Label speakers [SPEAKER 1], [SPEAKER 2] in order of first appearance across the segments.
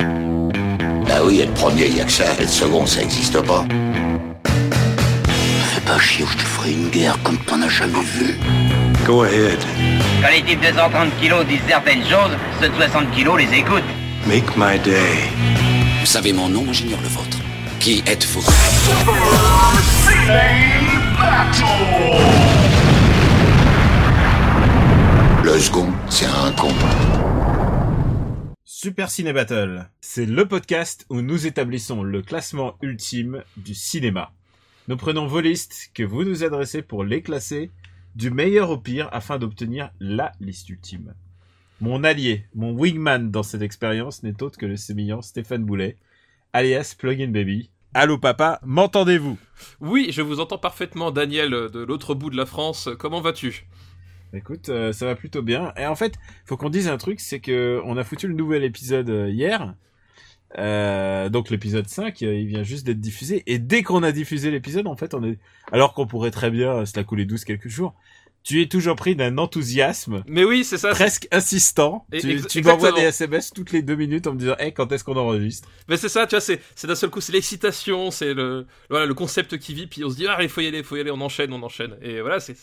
[SPEAKER 1] Bah oui, être premier, il n'y a que ça. Être second, ça n'existe pas. Fais pas chier ou je te ferai une guerre comme t'en as jamais vu.
[SPEAKER 2] Go ahead.
[SPEAKER 3] Quand les types de 130 kilos disent certaines choses, ceux de 60 kilos les écoutent.
[SPEAKER 2] Make my day.
[SPEAKER 1] Vous savez mon nom, j'ignore le vôtre. Qui êtes-vous Le second, c'est un con.
[SPEAKER 4] Super Ciné Battle, c'est le podcast où nous établissons le classement ultime du cinéma. Nous prenons vos listes que vous nous adressez pour les classer du meilleur au pire afin d'obtenir la liste ultime. Mon allié, mon wingman dans cette expérience n'est autre que le sémillant Stéphane Boulet, alias Plugin Baby. Allô papa, m'entendez-vous
[SPEAKER 5] Oui, je vous entends parfaitement, Daniel, euh, de l'autre bout de la France. Comment vas-tu
[SPEAKER 4] Écoute, euh, ça va plutôt bien. Et en fait, faut qu'on dise un truc, c'est que on a foutu le nouvel épisode euh, hier. Euh, donc l'épisode 5, euh, il vient juste d'être diffusé. Et dès qu'on a diffusé l'épisode, en fait, on est, alors qu'on pourrait très bien euh, se la couler douce quelques jours, tu es toujours pris d'un enthousiasme
[SPEAKER 5] Mais oui, c'est ça. c'est-
[SPEAKER 4] presque insistant.
[SPEAKER 5] Et
[SPEAKER 4] Tu,
[SPEAKER 5] ex-
[SPEAKER 4] tu m'envoies
[SPEAKER 5] exactement.
[SPEAKER 4] des SMS toutes les deux minutes en me disant, hey, quand est-ce qu'on enregistre
[SPEAKER 5] Mais c'est ça, tu vois, c'est c'est d'un seul coup, c'est l'excitation, c'est le voilà le concept qui vit, puis on se dit ah il faut y aller, il faut y aller, on enchaîne, on enchaîne. Et voilà, c'est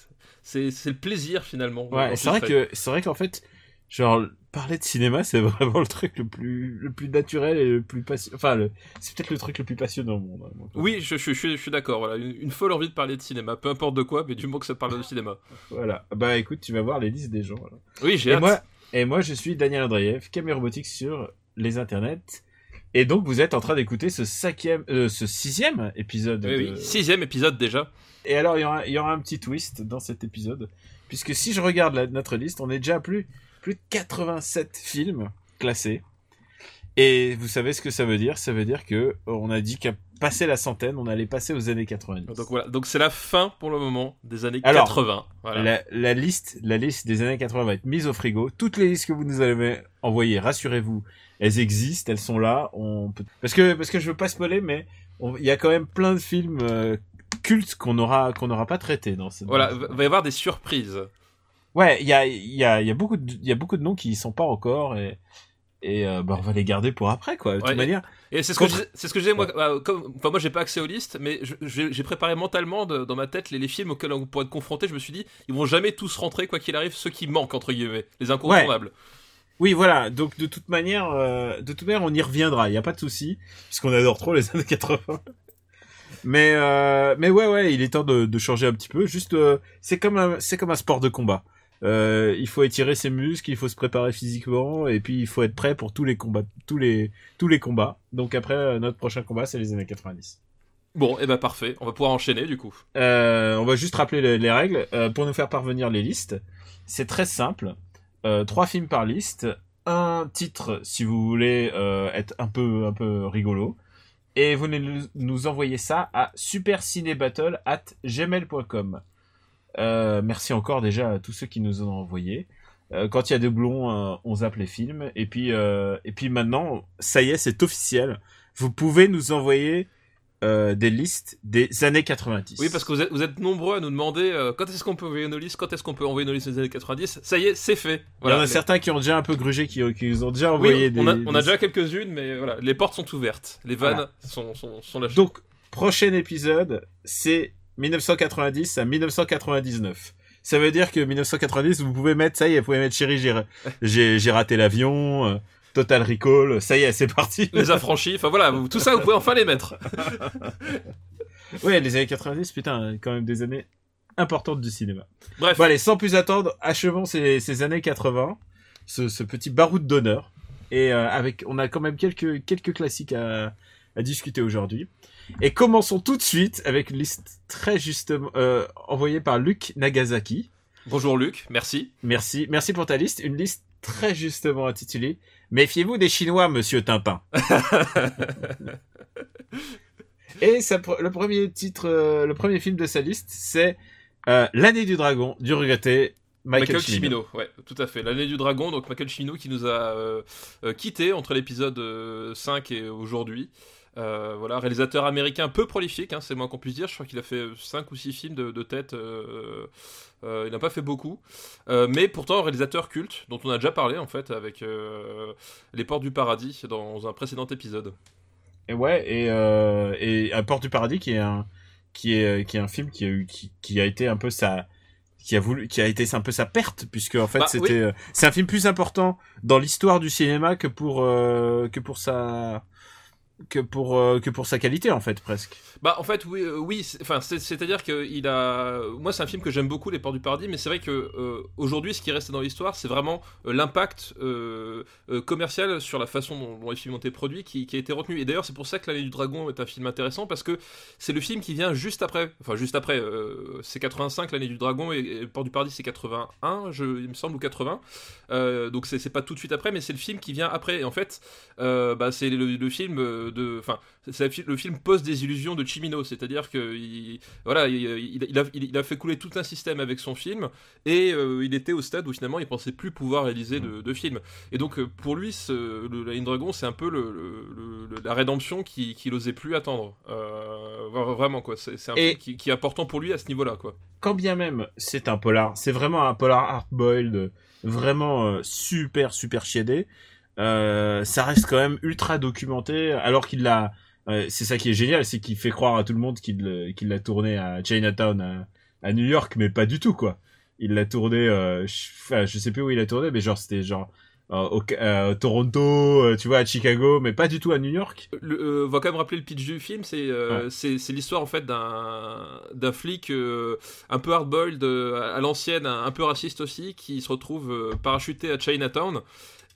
[SPEAKER 5] c'est c'est le plaisir finalement.
[SPEAKER 4] Ouais, c'est vrai
[SPEAKER 5] d'enregistrer.
[SPEAKER 4] que c'est vrai qu'en fait, genre parler de cinéma, c'est vraiment le truc le plus le plus naturel et le plus passionnant. Enfin, le- c'est peut-être le truc le plus passionnant au monde. hein, moi.
[SPEAKER 5] Oui, je, je, je, suis- je suis d'accord. Voilà, une, une folle envie de parler de cinéma, peu importe de quoi, mais du moment que ça parle de cinéma.
[SPEAKER 4] Voilà. Bah écoute, tu vas voir les listes des gens. alors.
[SPEAKER 5] Oui, j'ai
[SPEAKER 4] Et
[SPEAKER 5] hâte.
[SPEAKER 4] moi, et moi, je suis Daniel Andreev, Camille Robotique sur les internets. Et donc, vous êtes en train d'écouter ce cinquième, euh, ce sixième épisode.
[SPEAKER 5] Oui,
[SPEAKER 4] de-
[SPEAKER 5] oui. Sixième épisode déjà.
[SPEAKER 4] Et alors, il y, aura, il y aura un petit twist dans cet épisode. Puisque si je regarde la- notre liste, on est déjà à plus, plus de 87 films classés. Et vous savez ce que ça veut dire Ça veut dire que euh, on a dit qu'à passer la centaine, on allait passer aux années 90.
[SPEAKER 5] Donc voilà, donc c'est la fin pour le moment des années
[SPEAKER 4] Alors,
[SPEAKER 5] 80. Voilà.
[SPEAKER 4] La, la liste, la liste des années 80 va être mise au frigo. Toutes les listes que vous nous avez envoyées, rassurez-vous, elles existent, elles sont là. On peut... Parce que parce que je veux pas spoiler, mais on- il y a quand même plein de films euh, cultes qu'on aura qu'on n'aura pas traités dans cette.
[SPEAKER 5] Voilà, va va y avoir des surprises.
[SPEAKER 4] Ouais, il y a il y a il y a beaucoup de il y a beaucoup de noms qui y sont pas encore et et euh, bah, on va les garder pour après quoi. De
[SPEAKER 5] Ouais.
[SPEAKER 4] toute manière.
[SPEAKER 5] Et c'est ce que
[SPEAKER 4] Contre-
[SPEAKER 5] je- c'est ce que j'ai moi bah, comme enfin moi j'ai pas accès aux listes mais je- j'ai j'ai préparé mentalement de- dans ma tête les, les films auxquels on pourrait être confronté je me suis dit ils vont jamais tous rentrer quoi qu'il arrive ceux qui manquent entre guillemets les incontournables.
[SPEAKER 4] Oui, voilà. Donc de toute manière, euh, de toute manière, on y reviendra. Il y a pas de souci, puisqu'on adore trop les années 80. Mais euh, mais ouais ouais, il est temps de, de changer un petit peu. Juste, euh, c'est comme un, c'est comme un sport de combat. Euh, il faut étirer ses muscles, il faut se préparer physiquement, et puis il faut être prêt pour tous les combats, tous les tous les combats. Donc après, euh, notre prochain combat, c'est les années 90.
[SPEAKER 5] Bon et ben parfait, on va pouvoir enchaîner du coup.
[SPEAKER 4] Euh, on va juste rappeler le- les règles euh, pour nous faire parvenir les listes. C'est très simple. Euh, trois films par liste, un titre si vous voulez euh, être un peu un peu rigolo, et vous nous, nous envoyez ça à supercinébattle@gmail.com. Euh, merci encore déjà à tous ceux qui nous ont envoyé. Euh, quand il y a des blonds, euh, on zappe les films. Et puis euh, et puis maintenant, ça y est, c'est officiel. Vous pouvez nous envoyer euh, des listes des années 90.
[SPEAKER 5] Oui parce que vous êtes, vous êtes nombreux à nous demander euh, quand est-ce qu'on peut envoyer nos listes, quand est-ce qu'on peut envoyer nos listes des années 90. Ça y est, c'est fait.
[SPEAKER 4] Il y en a
[SPEAKER 5] Les-
[SPEAKER 4] certains qui ont déjà un peu grugé, qui, qui nous ont déjà
[SPEAKER 5] oui,
[SPEAKER 4] envoyé des.
[SPEAKER 5] on a, on a
[SPEAKER 4] des-
[SPEAKER 5] déjà quelques-unes mais voilà, les portes sont ouvertes, les vannes sont sont sont lâchées.
[SPEAKER 4] Donc, prochain épisode, c'est 1990 à 1999. Ça veut dire que 1990, vous pouvez mettre, ça y est, vous pouvez mettre Chérie, j'ai, j'ai, j'ai raté l'avion, euh, Total Recall, ça y est, c'est parti.
[SPEAKER 5] les affranchis, enfin voilà, vous- tout ça vous pouvez enfin les mettre.
[SPEAKER 4] ouais, les années 90, putain, quand même des années importantes du cinéma.
[SPEAKER 5] Bref,
[SPEAKER 4] Bon, allez, sans plus attendre, achevons ces, ces années 80, ce, ce petit baroud d'honneur. Et euh, avec, on a quand même quelques, quelques classiques à, à discuter aujourd'hui. Et commençons tout de suite avec une liste très justement euh, envoyée par Luc Nagasaki.
[SPEAKER 5] bonjour Luc, merci.
[SPEAKER 4] Merci, merci pour ta liste. Une liste très justement intitulée Méfiez-vous des Chinois, monsieur Tintin. Et sa pr- le premier titre, euh, le premier film de sa liste, c'est euh, L'année du dragon du regretté Michael,
[SPEAKER 5] Michael,
[SPEAKER 4] Cimino.
[SPEAKER 5] Cimino, ouais, tout à fait. L'année du dragon, donc Michael Cimino qui nous a euh, euh, quitté entre l'épisode euh, 5 et aujourd'hui. Euh, voilà, réalisateur américain peu prolifique, hein, c'est moins qu'on puisse dire. Je crois qu'il a fait 5 ou 6 films de, de tête. euh, euh, il n'a pas fait beaucoup. Euh, mais pourtant, un réalisateur culte, dont on a déjà parlé en fait avec euh, Les Portes du Paradis dans un précédent épisode.
[SPEAKER 4] Et ouais, et, euh, et à Port du Paradis, qui est un, qui est, euh, qui est un film qui a eu, qui, qui a été un peu sa, qui a voulu, qui a été un peu sa perte, puisque en fait
[SPEAKER 5] Bah,
[SPEAKER 4] c'était,
[SPEAKER 5] oui.
[SPEAKER 4] euh, c'est un film plus important dans l'histoire du cinéma que pour, euh, que pour sa, que pour, euh, que pour sa qualité en fait presque.
[SPEAKER 5] Bah en fait oui, euh, oui c'est- enfin c'est- c'est-à-dire que il a moi c'est un film que j'aime beaucoup Les Ports du Paradis mais c'est vrai que euh, aujourd'hui ce qui reste dans l'histoire c'est vraiment euh, l'impact euh, euh, commercial sur la façon dont, dont les films ont été produits qui, qui a été retenu et d'ailleurs c'est pour ça que l'année du dragon est un film intéressant parce que c'est le film qui vient juste après enfin juste après euh, c'est 85 l'année du dragon et, et Ports du Paradis c'est 81 je, il me semble ou 80 Euh, donc c'est c'est pas tout de suite après mais c'est le film qui vient après et en fait euh, bah, c'est le, le film euh, de enfin c'est la fi- le film pose des illusions de Chimino, c'est-à-dire que il, voilà, il, il- il a, il- il a fait couler tout un système avec son film, et euh, il était au stade où finalement il pensait plus pouvoir réaliser de, de films. Et donc euh, pour lui, ce, le, la Ligne Dragon, c'est un peu le, le- le- la rédemption qui- qu'il osait plus attendre. Euh, vra- vraiment quoi, c'est c'est un
[SPEAKER 4] Et-
[SPEAKER 5] film qui, qui est important pour lui à ce niveau-là quoi.
[SPEAKER 4] quand bien même c'est un polar, c'est vraiment un polar hard-boiled, euh, vraiment euh, super super chiadé, euh, ça reste quand même ultra documenté, alors qu'il l'a... euh, c'est ça qui est génial, c'est qu'il fait croire à tout le monde qu'il euh, qu'il l'a tourné à Chinatown, à, à New York, mais pas du tout quoi. Il l'a tourné, euh, je, enfin, je sais plus où il l'a tourné, mais genre c'était genre euh, au, euh, Toronto, euh, tu vois, à Chicago, mais pas du tout à New York.
[SPEAKER 5] le, euh, va quand même rappeler le pitch du film, c'est euh, c'est c'est l'histoire en fait d'un d'un flic euh, un peu hard-boiled euh, à l'ancienne, un, un peu raciste aussi, qui se retrouve euh, parachuté à Chinatown.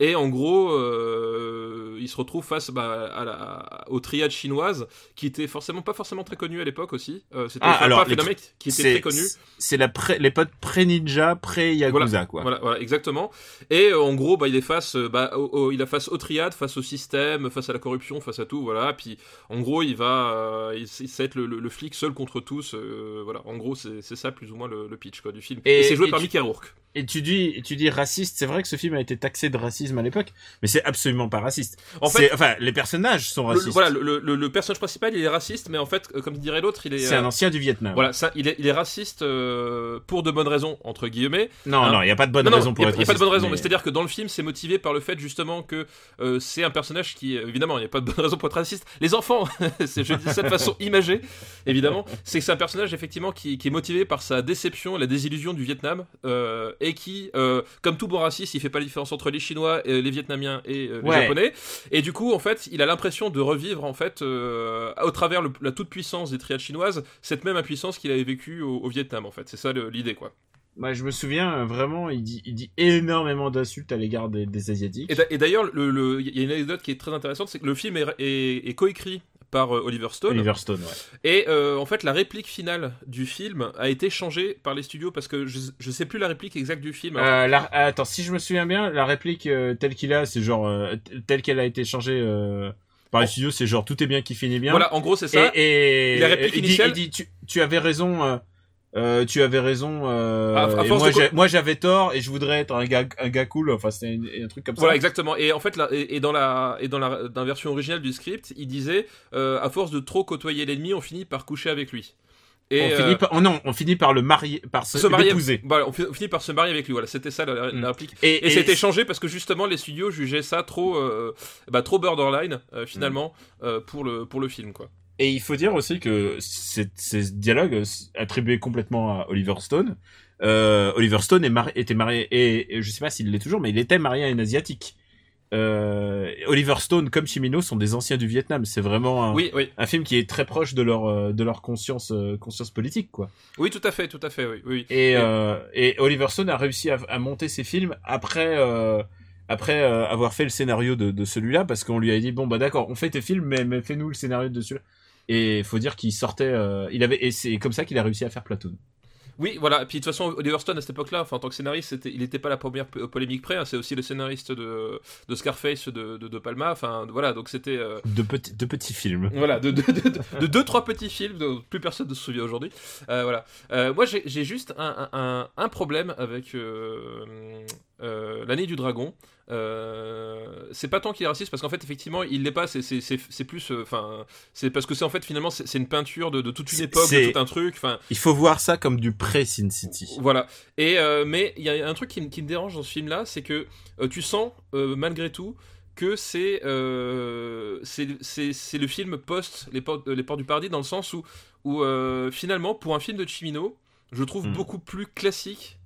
[SPEAKER 5] Et en gros, euh, il se retrouve face bah, à la, aux triades chinoises, qui étaient forcément pas forcément très connues à l'époque aussi. Euh, C'était
[SPEAKER 4] Ah,
[SPEAKER 5] enfin,
[SPEAKER 4] alors,
[SPEAKER 5] pas un
[SPEAKER 4] les
[SPEAKER 5] phénomène qui était
[SPEAKER 4] C'est
[SPEAKER 5] très connu.
[SPEAKER 4] c'est la pré- les potes pré-ninja, pré-yakuza quoi.
[SPEAKER 5] Voilà, voilà, exactement. Et euh, en gros, bah, il est face, euh, bah, au- au- il a face aux triades, face au système, face à la corruption, face à tout, voilà. Puis, en gros, il va, euh, il, il sait être le, le- le flic seul contre tous, euh, voilà. En gros, c'est c'est ça plus ou moins le, le pitch quoi, du film.
[SPEAKER 4] Et-
[SPEAKER 5] Et, c'est joué
[SPEAKER 4] et
[SPEAKER 5] par
[SPEAKER 4] tu-
[SPEAKER 5] Mickey Rourke.
[SPEAKER 4] Et tu dis, et tu dis raciste, c'est vrai que ce film a été taxé de racisme à l'époque, mais c'est absolument pas raciste.
[SPEAKER 5] En fait,
[SPEAKER 4] C'est- enfin, les personnages sont
[SPEAKER 5] le,
[SPEAKER 4] racistes.
[SPEAKER 5] le- voilà, le, le- le personnage principal, il est raciste, mais en fait, euh, comme dirait l'autre, il est.
[SPEAKER 4] c'est
[SPEAKER 5] euh,
[SPEAKER 4] un ancien du Vietnam.
[SPEAKER 5] voilà, ça, il, est, il est raciste euh, pour de bonnes raisons, entre guillemets.
[SPEAKER 4] Non,
[SPEAKER 5] Hein.
[SPEAKER 4] non, il n'y a pas de bonne
[SPEAKER 5] Non, non,
[SPEAKER 4] raison pour
[SPEAKER 5] y a-
[SPEAKER 4] être
[SPEAKER 5] y a pas de
[SPEAKER 4] raciste,
[SPEAKER 5] bonne raison, mais,
[SPEAKER 4] mais-
[SPEAKER 5] c'est-à-dire que dans le film, c'est motivé par le fait justement que euh, c'est un personnage qui, euh, évidemment, il n'y a pas de bonne raison pour être raciste. Les enfants, c'est- je dis ça de façon imagée, évidemment, c'est que c'est un personnage effectivement qui, qui est motivé par sa déception, la désillusion du Vietnam, euh, et qui, euh, comme tout bon raciste, il fait pas la différence entre les Chinois, euh, les Vietnamiens et euh, les
[SPEAKER 4] Ouais.
[SPEAKER 5] Japonais, et du coup, en fait, il a l'impression de revivre, en fait, euh, au travers le- la toute puissance des triades chinoises, cette même impuissance qu'il avait vécue au, au Vietnam, en fait. C'est ça le- l'idée, quoi.
[SPEAKER 4] Moi, je me souviens, euh, vraiment, il dit, il dit énormément d'insultes à l'égard des, des Asiatiques.
[SPEAKER 5] Et d'a- Et d'ailleurs, le- le- il y a une anecdote qui est très intéressante, c'est que le film est, est- est coécrit par euh, Oliver Stone.
[SPEAKER 4] Oliver Stone, ouais.
[SPEAKER 5] Et euh, en fait, la réplique finale du film a été changée par les studios parce que je, je sais plus la réplique exacte du film.
[SPEAKER 4] Euh, la- attends, si je me souviens bien, la réplique euh, telle qu'il a, c'est genre, euh, t- telle qu'elle a été changée euh, par les studios, c'est genre, tout est bien qui finit bien.
[SPEAKER 5] voilà, en gros, c'est ça.
[SPEAKER 4] et, et-
[SPEAKER 5] la réplique
[SPEAKER 4] il dit-
[SPEAKER 5] initiale-
[SPEAKER 4] il dit, tu, tu avais raison. euh, euh, tu avais raison. euh,
[SPEAKER 5] À- à
[SPEAKER 4] et
[SPEAKER 5] force
[SPEAKER 4] moi,
[SPEAKER 5] de co-
[SPEAKER 4] j'ai- moi, j'avais tort et je voudrais être un gars, un gars cool. Enfin, c'était une- un truc comme
[SPEAKER 5] Voilà,
[SPEAKER 4] ça.
[SPEAKER 5] exactement. Et en fait, là, et, et dans la, et dans la, dans la version originale du script, il disait, euh, à force de trop côtoyer l'ennemi, on finit par coucher avec lui. Et,
[SPEAKER 4] on
[SPEAKER 5] euh,
[SPEAKER 4] finit par, oh non, on finit par le marier, par se,
[SPEAKER 5] se marier.
[SPEAKER 4] l'épouser.
[SPEAKER 5] voilà, on, fi- on finit par se marier avec lui. Voilà, c'était ça la, la
[SPEAKER 4] Mm.
[SPEAKER 5] réplique.
[SPEAKER 4] Et,
[SPEAKER 5] Et, c'était changé parce que justement les studios jugeaient ça trop, euh, bah, trop borderline euh, finalement euh, pour le pour le film quoi.
[SPEAKER 4] et il faut dire aussi que ces, ces dialogues euh, attribués complètement à Oliver Stone. Euh, Oliver Stone est mari- était marié et, et je sais pas s'il l'est toujours, mais il était marié à une asiatique. Euh, Oliver Stone comme Chimino sont des anciens du Vietnam. C'est vraiment un,
[SPEAKER 5] Oui, oui,
[SPEAKER 4] un film qui est très proche de leur euh, de leur conscience euh, conscience politique quoi.
[SPEAKER 5] oui, tout à fait, tout à fait, oui, oui. oui.
[SPEAKER 4] Et euh, et Oliver Stone a réussi à, à monter ses films après euh, après euh, avoir fait le scénario de, de celui-là parce qu'on lui a dit bon bah d'accord on fait tes films mais, mais fais-nous le scénario de celui-là. Et faut dire qu'il sortait euh, il avait et c'est comme ça qu'il a réussi à faire Platoon.
[SPEAKER 5] Oui, voilà. Puis de toute façon, Oliver Stone à cette époque-là, enfin en tant que scénariste, c'était- il n'était pas la première po- polémique près. hein. C'est aussi le scénariste de, de Scarface de, de, de Palma. Enfin voilà, donc c'était euh,
[SPEAKER 4] De petits de petits films.
[SPEAKER 5] Voilà, de, de, de- de- de deux, trois petits films dont plus personne ne se souvient aujourd'hui. Euh, voilà. Euh, moi, j'ai j'ai juste un, un- un- un problème avec euh, euh, l'année du dragon. Euh, c'est pas tant qu'il est raciste parce qu'en fait effectivement il l'est pas c'est c'est- c'est- c'est plus euh, enfin c'est parce que c'est en fait finalement c'est c'est une peinture de, de toute une
[SPEAKER 4] C'est-
[SPEAKER 5] époque de
[SPEAKER 4] c'est-
[SPEAKER 5] tout un truc enfin
[SPEAKER 4] Il faut voir ça comme du pré Sin City.
[SPEAKER 5] voilà. Et euh, mais il y a un truc qui, me- qui me dérange dans ce film-là, c'est que euh, tu sens euh, malgré tout que c'est euh, c'est c'est- c'est le film post les portes, euh, les portes du paradis dans le sens où où euh, finalement pour un film de Chimino, je trouve
[SPEAKER 4] Mm.
[SPEAKER 5] beaucoup plus classique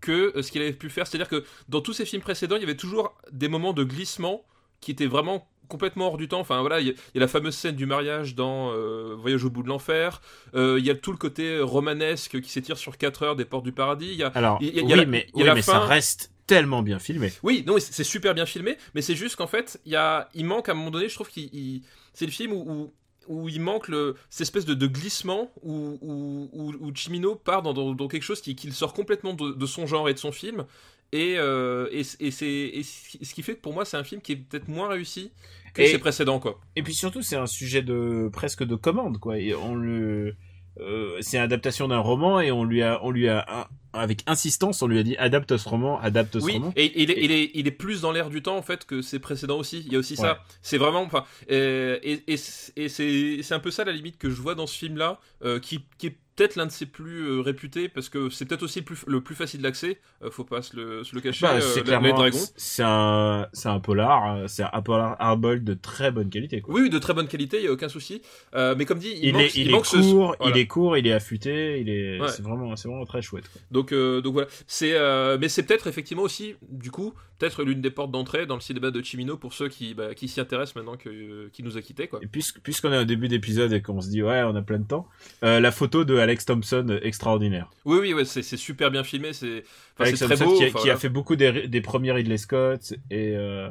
[SPEAKER 5] que euh, ce qu'il avait pu faire. C'est-à-dire que dans tous ses films précédents, il y avait toujours des moments de glissement qui étaient vraiment complètement hors du temps. Enfin voilà, il y, a- il y a la fameuse scène du mariage dans euh, Voyage au bout de l'enfer. Euh, il y a tout le côté romanesque qui s'étire sur 4 heures des portes du paradis. Il y a
[SPEAKER 4] Alors,
[SPEAKER 5] Il y a- il y a
[SPEAKER 4] oui,
[SPEAKER 5] la-
[SPEAKER 4] mais,
[SPEAKER 5] il y a
[SPEAKER 4] oui,
[SPEAKER 5] la
[SPEAKER 4] mais
[SPEAKER 5] fin.
[SPEAKER 4] ça reste tellement bien filmé.
[SPEAKER 5] oui, non, mais c'est c'est super bien filmé, mais c'est juste qu'en fait, il y a, il manque à un moment donné, je trouve qu'il, il- c'est le film où, où, où il manque le, cette espèce de, de glissement où, où, où, où Chimino part dans, dans- dans quelque chose qui, qui le sort complètement de, de son genre et de son film, et, euh, et, c- et c'est, et c- ce qui fait que pour moi, c'est un film qui est peut-être moins réussi que
[SPEAKER 4] Et-
[SPEAKER 5] ses précédents, quoi.
[SPEAKER 4] Et puis surtout, c'est un sujet de presque de commande, quoi. Et on le, euh, c'est une adaptation d'un roman et on lui a, on lui a, un- avec insistance, on lui a dit adapte ce roman, adapte ce
[SPEAKER 5] Oui,
[SPEAKER 4] roman.
[SPEAKER 5] et, et il, est, il, est, il est plus dans l'air du temps en fait que ses précédents aussi. Il y a aussi
[SPEAKER 4] Ouais.
[SPEAKER 5] ça. C'est vraiment, enfin, euh, et, et, c'est- et c'est c'est un peu ça la limite que je vois dans ce film-là, euh, qui, qui est peut-être l'un de ses plus euh, réputés parce que c'est peut-être aussi le plus, le plus facile d'accès. euh, faut pas se le, se le cacher.
[SPEAKER 4] Bah,
[SPEAKER 5] euh,
[SPEAKER 4] c'est
[SPEAKER 5] les- les
[SPEAKER 4] clairement,
[SPEAKER 5] dragons.
[SPEAKER 4] c'est un, c'est un polar, euh, c'est un polar hardball de très bonne qualité, quoi.
[SPEAKER 5] Oui, oui, de très bonne qualité, il y a aucun souci. Euh, mais comme dit, il,
[SPEAKER 4] Il,
[SPEAKER 5] manque,
[SPEAKER 4] est, il,
[SPEAKER 5] il
[SPEAKER 4] est
[SPEAKER 5] manque ce-
[SPEAKER 4] court,
[SPEAKER 5] voilà.
[SPEAKER 4] il est court, il est affûté, il est,
[SPEAKER 5] Ouais.
[SPEAKER 4] c'est vraiment, c'est vraiment très chouette. Quoi.
[SPEAKER 5] Donc, euh, donc voilà. C'est, euh, mais c'est peut-être effectivement aussi, du coup, peut-être l'une des portes d'entrée dans le cinéma de Chimino pour ceux qui, bah, qui s'y intéressent maintenant que, qui nous a quittés, quoi.
[SPEAKER 4] Et puisque, puisqu'on est au début d'épisode et qu'on se dit ouais, on a plein de temps, euh, la photo de Alex Thompson euh, extraordinaire.
[SPEAKER 5] Oui, oui, ouais, c'est c'est super bien filmé, c'est enfin,
[SPEAKER 4] Alex
[SPEAKER 5] c'est très
[SPEAKER 4] Thompson
[SPEAKER 5] beau.
[SPEAKER 4] qui, a,
[SPEAKER 5] enfin,
[SPEAKER 4] qui a
[SPEAKER 5] voilà.
[SPEAKER 4] fait beaucoup des, des premiers Ridley Scott et euh,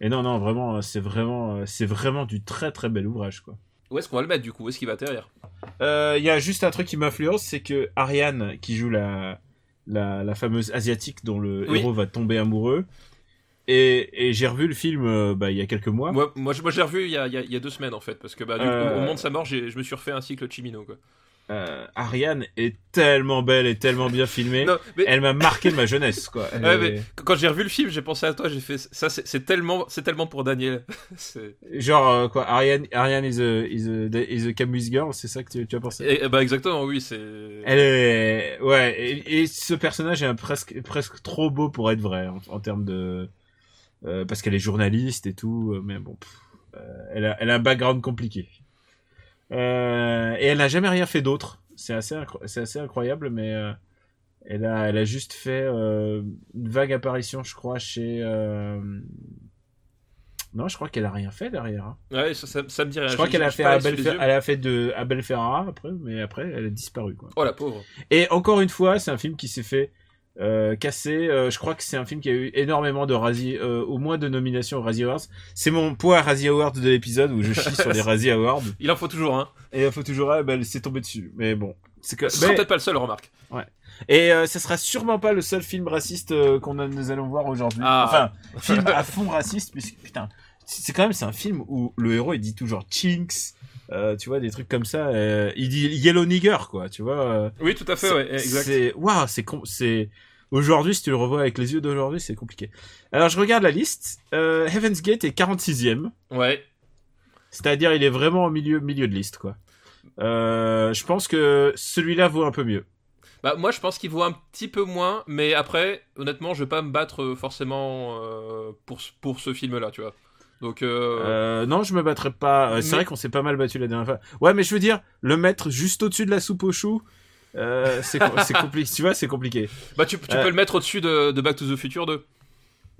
[SPEAKER 4] et non non vraiment euh, c'est vraiment euh, c'est vraiment du très très bel ouvrage quoi.
[SPEAKER 5] Où est-ce qu'on va le mettre du coup Où est-ce qu'il va atterrir
[SPEAKER 4] Euh, Il y a juste un truc qui m'influence, c'est que Ariane, qui joue la, la, la fameuse asiatique dont le
[SPEAKER 5] Oui.
[SPEAKER 4] héros va tomber amoureux, et, et j'ai revu le film euh, bah, il y a quelques mois.
[SPEAKER 5] Moi, moi, je, moi, je l'ai revu il y, a, il y a- il y a deux semaines en fait, parce que bah, du coup,
[SPEAKER 4] Euh.
[SPEAKER 5] au moment de sa mort, j'ai- je me suis refait un cycle Chimino. Quoi.
[SPEAKER 4] Euh, Ariane est tellement belle et tellement bien filmée.
[SPEAKER 5] Non, mais,
[SPEAKER 4] Elle m'a marqué de ma jeunesse, quoi. Elle
[SPEAKER 5] ouais,
[SPEAKER 4] est-
[SPEAKER 5] mais qu- quand j'ai revu le film, j'ai pensé à toi, j'ai fait ça, c'est c'est tellement, c'est tellement pour Daniel. C'est-
[SPEAKER 4] Genre, euh, quoi, Ariane, Ariane is a, is a, is a Camus girl, c'est ça que tu, tu as pensé
[SPEAKER 5] et- et bah, exactement, oui, c'est.
[SPEAKER 4] Elle est... Ouais, et, et ce personnage est un presque, presque trop beau pour être vrai, en, en termes de... euh, parce qu'elle est journaliste et tout, euh, mais bon, pff, euh, elle, a, elle a un background compliqué. Euh, et elle n'a jamais rien fait d'autre. C'est assez, incro- c'est assez incroyable, mais euh, elle, a, elle a juste fait euh, une vague apparition, je crois, chez... euh, Non, je crois qu'elle a rien fait derrière. hein.
[SPEAKER 5] Ouais, ça, ça- ça me dit rien.
[SPEAKER 4] Je crois
[SPEAKER 5] J'ai-
[SPEAKER 4] qu'elle a
[SPEAKER 5] j'ai
[SPEAKER 4] fait
[SPEAKER 5] Euh, pas les
[SPEAKER 4] Abel,
[SPEAKER 5] yeux,
[SPEAKER 4] Fer-
[SPEAKER 5] mais-
[SPEAKER 4] elle a fait de Abel Ferrara après, mais après elle a disparu quoi.
[SPEAKER 5] Oh la pauvre.
[SPEAKER 4] Et encore une fois, c'est un film qui s'est fait euh, casser. Euh, je crois que c'est un film qui a eu énormément de Razzie, euh, au moins de nominations aux Razzie Awards. C'est mon poids Razzie Awards de l'épisode où je chie sur les Razzie Awards.
[SPEAKER 5] Il en faut toujours un.
[SPEAKER 4] Et il faut toujours, ah, bah, c'est tombé dessus. Mais bon, c'est que.
[SPEAKER 5] Ce sera
[SPEAKER 4] mais-
[SPEAKER 5] peut-être pas le seul, remarque.
[SPEAKER 4] Et euh, ça sera sûrement pas le seul film raciste euh, qu'on a- nous allons voir aujourd'hui.
[SPEAKER 5] Ah.
[SPEAKER 4] Enfin, film à fond raciste, puisque putain, c'est c'est quand même c'est un film où le héros il dit toujours chinks, euh, tu vois des trucs comme ça. euh, il dit yellow nigger quoi, tu vois. euh,
[SPEAKER 5] Oui, tout à fait,
[SPEAKER 4] c'est-
[SPEAKER 5] ouais, exact.
[SPEAKER 4] C'est waouh, c'est com- c'est aujourd'hui si tu le revois avec les yeux d'aujourd'hui, c'est compliqué. Alors je regarde la liste. Euh, Heaven's Gate est 46e,
[SPEAKER 5] Ouais.
[SPEAKER 4] c'est-à-dire il est vraiment au milieu milieu de liste quoi. Euh, je pense que celui-là vaut un peu mieux.
[SPEAKER 5] Bah, moi, je pense qu'il vaut un petit peu moins, mais après, honnêtement, je vais pas me battre euh, forcément euh, pour, ce- pour ce film-là, tu vois. Donc, euh,
[SPEAKER 4] Euh, non, je me battrai pas. Euh, C'est
[SPEAKER 5] Mais-
[SPEAKER 4] vrai qu'on s'est pas mal battu la dernière fois. Ouais, mais je veux dire, le mettre juste au-dessus de la soupe aux choux, euh, c'est compliqué. Tu vois, c'est compliqué.
[SPEAKER 5] bah, tu, tu
[SPEAKER 4] euh,
[SPEAKER 5] peux le mettre au-dessus de, de Back to the Future 2.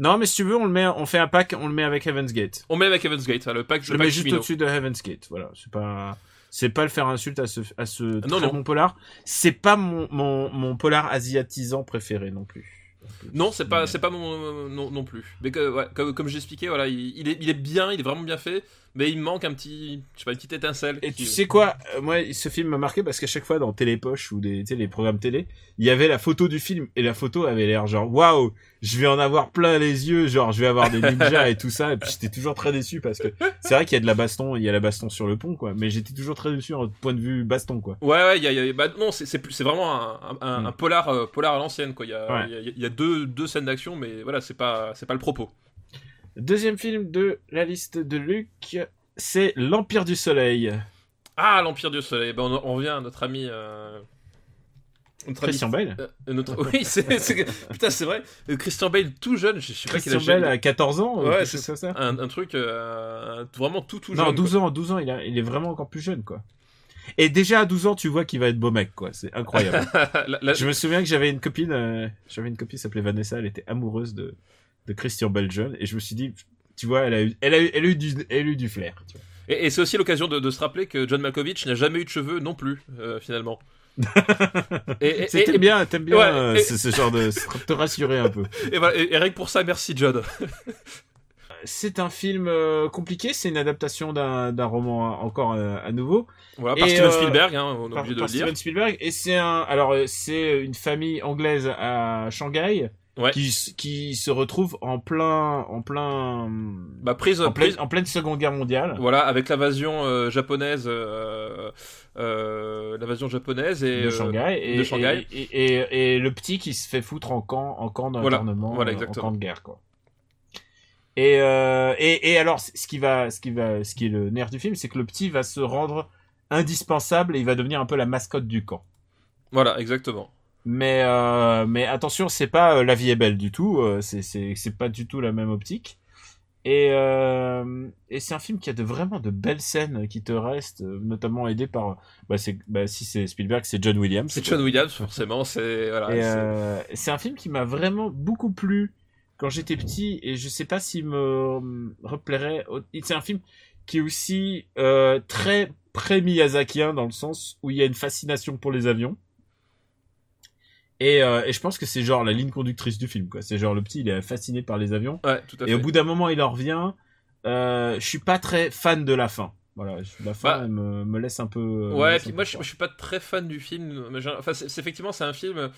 [SPEAKER 4] Non, mais si tu veux, on le met, on fait un pack, on le met avec Heaven's Gate.
[SPEAKER 5] On met avec Heaven's Gate, hein, le pack,
[SPEAKER 4] Je
[SPEAKER 5] le
[SPEAKER 4] le mets
[SPEAKER 5] pack
[SPEAKER 4] juste
[SPEAKER 5] Chimino.
[SPEAKER 4] au-dessus de Heaven's Gate. Voilà, c'est pas, c'est pas le faire insulte à ce, à ce très
[SPEAKER 5] Ah non.
[SPEAKER 4] bon polar. C'est pas mon, mon, mon polar asiatisant préféré non plus.
[SPEAKER 5] Non, c'est pas, c'est pas mon, non, non plus. Mais que- ouais, comme, comme j'expliquais, voilà, il, il est, il est bien, il est vraiment bien fait, mais il me manque un petit, je sais pas, une petite étincelle.
[SPEAKER 4] Et tu
[SPEAKER 5] qui-
[SPEAKER 4] sais quoi, euh, moi, ce film m'a marqué parce qu'à chaque fois dans Télépoche ou des, tu sais, les programmes télé, il y avait la photo du film et la photo avait l'air genre, waouh, je vais en avoir plein les yeux, genre, je vais avoir des ninjas et tout ça. Et puis j'étais toujours très déçu parce que c'est vrai qu'il y a de la baston, il y a la baston sur le pont, quoi. Mais j'étais toujours très déçu en point de vue baston, quoi.
[SPEAKER 5] Ouais, ouais, il y a- il y a- bah, non, c'est- c'est plus- c'est vraiment un, un- un
[SPEAKER 4] Mm.
[SPEAKER 5] polar, euh, polar à l'ancienne, quoi. Il y a,
[SPEAKER 4] Ouais.
[SPEAKER 5] il y a- il y a deux, deux scènes d'action, mais voilà, c'est pas, c'est pas le propos.
[SPEAKER 4] Deuxième film de la liste de Luc, c'est L'Empire du Soleil.
[SPEAKER 5] Ah, l'Empire du Soleil. Ben, on, on revient à notre ami. euh, Une tradi-
[SPEAKER 4] Christian Bale
[SPEAKER 5] Euh, notre... Oui, c'est, c'est- putain, c'est vrai. Euh, Christian Bale tout jeune, je je sais pas
[SPEAKER 4] Christian
[SPEAKER 5] quel âge
[SPEAKER 4] Bale à 14 ans
[SPEAKER 5] Ouais,
[SPEAKER 4] Ouais,
[SPEAKER 5] c'est-
[SPEAKER 4] c'est ça. ça.
[SPEAKER 5] il a. Un, un truc euh, un- vraiment tout tout jeune.
[SPEAKER 4] Non, 12 ans, 12 ans, il, a- il est vraiment encore plus jeune, quoi. Et déjà à 12 ans, tu vois qu'il va être beau mec, quoi. C'est incroyable.
[SPEAKER 5] quoi. La- la-
[SPEAKER 4] je me souviens que j'avais une copine, euh, j'avais une copine qui s'appelait Vanessa, elle était amoureuse de, de Christian Bale jeune, et je me suis dit, tu vois, elle a eu, elle a eu, elle a eu du, elle a eu du flair. tu vois.
[SPEAKER 5] Et, et c'est aussi l'occasion de, de se rappeler que John Malkovich n'a jamais eu de cheveux non plus, euh, finalement. et, et-
[SPEAKER 4] C'est- T'aimes
[SPEAKER 5] et-
[SPEAKER 4] bien, t'aimes bien
[SPEAKER 5] ouais,
[SPEAKER 4] euh,
[SPEAKER 5] et-
[SPEAKER 4] ce, ce genre de, te rassurer un peu.
[SPEAKER 5] et voilà, et- et rien que pour ça, merci John.
[SPEAKER 4] C'est un film euh, compliqué, c'est une adaptation d'un d'un roman euh, encore euh, à nouveau.
[SPEAKER 5] Voilà, par
[SPEAKER 4] Et,
[SPEAKER 5] Steven
[SPEAKER 4] euh,
[SPEAKER 5] Spielberg, hein, on a
[SPEAKER 4] par,
[SPEAKER 5] oublié de
[SPEAKER 4] par
[SPEAKER 5] le dire.
[SPEAKER 4] Steven Spielberg et c'est un alors euh, c'est une famille anglaise à Shanghai
[SPEAKER 5] Ouais.
[SPEAKER 4] qui s- qui se retrouve en plein en plein
[SPEAKER 5] Bah, prise,
[SPEAKER 4] en, pleine-
[SPEAKER 5] prise-
[SPEAKER 4] en pleine Seconde Guerre mondiale.
[SPEAKER 5] voilà, avec l'invasion euh, japonaise, euh, euh, l'invasion japonaise et
[SPEAKER 4] de
[SPEAKER 5] euh,
[SPEAKER 4] Shanghai, et,
[SPEAKER 5] de Shanghai.
[SPEAKER 4] Et, et, et- et le petit qui se fait foutre en camp, en camp
[SPEAKER 5] Voilà,
[SPEAKER 4] d'internement,
[SPEAKER 5] voilà,
[SPEAKER 4] euh, en
[SPEAKER 5] exactement.
[SPEAKER 4] camp de guerre, quoi. Et, euh, et, et alors, c- ce qui va, ce qui va, ce qui est le nerf du film, c'est que le petit va se rendre indispensable et il va devenir un peu la mascotte du camp.
[SPEAKER 5] voilà, exactement.
[SPEAKER 4] Mais, euh, mais attention, c'est pas euh, la vie est belle du tout. euh, c'est, c'est, c'est pas du tout la même optique. Et, euh, et c'est un film qui a de vraiment de belles scènes qui te restent, euh, notamment aidé par, bah, c'est, bah, si c'est Spielberg, c'est John Williams.
[SPEAKER 5] C'est John Williams, forcément. C'est voilà,
[SPEAKER 4] Et,
[SPEAKER 5] c'est-
[SPEAKER 4] euh, c'est un film qui m'a vraiment beaucoup plu quand j'étais petit et je sais pas s'il me me replairait. au- C'est un film qui est aussi euh, très pré-miyazakien dans le sens où il y a une fascination pour les avions. Et, euh, et je pense que c'est genre la ligne conductrice du film, quoi. C'est genre le petit, il est fasciné par les avions.
[SPEAKER 5] ouais, tout à
[SPEAKER 4] Et
[SPEAKER 5] fait.
[SPEAKER 4] au bout d'un moment, il en revient. Euh, je suis pas très fan de la fin. Voilà, je- la fin
[SPEAKER 5] Bah.
[SPEAKER 4] elle me, me laisse un peu. me
[SPEAKER 5] Ouais,
[SPEAKER 4] laisse
[SPEAKER 5] puis
[SPEAKER 4] un
[SPEAKER 5] moi
[SPEAKER 4] peu
[SPEAKER 5] je,
[SPEAKER 4] froid.
[SPEAKER 5] je suis pas très fan du film. mais j'ai- Enfin, c'est, c'est- effectivement, c'est un film.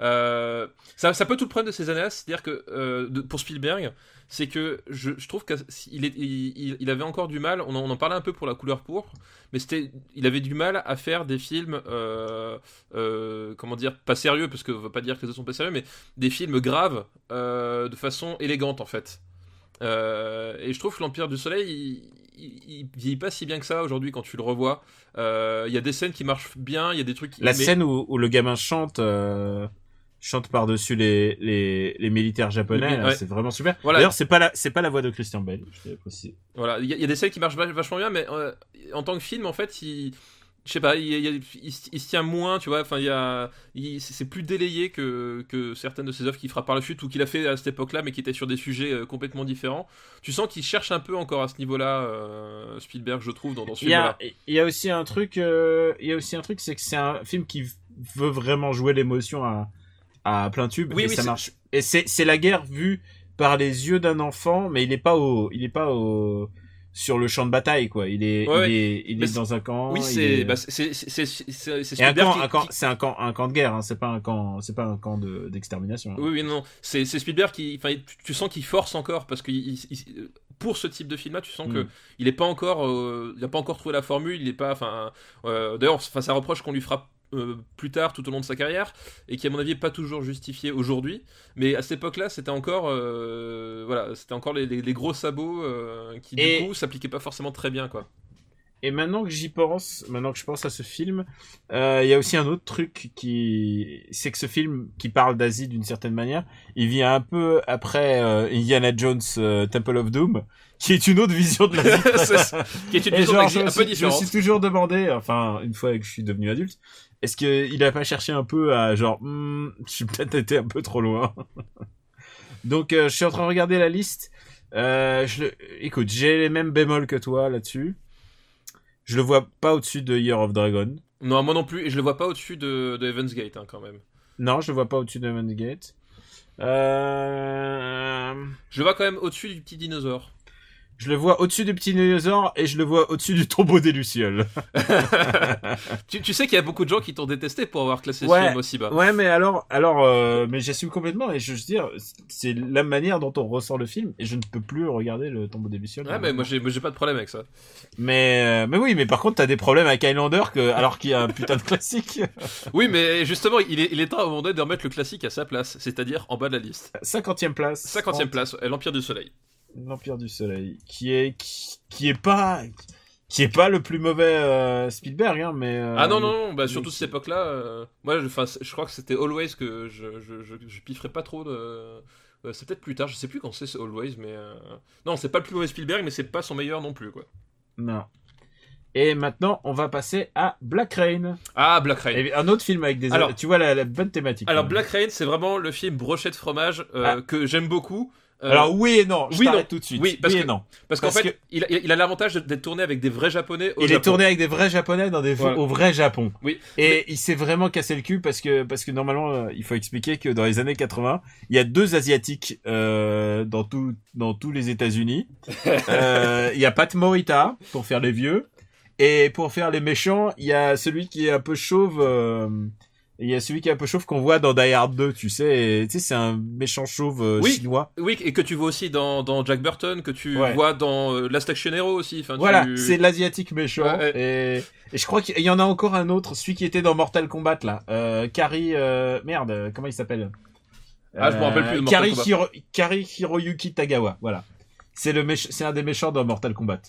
[SPEAKER 5] euh, ça, ça peut tout le problème de ces années-là, c'est-à-dire que euh, de- pour Spielberg, c'est que je, je trouve qu'il est, il, il- il avait encore du mal. On en, on en parlait un peu pour la couleur pourpre, mais c'était, il avait du mal à faire des films, euh, euh, comment dire, pas sérieux, parce que on va pas dire que les autres sont pas sérieux, mais des films graves euh, de façon élégante en fait. Euh, et je trouve que l'Empire du Soleil, il- il, il vieillit pas si bien que ça aujourd'hui quand tu le revois. Euh, Il y a des scènes qui marchent bien, il y a des trucs. qui-
[SPEAKER 4] La
[SPEAKER 5] mais-
[SPEAKER 4] scène où, où le gamin chante, euh, chante par-dessus les, les, les militaires japonais,
[SPEAKER 5] Les mi-
[SPEAKER 4] là,
[SPEAKER 5] ouais.
[SPEAKER 4] c'est vraiment super.
[SPEAKER 5] Voilà.
[SPEAKER 4] D'ailleurs, c'est pas la, c'est pas la voix de Christian Bale, je l'ai précisé.
[SPEAKER 5] Voilà, il y, a- il y a des scènes qui marchent va- vachement bien, mais euh, en tant que film, en fait, il. Je sais pas, il, il- il- il se- il se tient moins, tu vois. Enfin, il y a, il- c'est c'est plus délayé que, que certaines de ses œuvres qu'il fera par la suite ou qu'il a fait à cette époque-là, mais qui étaient sur des sujets euh, complètement différents. Tu sens qu'il cherche un peu encore à ce niveau-là, euh, Spielberg, je trouve, dans, dans ce
[SPEAKER 4] Il y
[SPEAKER 5] film-là.
[SPEAKER 4] a, il y a aussi un truc, euh, il y a aussi un truc, c'est que c'est un film qui v- veut vraiment jouer l'émotion à, à plein tube.
[SPEAKER 5] Oui,
[SPEAKER 4] et
[SPEAKER 5] oui,
[SPEAKER 4] ça
[SPEAKER 5] c'est-
[SPEAKER 4] marche. Et c'est, c'est la guerre vue par les yeux d'un enfant, mais il est pas au, il est pas au, sur le champ de bataille, quoi. Il est,
[SPEAKER 5] Ouais,
[SPEAKER 4] il est, il
[SPEAKER 5] Mais
[SPEAKER 4] est dans un camp.
[SPEAKER 5] Oui,
[SPEAKER 4] Oh, il
[SPEAKER 5] c'est
[SPEAKER 4] est-
[SPEAKER 5] bah, c'est- c'est- c'est- c'est- c'est
[SPEAKER 4] Et un
[SPEAKER 5] Spielberg
[SPEAKER 4] camp,
[SPEAKER 5] qui-
[SPEAKER 4] un camp-
[SPEAKER 5] qui-
[SPEAKER 4] c'est un camp, un camp de guerre, hein, c'est pas un camp, c'est pas un camp de, d'extermination. hein.
[SPEAKER 5] Oui, oui, non. C'est c'est Spielberg qui. Enfin, tu- tu sens qu'il force encore parce que pour ce type de film-là, tu sens que
[SPEAKER 4] Mm.
[SPEAKER 5] il est pas encore. euh, il a pas encore trouvé la formule. Il est pas. Enfin, euh, d'ailleurs, enfin, ça reproche qu'on lui fera. euh, plus tard tout au long de sa carrière et qui à mon avis est pas toujours justifié aujourd'hui mais à cette époque là c'était encore euh, voilà c'était encore les, les- les gros sabots euh, qui du
[SPEAKER 4] Et-
[SPEAKER 5] coup s'appliquaient pas forcément très bien quoi
[SPEAKER 4] Et maintenant que j'y pense, maintenant que je pense à ce film, euh, il y a aussi un autre truc qui, c'est que ce film qui parle d'Asie d'une certaine manière, il vient un peu après euh, Indiana Jones euh, Temple of Doom, qui est une autre vision de l'Asie.
[SPEAKER 5] C'est ça. qui est une vision
[SPEAKER 4] genre,
[SPEAKER 5] d'exi-
[SPEAKER 4] je me
[SPEAKER 5] un peu
[SPEAKER 4] suis- Je me
[SPEAKER 5] différente
[SPEAKER 4] suis toujours demandé, enfin, une fois que je suis devenu adulte, est-ce qu'il a pas cherché un peu à genre, Hmm, je suis peut-être été un peu trop loin. Donc, euh, je suis en train de regarder la liste. Euh, je le- Écoute, j'ai les mêmes bémols que toi là-dessus. Je le vois pas au-dessus de Year of Dragon.
[SPEAKER 5] non moi non plus et je le vois pas au-dessus de, de Heaven's Gate hein, quand même
[SPEAKER 4] Non, je le vois pas au-dessus de Heaven's Gate. Euh...
[SPEAKER 5] je le vois quand même au-dessus du petit dinosaure
[SPEAKER 4] Je le vois au-dessus du petit dinosaure et je le vois au-dessus du tombeau des Lucioles.
[SPEAKER 5] Tu, tu sais qu'il y a beaucoup de gens qui t'ont détesté pour avoir classé
[SPEAKER 4] Ouais.
[SPEAKER 5] ce film aussi bas.
[SPEAKER 4] Ouais, mais alors, alors, euh, mais j'assume complètement et je veux dire, c'est la manière dont on ressent le film et je ne peux plus regarder le tombeau des lucioles.
[SPEAKER 5] Ouais, mais moi j'ai moi, j'ai pas de problème avec ça.
[SPEAKER 4] mais, euh, mais oui, mais par contre, t'as des problèmes avec Highlander que, alors qu'il y a un putain de classique.
[SPEAKER 5] Oui, mais justement, il est, il est temps à un moment donné de remettre le classique à sa place, c'est-à-dire en bas de la liste.
[SPEAKER 4] 50e place.
[SPEAKER 5] 50 e place, euh, L'Empire du Soleil.
[SPEAKER 4] L'Empire du Soleil, qui est, qui, qui est pas, qui est pas le plus mauvais euh, Spielberg, hein, mais. euh,
[SPEAKER 5] Ah non, non, non, bah,
[SPEAKER 4] mais
[SPEAKER 5] surtout
[SPEAKER 4] c'est-
[SPEAKER 5] cette époque-là, euh, moi je, 'fin, c'est- je crois que c'était Always que je, je, je, je pifferais pas trop de. euh, c'est peut-être plus tard, je sais plus quand c'est ce Always, mais. euh, Non, c'est pas le plus mauvais Spielberg, mais c'est pas son meilleur non plus, quoi.
[SPEAKER 4] Non. Et maintenant, on va passer à Black Rain.
[SPEAKER 5] Ah, Black Rain.
[SPEAKER 4] Et un autre film avec des.
[SPEAKER 5] Alors-
[SPEAKER 4] tu vois la, la bonne thématique.
[SPEAKER 5] Alors,
[SPEAKER 4] hein.
[SPEAKER 5] Black Rain, c'est vraiment le film brochet de fromage euh,
[SPEAKER 4] Ah.
[SPEAKER 5] que j'aime beaucoup. Euh,
[SPEAKER 4] Alors oui et non. Je
[SPEAKER 5] oui,
[SPEAKER 4] t'arrête
[SPEAKER 5] non.
[SPEAKER 4] tout de suite.
[SPEAKER 5] Oui, parce
[SPEAKER 4] et
[SPEAKER 5] que-
[SPEAKER 4] non.
[SPEAKER 5] parce qu'en
[SPEAKER 4] parce
[SPEAKER 5] fait,
[SPEAKER 4] que-
[SPEAKER 5] il a- il a l'avantage d'être tourné avec des vrais japonais. Au
[SPEAKER 4] Il est
[SPEAKER 5] Japon.
[SPEAKER 4] tourné avec des vrais japonais dans des
[SPEAKER 5] Voilà.
[SPEAKER 4] au vrai Japon.
[SPEAKER 5] Oui.
[SPEAKER 4] Et il s'est vraiment cassé le cul parce que parce que normalement euh, il faut expliquer que dans les années 80 il y a deux asiatiques euh, dans tout dans tous les États-Unis. Euh, il y a Pat Morita pour faire les vieux et pour faire les méchants il y a celui qui est un peu chauve. euh, il y a celui qui est un peu chauve qu'on voit dans Die Hard 2, tu sais, et, tu sais, c'est un méchant chauve euh,
[SPEAKER 5] Oui.
[SPEAKER 4] chinois.
[SPEAKER 5] Oui, et que tu vois aussi dans, dans Jack Burton, que tu
[SPEAKER 4] Ouais.
[SPEAKER 5] vois dans euh, Last Action Hero aussi. Enfin, tu-
[SPEAKER 4] Voilà, c'est l'asiatique méchant.
[SPEAKER 5] Ouais,
[SPEAKER 4] Et, et je crois qu'il y en a encore un autre, celui qui était dans Mortal Kombat là. Euh, Kari, euh, merde, euh, comment il s'appelle
[SPEAKER 5] Ah, je me rappelle plus de Mortal
[SPEAKER 4] Kari
[SPEAKER 5] Kombat.
[SPEAKER 4] Hiro- Kari Hiroyuki Tagawa, voilà. C'est le méch- c'est un des méchants dans Mortal Kombat.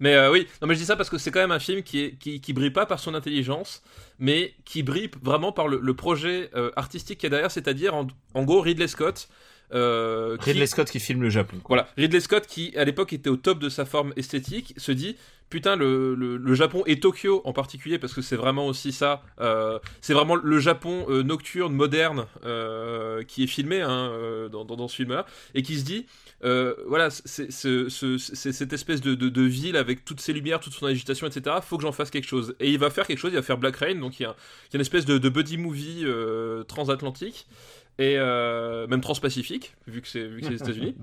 [SPEAKER 5] Mais euh, oui, non mais je dis ça parce que c'est quand même un film qui, est, qui qui brille pas par son intelligence, mais qui brille vraiment par le, le projet euh, artistique qu'il y a derrière, c'est-à-dire en, en gros Ridley Scott. euh, qui-
[SPEAKER 4] Ridley Scott qui filme le Japon. quoi.
[SPEAKER 5] Voilà, Ridley Scott qui à l'époque était au top de sa forme esthétique se dit putain le, le, le Japon et Tokyo en particulier parce que c'est vraiment aussi ça, euh, c'est vraiment le Japon euh, nocturne moderne euh, qui est filmé hein, euh, dans, dans, dans ce film-là et qui se dit euh, voilà c'est c'est- ce- c'est- cette espèce de, de, de ville avec toutes ses lumières, toute son agitation etc. Faut que j'en fasse quelque chose et il va faire quelque chose, il va faire Black Rain donc il y a, il y a une espèce de, de buddy movie euh, transatlantique et euh, même transpacifique vu que c'est vu que c'est les États-Unis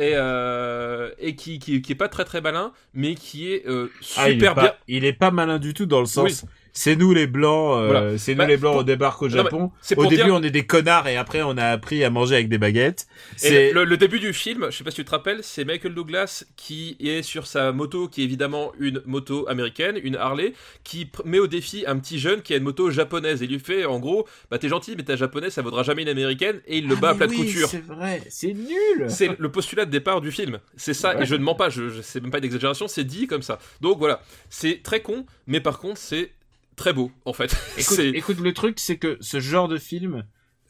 [SPEAKER 5] et, euh, et qui, qui, qui est pas très très malin, mais qui est euh,
[SPEAKER 4] Ah, il, est
[SPEAKER 5] super
[SPEAKER 4] pas,
[SPEAKER 5] bien.
[SPEAKER 4] il est pas malin du tout dans le sens. C'est nous les blancs, euh,
[SPEAKER 5] Voilà.
[SPEAKER 4] c'est nous
[SPEAKER 5] Bah,
[SPEAKER 4] les blancs,
[SPEAKER 5] pour-
[SPEAKER 4] on débarque au
[SPEAKER 5] Non, mais
[SPEAKER 4] Japon.
[SPEAKER 5] C'est
[SPEAKER 4] Au
[SPEAKER 5] pour
[SPEAKER 4] début,
[SPEAKER 5] dire.
[SPEAKER 4] on est des connards et après, on a appris à manger avec des baguettes.
[SPEAKER 5] Et
[SPEAKER 4] C'est
[SPEAKER 5] le, le début du film, je sais pas si tu te rappelles, c'est Michael Douglas qui est sur sa moto, qui est évidemment une moto américaine, une Harley, qui pr- met au défi un petit jeune qui a une moto japonaise et lui fait en gros, bah t'es gentil, mais ta japonaise ça vaudra jamais une américaine, et il le
[SPEAKER 4] Ah,
[SPEAKER 5] bat à
[SPEAKER 4] mais
[SPEAKER 5] plat de
[SPEAKER 4] oui,
[SPEAKER 5] couture.
[SPEAKER 4] C'est vrai, c'est nul.
[SPEAKER 5] C'est le postulat de départ du film. C'est ça,
[SPEAKER 4] Ouais.
[SPEAKER 5] et je ne mens pas, je, je c'est même pas une exagération, c'est dit comme ça. Donc voilà, c'est très con, mais par contre c'est très beau en fait.
[SPEAKER 4] Écoute,
[SPEAKER 5] C'est-
[SPEAKER 4] écoute, le truc, c'est que ce genre de film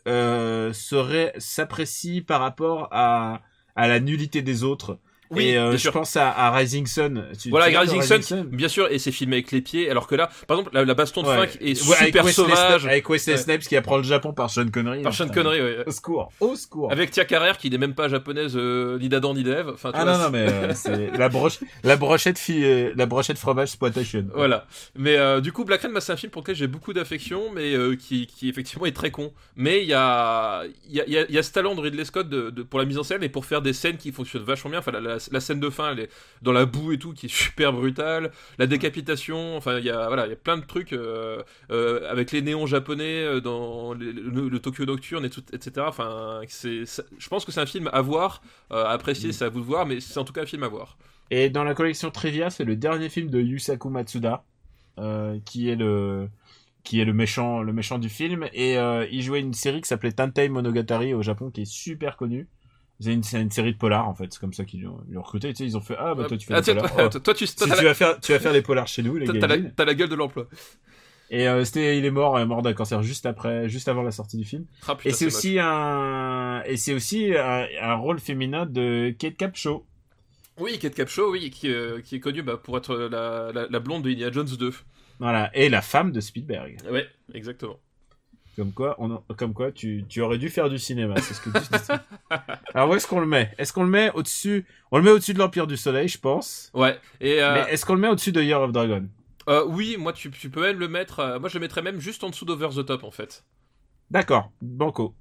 [SPEAKER 4] euh, serait s'apprécie par rapport à à la nullité des autres.
[SPEAKER 5] oui,
[SPEAKER 4] Et, euh, je
[SPEAKER 5] bien sûr.
[SPEAKER 4] pense à, à Rising Sun. Tu-
[SPEAKER 5] Voilà,
[SPEAKER 4] tu vois,
[SPEAKER 5] Rising
[SPEAKER 4] dans
[SPEAKER 5] Sun, bien sûr, et c'est filmé avec les pieds, alors que là, par exemple, la, la baston de
[SPEAKER 4] Ouais.
[SPEAKER 5] Frank est
[SPEAKER 4] Ouais, avec
[SPEAKER 5] super
[SPEAKER 4] Wesley
[SPEAKER 5] sauvage,
[SPEAKER 4] Snipes- Avec Wesley
[SPEAKER 5] Ouais.
[SPEAKER 4] Snipes qui apprend le Japon par Sean Connery.
[SPEAKER 5] par
[SPEAKER 4] hein,
[SPEAKER 5] Sean
[SPEAKER 4] putain.
[SPEAKER 5] Connery, ouais.
[SPEAKER 4] Au secours, au secours.
[SPEAKER 5] Avec Tia Carrère, qui n'est même pas japonaise, euh, ni d'Adam, ni d'Ève. Enfin, tu
[SPEAKER 4] Ah
[SPEAKER 5] vois,
[SPEAKER 4] non non
[SPEAKER 5] c'est-
[SPEAKER 4] mais euh, c'est la broche la brochette fi- euh, la brochette fromage exploitation.
[SPEAKER 5] Voilà. Mais euh, du coup, Black Rain, bah, c'est un film pour lequel j'ai beaucoup d'affection, mais euh, qui, qui, effectivement est très con. Mais il y a, il y, a, il y a- il y a ce talent de Ridley Scott de- de- pour la mise en scène et pour faire des scènes qui fonctionnent vachement bien. Enfin, la, la- la scène de fin, elle est dans la boue et tout, qui est super brutale. La décapitation, enfin, il y a, voilà, il y a plein de trucs euh, euh, avec les néons japonais euh, dans les- le, le Tokyo nocturne et tout, etc. Enfin, c'est, ça- je pense que c'est un film à voir, euh, à
[SPEAKER 4] Mm.
[SPEAKER 5] apprécier, c'est à vous de voir, mais c'est en tout cas un film à voir.
[SPEAKER 4] Et dans la collection Trivia, c'est le dernier film de Yusaku Matsuda, euh, qui est le qui est le méchant le méchant du film et euh, il jouait une série qui s'appelait Tantai Monogatari au Japon qui est super connue. C'est une, c'est une série de polars en fait, c'est comme ça qu'ils l'ont ils l'ont recruté, tu sais, ils ont fait ah bah toi tu fais
[SPEAKER 5] Ah,
[SPEAKER 4] des
[SPEAKER 5] tiens,
[SPEAKER 4] polars.
[SPEAKER 5] toi,
[SPEAKER 4] Oh.
[SPEAKER 5] toi, tu, toi,
[SPEAKER 4] Si
[SPEAKER 5] t'as
[SPEAKER 4] tu
[SPEAKER 5] la-
[SPEAKER 4] vas faire tu vas faire les polars chez nous les
[SPEAKER 5] t'as-
[SPEAKER 4] gars.
[SPEAKER 5] t'as la-
[SPEAKER 4] ils disent.
[SPEAKER 5] t'as la gueule de l'emploi.
[SPEAKER 4] Et euh, c'était il est mort euh, mort d'un cancer juste après juste avant la sortie du film.
[SPEAKER 5] Ah, putain,
[SPEAKER 4] et c'est
[SPEAKER 5] moche.
[SPEAKER 4] aussi un et c'est aussi un, un rôle féminin de Kate Capshaw.
[SPEAKER 5] Oui, Kate Capshaw, oui, qui, euh, qui est connue bah, pour être la, la, la blonde de Indiana Jones 2.
[SPEAKER 4] Voilà, et la femme de Spielberg.
[SPEAKER 5] Ouais, exactement.
[SPEAKER 4] Comme quoi, on en- comme quoi tu, tu aurais dû faire du cinéma, c'est ce que tu dis. Alors où est-ce qu'on le met Est-ce qu'on le met au-dessus On le met au-dessus de l'Empire du Soleil, je pense.
[SPEAKER 5] Ouais, et euh,
[SPEAKER 4] Mais est-ce qu'on le met au-dessus de Year of Dragon
[SPEAKER 5] euh, oui, moi tu, tu peux même le mettre, euh, moi je le mettrais même juste en dessous d'Over the Top en fait.
[SPEAKER 4] D'accord, banco.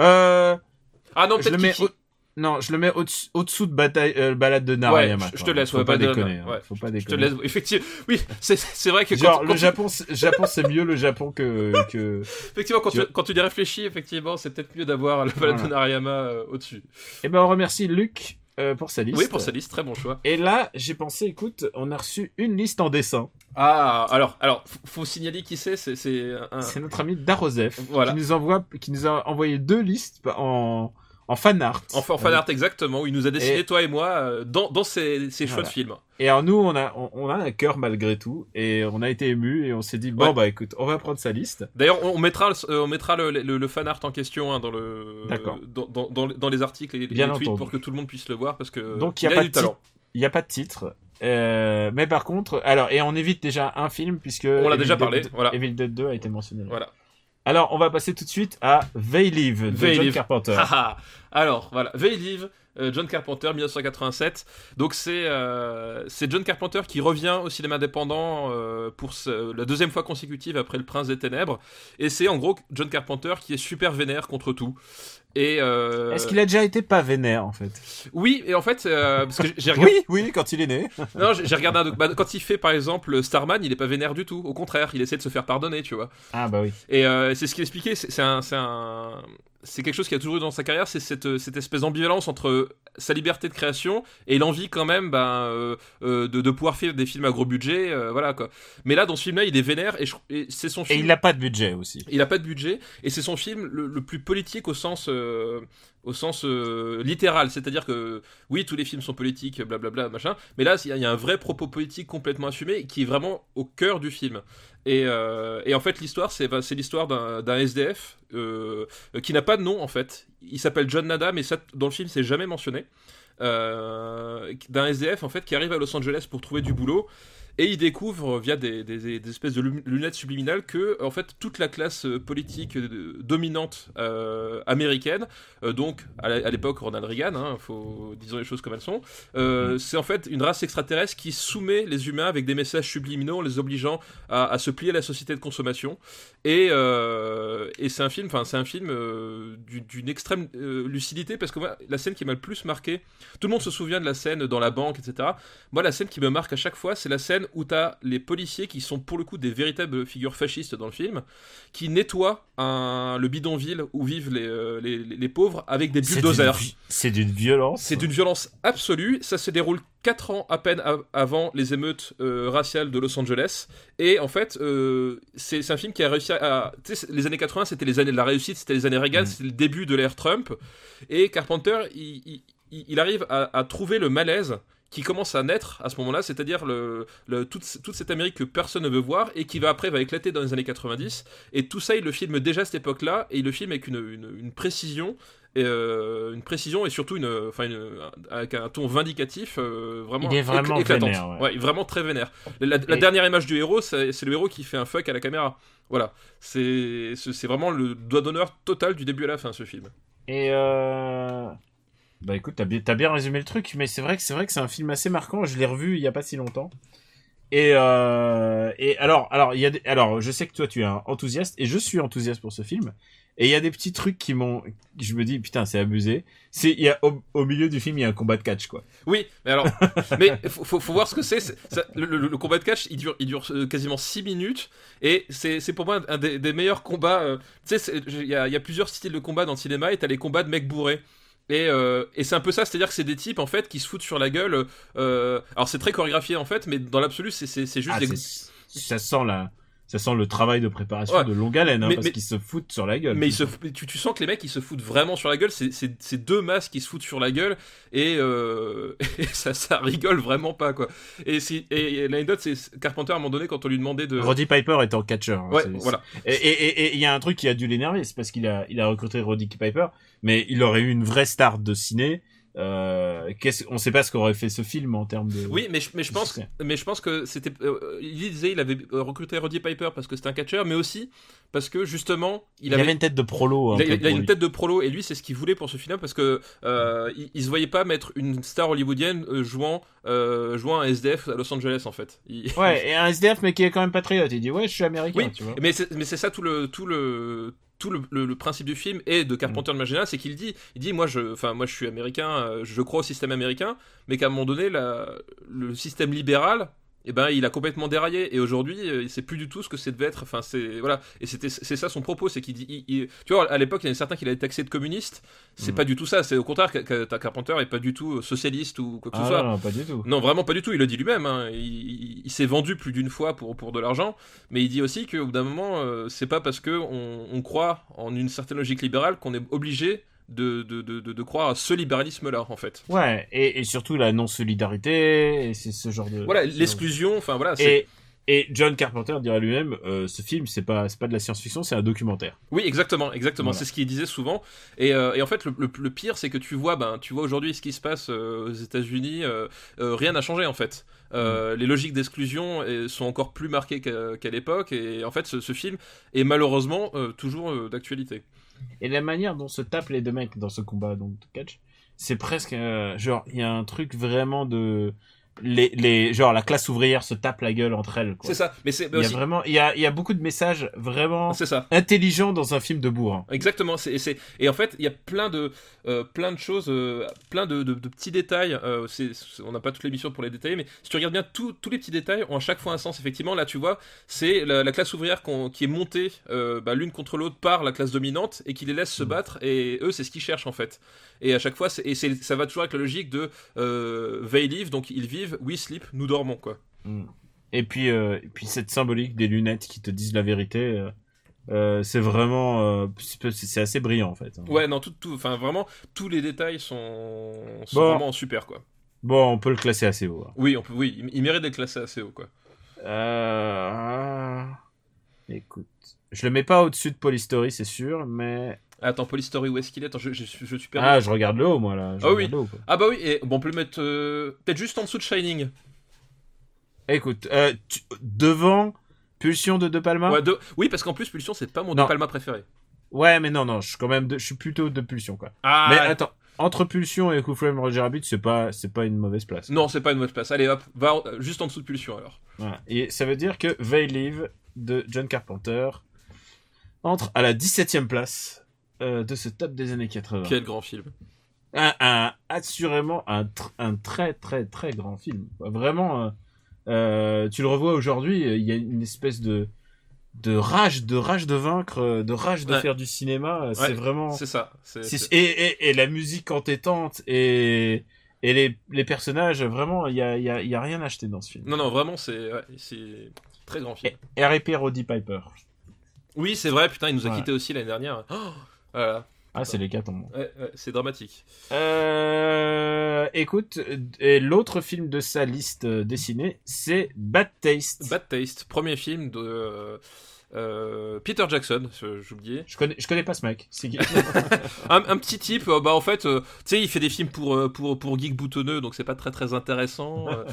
[SPEAKER 4] Euh,
[SPEAKER 5] Ah non,
[SPEAKER 4] je
[SPEAKER 5] peut-être
[SPEAKER 4] le
[SPEAKER 5] qu'il-
[SPEAKER 4] mets
[SPEAKER 5] qu'il-
[SPEAKER 4] au- non, je le mets au-dessus au-dessous de bataille euh, balade de Narayama.
[SPEAKER 5] je- je te
[SPEAKER 4] pardon.
[SPEAKER 5] laisse,
[SPEAKER 4] Faut
[SPEAKER 5] ouais,
[SPEAKER 4] pas
[SPEAKER 5] balade de
[SPEAKER 4] déconner.
[SPEAKER 5] Narayama,
[SPEAKER 4] hein,
[SPEAKER 5] ouais.
[SPEAKER 4] Faut pas
[SPEAKER 5] je te
[SPEAKER 4] déconner.
[SPEAKER 5] laisse, effectivement, oui, c'est- c'est vrai que quand,
[SPEAKER 4] Genre
[SPEAKER 5] quand
[SPEAKER 4] le
[SPEAKER 5] tu-
[SPEAKER 4] Japon, c'est- Japon c'est mieux le Japon que que
[SPEAKER 5] effectivement, quand,
[SPEAKER 4] tu-
[SPEAKER 5] tu, quand tu y réfléchis, effectivement, c'est peut-être mieux d'avoir la balade de
[SPEAKER 4] Voilà.
[SPEAKER 5] Narayama euh, au-dessus.
[SPEAKER 4] Eh ben, on remercie Luc euh, pour sa liste.
[SPEAKER 5] Oui, pour sa liste, très bon choix.
[SPEAKER 4] Et là, j'ai pensé, écoute, on a reçu une liste en dessin.
[SPEAKER 5] Ah, alors, alors, f- faut signaler qui c'est, c'est- c'est un...
[SPEAKER 4] C'est notre ami Darosef
[SPEAKER 5] Ah. Voilà.
[SPEAKER 4] qui nous envoie, qui nous a envoyé deux listes bah, en en fan art.
[SPEAKER 5] Enfin, en fan art exactement, où il nous a dessiné, toi et moi, euh, dans, dans ses, ses choix
[SPEAKER 4] Voilà.
[SPEAKER 5] de films.
[SPEAKER 4] Euh, Et alors nous, on a, on, on a un cœur malgré tout, et on a été ému et on s'est dit bon
[SPEAKER 5] Ouais.
[SPEAKER 4] bah écoute, on va prendre sa liste.
[SPEAKER 5] D'ailleurs, on on mettra, le- euh, on mettra le, le, le fan art en question hein, dans, le,
[SPEAKER 4] D'accord.
[SPEAKER 5] dans, dans, dans- dans les articles et les,
[SPEAKER 4] Bien
[SPEAKER 5] les tweets
[SPEAKER 4] entendu.
[SPEAKER 5] pour que tout le monde puisse le voir parce que
[SPEAKER 4] Donc, il y
[SPEAKER 5] Euh, il
[SPEAKER 4] a pas
[SPEAKER 5] du
[SPEAKER 4] de
[SPEAKER 5] talent.
[SPEAKER 4] Il n'y a pas de titre. Euh, mais par contre, alors et on évite déjà un film puisque
[SPEAKER 5] On l'a
[SPEAKER 4] Evil
[SPEAKER 5] déjà
[SPEAKER 4] Dead-
[SPEAKER 5] parlé, voilà.
[SPEAKER 4] Evil Dead 2 a été mentionné.
[SPEAKER 5] Voilà.
[SPEAKER 4] Alors on va passer tout de suite à They Live de
[SPEAKER 5] They
[SPEAKER 4] John
[SPEAKER 5] Live.
[SPEAKER 4] Carpenter.
[SPEAKER 5] Haha. Ah, Alors, voilà, Veil Live, euh, John Carpenter, 1987. Donc, c'est euh, c'est John Carpenter qui revient au cinéma indépendant euh, pour ce- la deuxième fois consécutive après Le Prince des Ténèbres. Et c'est en gros John Carpenter qui est super vénère contre tout. Et euh,
[SPEAKER 4] Est-ce qu'il a déjà été pas vénère en fait
[SPEAKER 5] Oui, et en fait, euh, parce que j'ai regardé.
[SPEAKER 4] Oui, oui, quand il est né.
[SPEAKER 5] Non, j'ai j'ai regardé un doc- bah, quand il fait par exemple Starman, il est pas vénère du tout. Au contraire, il essaie de se faire pardonner, tu vois.
[SPEAKER 4] Ah bah oui.
[SPEAKER 5] Et euh, c'est ce qu'il expliquait. C'est c'est un, c'est un- c'est quelque chose qu'il a toujours eu dans sa carrière, c'est cette, euh, cette espèce d'ambivalence entre sa liberté de création et l'envie quand même ben, euh, euh, de, de pouvoir faire des films à gros budget, euh, voilà quoi. Mais là, dans ce film-là, il est vénère et, je- et c'est son
[SPEAKER 4] Et
[SPEAKER 5] film.
[SPEAKER 4] il n'a pas de budget aussi.
[SPEAKER 5] Il n'a pas de budget et c'est son film le, le plus politique au sens, euh, au sens euh, littéral. C'est-à-dire que oui, tous les films sont politiques, blablabla, machin. Mais là, il y a- il y, a un vrai propos politique complètement assumé qui est vraiment au cœur du film. Et, euh, et en fait, l'histoire, c'est bah, c'est l'histoire d'un d'un SDF euh, qui n'a pas de nom en fait. Il s'appelle John Nada, mais ça, dans le film, c'est jamais mentionné. Euh, d'un SDF en fait qui arrive à Los Angeles pour trouver du boulot et il découvre euh, via des, des- des- des espèces de lum- lunettes subliminales que en fait toute la classe euh, politique euh, dominante euh, américaine, euh, donc à la- à l'époque Ronald Reagan, hein, faut disons les choses comme elles sont, euh, c'est en fait une race extraterrestre qui soumet les humains avec des messages subliminaux en les obligeant à, à se plier à la société de consommation. Et, euh, et c'est un film, enfin c'est un film euh, du- d'une extrême euh, lucidité parce que moi, la scène qui m'a le plus marqué, tout le monde se souvient de la scène dans la banque, etc. Moi, la scène qui me marque à chaque fois, c'est la scène où t'as les policiers qui sont pour le coup des véritables figures fascistes dans le film, qui nettoient un- le bidonville où vivent les, euh, les- les- les pauvres avec des
[SPEAKER 4] C'est
[SPEAKER 5] bulldozers.
[SPEAKER 4] d'une vi- C'est d'une violence.
[SPEAKER 5] C'est d'une violence absolue. Ça se déroule 4 ans à peine av- avant les émeutes euh, raciales de Los Angeles. Et en fait, euh, c'est c'est un film qui a réussi à. à- tu sais, c'est- les années 80, c'était les années de la réussite, c'était les années Reagan,
[SPEAKER 4] Mm.
[SPEAKER 5] c'était le début de l'ère Trump. Et Carpenter, il, il- il- il arrive à, à trouver le malaise qui commence à naître à ce moment-là, c'est-à-dire le, le- toute, toute cette Amérique que personne ne veut voir et qui va après va éclater dans les années 90. Et tout ça, il le filme déjà à cette époque-là et il le filme avec une, une- une précision. Et euh, une précision et surtout une, enfin une- avec un ton vindicatif euh, vraiment,
[SPEAKER 4] Il est vraiment
[SPEAKER 5] écl- éclatante.
[SPEAKER 4] vénère, ouais.
[SPEAKER 5] vraiment très vénère. La, la- la
[SPEAKER 4] Et-
[SPEAKER 5] dernière image du héros, c'est c'est le héros qui fait un fuck à la caméra. Voilà, c'est c'est- c'est vraiment le doigt d'honneur total du début à la fin ce film.
[SPEAKER 4] Et euh... bah écoute, t'as bien, t'as bien résumé le truc, mais c'est vrai que c'est vrai que c'est un film assez marquant. Je l'ai revu il y a pas si longtemps. Et euh... et alors alors il y a des- alors je sais que toi tu es un enthousiaste et je suis enthousiaste pour ce film. Et il y a des petits trucs qui m'ont, je me dis putain c'est abusé. C'est il y a au, au milieu du film il y a un combat de catch quoi.
[SPEAKER 5] Oui, mais alors, mais faut, faut, faut voir ce que c'est. c'est- ça- Le, le- le combat de catch, il dure, il dure euh, quasiment 6 minutes, et c'est c'est pour moi un des, des meilleurs combats. euh, tu sais, c'est- il y a, il y a plusieurs styles de combat dans le cinéma, et t'as les combats de mecs bourrés. Et, euh, et c'est un peu ça, c'est-à-dire que c'est des types en fait qui se foutent sur la gueule. euh, alors c'est très chorégraphié en fait, mais dans l'absolu, c'est c'est- c'est juste
[SPEAKER 4] Ah,
[SPEAKER 5] des-
[SPEAKER 4] c'est- ça sent la ça sent le travail de préparation
[SPEAKER 5] Ouais.
[SPEAKER 4] de longue haleine hein,
[SPEAKER 5] Mais-
[SPEAKER 4] parce
[SPEAKER 5] mais-
[SPEAKER 4] qu'ils se foutent sur la gueule.
[SPEAKER 5] Mais ils se, f- tu, tu sens que les mecs ils se foutent vraiment sur la gueule, c'est- c'est c'est deux masses qui se foutent sur la gueule et, euh, et ça, ça rigole vraiment pas quoi. Et, si- et et l'anecdote c'est Carpenter à un moment donné quand on lui demandait de.
[SPEAKER 4] Roddy Piper est en catcheur. hein,
[SPEAKER 5] Ouais,
[SPEAKER 4] c'est-
[SPEAKER 5] voilà.
[SPEAKER 4] Et- Et et- et il y a un truc qui a dû l'énerver, c'est parce qu'il a, il a recruté Roddy Piper, mais il aurait eu une vraie star de ciné. Euh, qu'est-ce, on sait pas ce qu'aurait fait ce film en termes de.
[SPEAKER 5] Oui, mais je, mais je pense,
[SPEAKER 4] Succès.
[SPEAKER 5] mais je pense que c'était. euh, il disait il avait euh, recruté Roddy Piper parce que c'était un catcheur, mais aussi parce que justement
[SPEAKER 4] il, avait une tête de prolo. un
[SPEAKER 5] Il
[SPEAKER 4] peu
[SPEAKER 5] a, il a
[SPEAKER 4] pour
[SPEAKER 5] une
[SPEAKER 4] lui.
[SPEAKER 5] tête de prolo et lui c'est ce qu'il voulait pour ce film parce que euh, il, il se voyait pas mettre une star hollywoodienne euh, jouant euh, jouant un SDF à Los Angeles en fait. Il-
[SPEAKER 4] Ouais, et un SDF mais qui est quand même patriote. Il dit ouais, je suis américain,
[SPEAKER 5] Oui,
[SPEAKER 4] tu vois.
[SPEAKER 5] Mais c'est mais c'est ça tout le tout le tout le, le- le principe du film et de
[SPEAKER 4] Mm.
[SPEAKER 5] Carpenter de manière générale, c'est qu'il dit, il dit moi je, enfin moi je suis américain, euh, je crois au système américain, mais qu'à un moment donné la- le système libéral, eh ben il a complètement déraillé et aujourd'hui euh, il sait plus du tout ce que c'est devait être, enfin c'est voilà et c'était c'est ça son propos, c'est qu'il dit, il- il- tu vois à l'époque il y en a certains qui l'avaient taxé de communiste, c'est
[SPEAKER 4] Mm.
[SPEAKER 5] pas du tout ça, c'est au contraire que, que Carpenter est pas du tout socialiste ou quoi que
[SPEAKER 4] Ah,
[SPEAKER 5] ce soit,
[SPEAKER 4] non, non, pas du tout.
[SPEAKER 5] non, vraiment pas du tout, il le dit lui-même. hein. Il, il- il s'est vendu plus d'une fois pour, pour de l'argent, mais il dit aussi qu'au bout d'un moment, euh, c'est pas parce que on, on croit en une certaine logique libérale qu'on est obligé de, de, de, de, de croire à ce libéralisme-là, en fait.
[SPEAKER 4] Ouais, et, et surtout la non-solidarité, et c'est ce genre de...
[SPEAKER 5] Voilà,
[SPEAKER 4] ce genre de-
[SPEAKER 5] l'exclusion, enfin voilà,
[SPEAKER 4] Et,
[SPEAKER 5] c'est...
[SPEAKER 4] et John Carpenter dirait lui-même, euh, ce film, c'est pas, c'est pas de la science-fiction, c'est un documentaire.
[SPEAKER 5] Oui, exactement, exactement.
[SPEAKER 4] Voilà.
[SPEAKER 5] C'est ce qu'il disait souvent. Et, euh, et en fait, le, le- le pire, c'est que tu vois, ben, tu vois aujourd'hui ce qui se passe euh, aux États-Unis. euh, euh, rien n'a changé en fait. Euh,
[SPEAKER 4] Mm.
[SPEAKER 5] Les logiques d'exclusion euh, sont encore plus marquées qu'à qu'à l'époque. Et en fait, ce, ce film est malheureusement euh, toujours euh, d'actualité.
[SPEAKER 4] Et la manière dont se tapent les deux mecs dans ce combat, donc, de catch, c'est presque, euh, genre, il y a un truc vraiment de... Les, les, genre, la classe ouvrière se tape la gueule entre elles, quoi.
[SPEAKER 5] C'est ça. Mais c'est mais
[SPEAKER 4] Il y a
[SPEAKER 5] aussi.
[SPEAKER 4] vraiment, il y a, il y a beaucoup de messages vraiment
[SPEAKER 5] C'est ça.
[SPEAKER 4] intelligents dans un film de hein. bourrin.
[SPEAKER 5] Exactement, c'est, et, c'est- et en fait, il y a plein de, euh, plein de choses, euh, plein de, de- de petits détails. euh, c'est, c'est- on n'a pas toute l'émission pour les détailler, mais si tu regardes bien, tous- tous les petits détails ont à chaque fois un sens. Effectivement, là, tu vois, c'est la, la classe ouvrière qu'on- qui est montée euh, bah, l'une contre l'autre par la classe dominante et qui les laisse se battre. Et eux, c'est ce qu'ils cherchent en fait. Et à chaque fois, c'est, et c'est- ça va toujours avec la logique de euh, they live, donc ils vivent, we sleep, nous dormons quoi.
[SPEAKER 4] Et puis, euh, et puis cette symbolique des lunettes qui te disent la vérité, euh, euh, c'est vraiment, euh, c'est c'est assez brillant en fait. hein.
[SPEAKER 5] Ouais, non, tout, tout, enfin vraiment, tous les détails sont, sont
[SPEAKER 4] Bon.
[SPEAKER 5] vraiment super quoi.
[SPEAKER 4] Bon, on peut le classer assez haut. hein.
[SPEAKER 5] Oui, on peut, oui, il, il mérite d'être classé assez haut quoi.
[SPEAKER 4] Euh, ah, Écoute, je le mets pas au-dessus de Polystory, c'est sûr, mais
[SPEAKER 5] Attends, Police Story, où est-ce qu'il est Attends, je, je, je suis perdu.
[SPEAKER 4] ah, je regarde le haut moi là. je
[SPEAKER 5] Ah oui.
[SPEAKER 4] regarde le haut, quoi.
[SPEAKER 5] Ah bah oui, et bon, on peut le mettre euh, peut-être juste en dessous de Shining.
[SPEAKER 4] Écoute, euh, tu- devant Pulsion de De Palma.
[SPEAKER 5] Ouais, de- Oui, parce qu'en plus, Pulsion, c'est pas mon
[SPEAKER 4] Hein Non.
[SPEAKER 5] De Palma préféré.
[SPEAKER 4] Ouais, mais non, non, je suis quand même, de- je suis plutôt de Pulsion quoi.
[SPEAKER 5] Ah,
[SPEAKER 4] mais attends, entre Pulsion et Who Framed Roger Rabbit, c'est pas, c'est pas une mauvaise place.
[SPEAKER 5] non, c'est pas une mauvaise place. Allez hop, va en- euh, juste en dessous de Pulsion alors.
[SPEAKER 4] Voilà. Et ça veut dire que They Live de John Carpenter entre à la 17ème place euh, de ce top des années 80.
[SPEAKER 5] Quel grand film.
[SPEAKER 4] Un, un- assurément un, tr- un très très très grand film. Vraiment, euh, euh, tu le revois aujourd'hui, euh, il y a une espèce de de rage, de rage de vaincre, euh, de rage de
[SPEAKER 5] Ouais.
[SPEAKER 4] faire du cinéma. euh, C'est
[SPEAKER 5] Ouais,
[SPEAKER 4] vraiment.
[SPEAKER 5] C'est ça. c'est-
[SPEAKER 4] c'est-
[SPEAKER 5] c'est-
[SPEAKER 4] Et, et, et la musique entêtante et et les, les personnages, vraiment, il y a, il y, a, il y a rien acheté dans ce film.
[SPEAKER 5] Non, non, vraiment, c'est ouais, c'est très grand film.
[SPEAKER 4] R.I.P. Roddy Piper.
[SPEAKER 5] Oui, c'est vrai, putain, il nous a
[SPEAKER 4] Ouais.
[SPEAKER 5] quitté aussi l'année dernière. Oh voilà,
[SPEAKER 4] Ah, c'est l'hécatombe.
[SPEAKER 5] ouais, ouais, c'est dramatique.
[SPEAKER 4] Euh, écoute, et l'autre film de sa liste euh, dessinée, c'est Bad Taste.
[SPEAKER 5] Bad Taste, premier film de euh, euh, Peter Jackson, je- j'oubliais.
[SPEAKER 4] Je connais, je connais pas ce mec. C'est qui
[SPEAKER 5] un, un petit type, euh, bah en fait, euh, tu sais, il fait des films pour euh, pour pour geek boutonneux, donc c'est pas très très intéressant. Euh,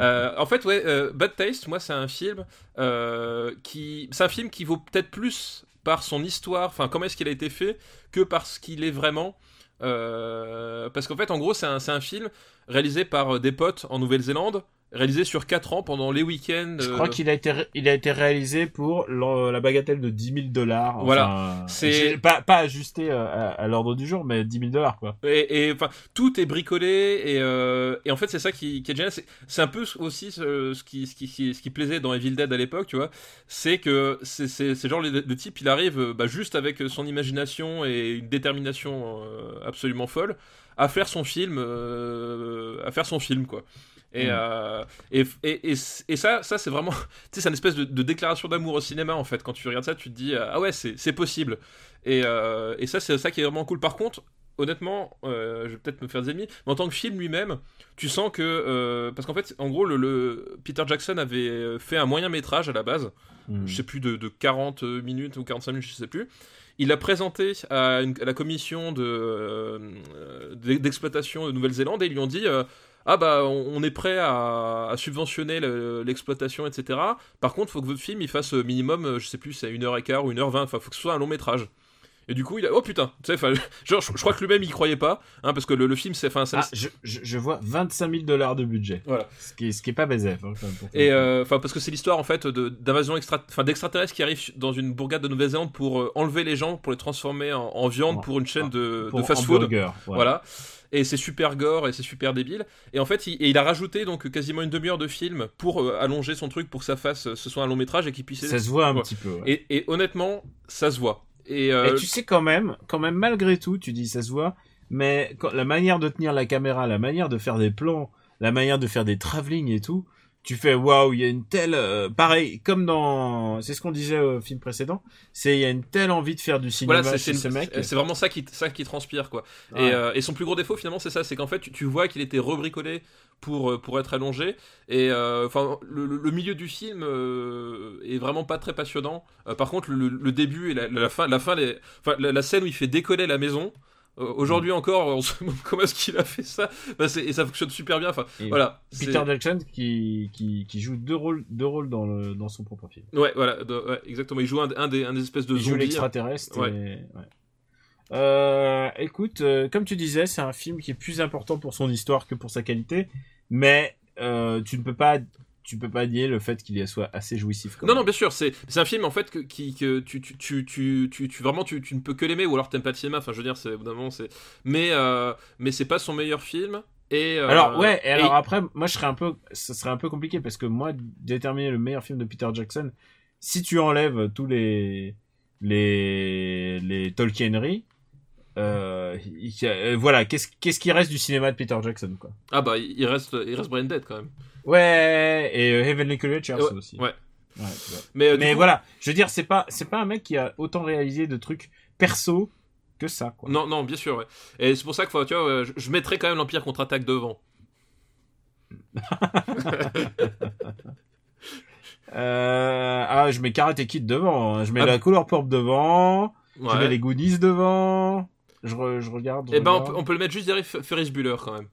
[SPEAKER 5] euh, en fait, ouais, euh, Bad Taste, moi, c'est un film euh, qui, c'est un film qui vaut peut-être plus par son histoire, enfin comment est-ce qu'il a été fait, que par ce qu'il est vraiment. Euh, parce qu'en fait, en gros, c'est un, c'est un film réalisé par euh, des potes en Nouvelle-Zélande, réalisé sur 4 ans pendant les week-ends.
[SPEAKER 4] Je
[SPEAKER 5] euh,
[SPEAKER 4] crois qu'il a été, ré- il a été réalisé pour l'en- la bagatelle de 10 000 dollars. euh,
[SPEAKER 5] Voilà. C'est-
[SPEAKER 4] pas, pas ajusté euh, à, à l'ordre du jour, mais 10 000 dollars quoi.
[SPEAKER 5] Et, et, enfin, tout est bricolé et, euh, et en fait c'est ça qui, qui est génial. C'est- C'est un peu ce- aussi ce, ce qui, ce, qui, ce qui plaisait dans Evil Dead à l'époque, tu vois. C'est que c'est- c'est c'est genre le, le type, il arrive euh, bah, juste avec son imagination et une détermination euh, absolument folle à faire son film, euh, à faire son film quoi. Et,
[SPEAKER 4] Mm.
[SPEAKER 5] euh, et, et, et, c- et ça, ça c'est vraiment, tu sais, c'est une espèce de, de déclaration d'amour au cinéma en fait. Quand tu regardes ça, tu te dis ah ouais, c'est c'est possible. Et, euh, et ça, c'est ça qui est vraiment cool. Par contre, honnêtement, euh, je vais peut-être me faire des ennemis, mais en tant que film lui-même, tu sens que. euh, parce qu'en fait, en gros, le, le- Peter Jackson avait euh, fait un moyen métrage à la base,
[SPEAKER 4] Hmm.
[SPEAKER 5] je sais plus, de, de 40 minutes ou 45 minutes, je sais plus. Il l'a présenté à, une- à la commission de, euh, d'e- d'exploitation de Nouvelle-Zélande et ils lui ont dit. euh, ah bah on on est prêt à, à subventionner le- l'exploitation etc. Par contre faut que votre film il fasse euh, minimum euh, je sais plus c'est une heure et quart ou une heure vingt. Enfin faut que ce soit un long métrage. Et du coup il a oh putain tu sais enfin, genre je, je crois que lui-même il croyait pas hein, parce que le, le film c'est enfin ça-
[SPEAKER 4] Ah, je, je, je vois 25 000 dollars de budget.
[SPEAKER 5] Voilà.
[SPEAKER 4] Ce qui, est- ce qui est pas baisé. hein, quand même, pour ça.
[SPEAKER 5] Et euh, enfin parce que c'est l'histoire en fait de- d'invasion extra, enfin d'extraterrestres qui arrivent dans une bourgade de Nouvelle-Zélande pour euh, enlever les gens, pour les transformer en, en viande
[SPEAKER 4] Ouais.
[SPEAKER 5] pour une chaîne de,
[SPEAKER 4] Pour
[SPEAKER 5] de fast-food.
[SPEAKER 4] hamburger, voilà.
[SPEAKER 5] Voilà. Et c'est super gore et c'est super débile. Et en fait, il, et il a rajouté donc quasiment une demi-heure de film pour euh, allonger son truc pour que ça fasse euh, ce soit un long métrage et qu'il puisse.
[SPEAKER 4] Ça se voit un
[SPEAKER 5] Ouais.
[SPEAKER 4] petit peu. ouais.
[SPEAKER 5] Et, et honnêtement, ça se voit. Et, euh,
[SPEAKER 4] Et tu sais quand même, quand même malgré tout, tu dis ça se voit, mais quand, la manière de tenir la caméra, la manière de faire des plans, la manière de faire des travelling et tout, tu fais waouh, il y a une telle euh, pareil comme dans c'est ce qu'on disait au film précédent, c'est il y a une telle envie de faire du cinéma
[SPEAKER 5] Voilà, c'est-
[SPEAKER 4] chez ce mec. Ah.
[SPEAKER 5] c'est c'est vraiment ça qui, ça qui transpire, quoi.
[SPEAKER 4] Ouais.
[SPEAKER 5] Et, euh, et son plus gros défaut, finalement, c'est ça c'est qu'en fait, tu, tu vois qu'il était rebricolé pour, euh, pour être allongé. Et euh, enfin, le, le- le milieu du film euh, est vraiment pas très passionnant. Euh, par contre, le, le début et la, la fin, la, fin les, enfin, la, la scène où il fait décoller la maison. euh, Aujourd'hui encore, on se demande comment est-ce qu'il a fait ça. Bah, c'est- et ça fonctionne super bien. Enfin,
[SPEAKER 4] Et
[SPEAKER 5] voilà. c'est-
[SPEAKER 4] Peter Jackson qui, qui qui joue deux rôles deux rôles dans le dans son propre film.
[SPEAKER 5] Ouais, voilà, de- ouais, exactement. Il joue un, un des, un des espèces de
[SPEAKER 4] Il joue
[SPEAKER 5] zombies. hein.
[SPEAKER 4] l'extraterrestre.
[SPEAKER 5] Ouais.
[SPEAKER 4] et- ouais. Euh, écoute, euh, comme tu disais, c'est un film qui est plus important pour son histoire que pour sa qualité, mais euh, tu ne peux pas tu peux pas nier le fait qu'il y soit assez jouissif. quand
[SPEAKER 5] Non,
[SPEAKER 4] même.
[SPEAKER 5] non, bien sûr, c'est c'est un film en fait que, qui, que tu, tu, tu, tu, tu, tu- vraiment tu, tu ne peux que l'aimer ou alors t'aimes pas le cinéma. Enfin, je veux dire, c'est au bout d'un moment, c'est. Mais, euh, mais c'est pas son meilleur film. Et, euh,
[SPEAKER 4] Alors ouais, et
[SPEAKER 5] et-
[SPEAKER 4] alors après, moi je serais un peu, ce serait un peu compliqué parce que moi déterminer le meilleur film de Peter Jackson, si tu enlèves tous les les les Tolkieneries, euh, il y a- euh, voilà, qu'est-ce qu'est-ce qui reste du cinéma de Peter Jackson quoi
[SPEAKER 5] Ah bah, il il reste, il reste Brain Dead quand même.
[SPEAKER 4] Ouais, et euh, Heavenly Creatures
[SPEAKER 5] Ouais,
[SPEAKER 4] aussi.
[SPEAKER 5] ouais.
[SPEAKER 4] Ouais, tu vois.
[SPEAKER 5] Mais, euh, du
[SPEAKER 4] Mais
[SPEAKER 5] coup-
[SPEAKER 4] voilà, je veux dire, c'est pas c'est pas un mec qui a autant réalisé de trucs perso que ça quoi.
[SPEAKER 5] Non, non, bien sûr, ouais. Et c'est pour ça que faut- tu vois, ouais, je, je mettrais quand même l'Empire contre-attaque devant.
[SPEAKER 4] Euh, ah, je mets Karate Kid devant, hein. je mets
[SPEAKER 5] Ah.
[SPEAKER 4] la couleur pop devant. Je mets
[SPEAKER 5] Ouais.
[SPEAKER 4] les goodies devant. Je, re- je regarde. je
[SPEAKER 5] Et ben, on
[SPEAKER 4] regarde.
[SPEAKER 5] peut, on peut le mettre juste derrière Fer- Ferris Bueller quand même.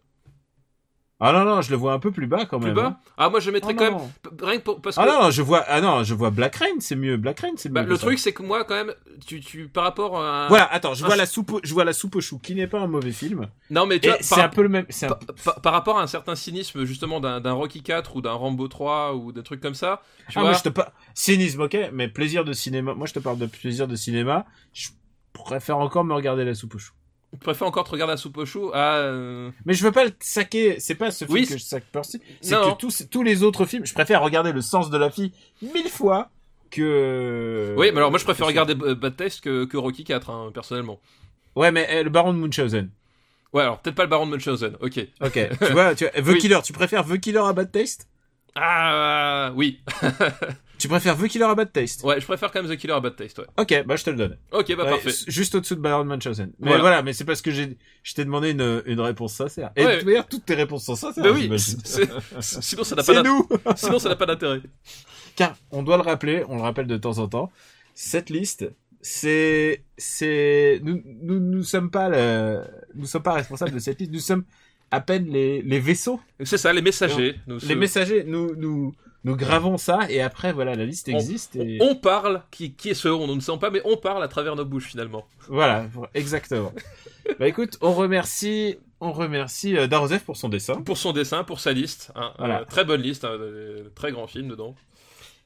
[SPEAKER 4] Ah non, non, je le vois un peu plus bas quand
[SPEAKER 5] Plus
[SPEAKER 4] même. hein.
[SPEAKER 5] bas Ah, moi je mettrais
[SPEAKER 4] Ah
[SPEAKER 5] quand
[SPEAKER 4] non.
[SPEAKER 5] même. p- Rien que pour- parce que.
[SPEAKER 4] Ah non, je vois, ah non, je vois Black Rain, c'est mieux. Black Rain, c'est mieux.
[SPEAKER 5] bah,
[SPEAKER 4] que
[SPEAKER 5] le
[SPEAKER 4] ça.
[SPEAKER 5] truc, c'est que moi quand même, tu, tu, par rapport à.
[SPEAKER 4] Voilà, attends, je
[SPEAKER 5] un-
[SPEAKER 4] vois la soupe, au- je vois la soupe au chou, qui n'est pas un mauvais film.
[SPEAKER 5] Non, mais tu
[SPEAKER 4] Et
[SPEAKER 5] vois,
[SPEAKER 4] c'est
[SPEAKER 5] par-
[SPEAKER 4] un peu le même. c'est un-
[SPEAKER 5] par, par- par rapport à un certain cynisme justement d'un d'un Rocky 4 ou d'un Rambo 3 ou des trucs comme ça, tu
[SPEAKER 4] Ah,
[SPEAKER 5] vois,
[SPEAKER 4] moi, je te parle. Cynisme, ok, mais plaisir de cinéma. Moi, je te parle de plaisir de cinéma. Je préfère encore me regarder la soupe au chou.
[SPEAKER 5] tu préfères encore te regarder à soupe au chou à... euh,
[SPEAKER 4] Mais je veux pas le saquer. C'est pas ce film
[SPEAKER 5] Oui,
[SPEAKER 4] que je sac Percy. C'est
[SPEAKER 5] Non.
[SPEAKER 4] que tous, tous les autres films, je préfère regarder Le Sens de la fille mille fois que. euh,
[SPEAKER 5] Oui, mais alors moi je préfère
[SPEAKER 4] que-
[SPEAKER 5] regarder B- Bad Taste que, que Rocky 4, hein, personnellement.
[SPEAKER 4] Ouais, mais euh, le baron de Munchausen.
[SPEAKER 5] Ouais, alors peut-être pas le Baron de Munchausen, ok.
[SPEAKER 4] Ok. tu vois, tu vois, The
[SPEAKER 5] Oui.
[SPEAKER 4] Killer, tu préfères The Killer à Bad Taste
[SPEAKER 5] Ah, oui.
[SPEAKER 4] Tu préfères The Killer à Bad Taste
[SPEAKER 5] Ouais, je préfère quand même The Killer à Bad Taste, ouais.
[SPEAKER 4] Ok, bah je te le donne.
[SPEAKER 5] Ok, bah
[SPEAKER 4] Ouais,
[SPEAKER 5] parfait.
[SPEAKER 4] s- Juste au-dessous de Baron de Munchausen. Mais voilà,
[SPEAKER 5] Voilà.
[SPEAKER 4] mais c'est parce que j'ai, je t'ai demandé une, une réponse sincère. Et
[SPEAKER 5] Ouais.
[SPEAKER 4] de toute manière, toutes tes réponses sont sincères.
[SPEAKER 5] Bah oui,
[SPEAKER 4] j'imagine.
[SPEAKER 5] c'est- c'est- sinon ça n'a pas
[SPEAKER 4] c'est
[SPEAKER 5] d'int-
[SPEAKER 4] nous
[SPEAKER 5] sinon, ça n'a pas d'intérêt.
[SPEAKER 4] Car on doit le rappeler, on le rappelle de temps en temps, cette liste, c'est, c'est, nous, nous, nous sommes pas le, nous sommes pas responsables de cette liste, nous sommes à peine les, les vaisseaux,
[SPEAKER 5] C'est ça, les messagers. nous-
[SPEAKER 4] les messagers, nous, nous, nous gravons ça et après voilà, la liste
[SPEAKER 5] On-
[SPEAKER 4] existe et
[SPEAKER 5] On parle, qui, qui est ce on, on ne sent pas, mais on parle à travers nos bouches finalement.
[SPEAKER 4] voilà, exactement. bah écoute, on remercie, on remercie euh, Darozef pour son dessin.
[SPEAKER 5] pour son dessin, pour sa liste. hein.
[SPEAKER 4] Voilà.
[SPEAKER 5] Euh, très bonne liste, hein, euh, très grand film dedans.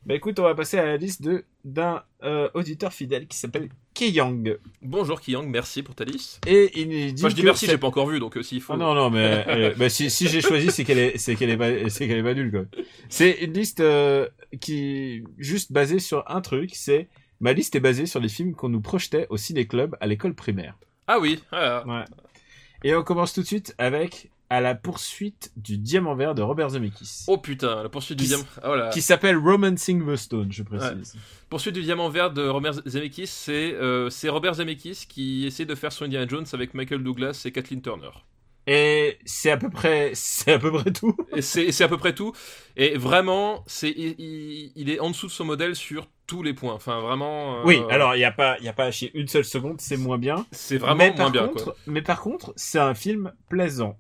[SPEAKER 4] Bah écoute, on va passer à la liste de d'un euh, auditeur fidèle qui s'appelle Keyang
[SPEAKER 5] Bonjour Kiyang, merci pour ta liste.
[SPEAKER 4] et il nous dit
[SPEAKER 5] Moi je dis
[SPEAKER 4] que
[SPEAKER 5] merci,
[SPEAKER 4] cette-
[SPEAKER 5] j'ai pas encore vu, donc euh, s'il faut.
[SPEAKER 4] Ah non non mais euh, bah, si, si j'ai choisi c'est qu'elle est c'est qu'elle est pas c'est qu'elle est pas nulle quoi. C'est une liste euh, qui juste basée sur un truc, c'est ma liste est basée sur les films qu'on nous projetait au ciné-club à l'école primaire.
[SPEAKER 5] Ah oui, ah,
[SPEAKER 4] Et on commence tout de suite avec à la poursuite du diamant vert de Robert Zemeckis.
[SPEAKER 5] oh putain, la poursuite du
[SPEAKER 4] Qui-
[SPEAKER 5] diamant. Oh là.
[SPEAKER 4] Qui s'appelle Romancing the Stone, je précise.
[SPEAKER 5] Poursuite du diamant vert de Robert Zemeckis, c'est euh, c'est Robert Zemeckis qui essaie de faire son Indiana Jones avec Michael Douglas et Kathleen Turner.
[SPEAKER 4] Et c'est à peu près, c'est à peu près tout.
[SPEAKER 5] Et c'est et c'est à peu près tout. Et vraiment, c'est il- il, il est en dessous de son modèle sur tous les points. Enfin vraiment. euh,
[SPEAKER 4] Oui, alors il y a pas, il y a pas à chier une seule seconde, c'est moins bien.
[SPEAKER 5] c'est vraiment
[SPEAKER 4] mais
[SPEAKER 5] moins
[SPEAKER 4] par
[SPEAKER 5] bien
[SPEAKER 4] contre,
[SPEAKER 5] quoi.
[SPEAKER 4] Mais par contre, c'est un film plaisant.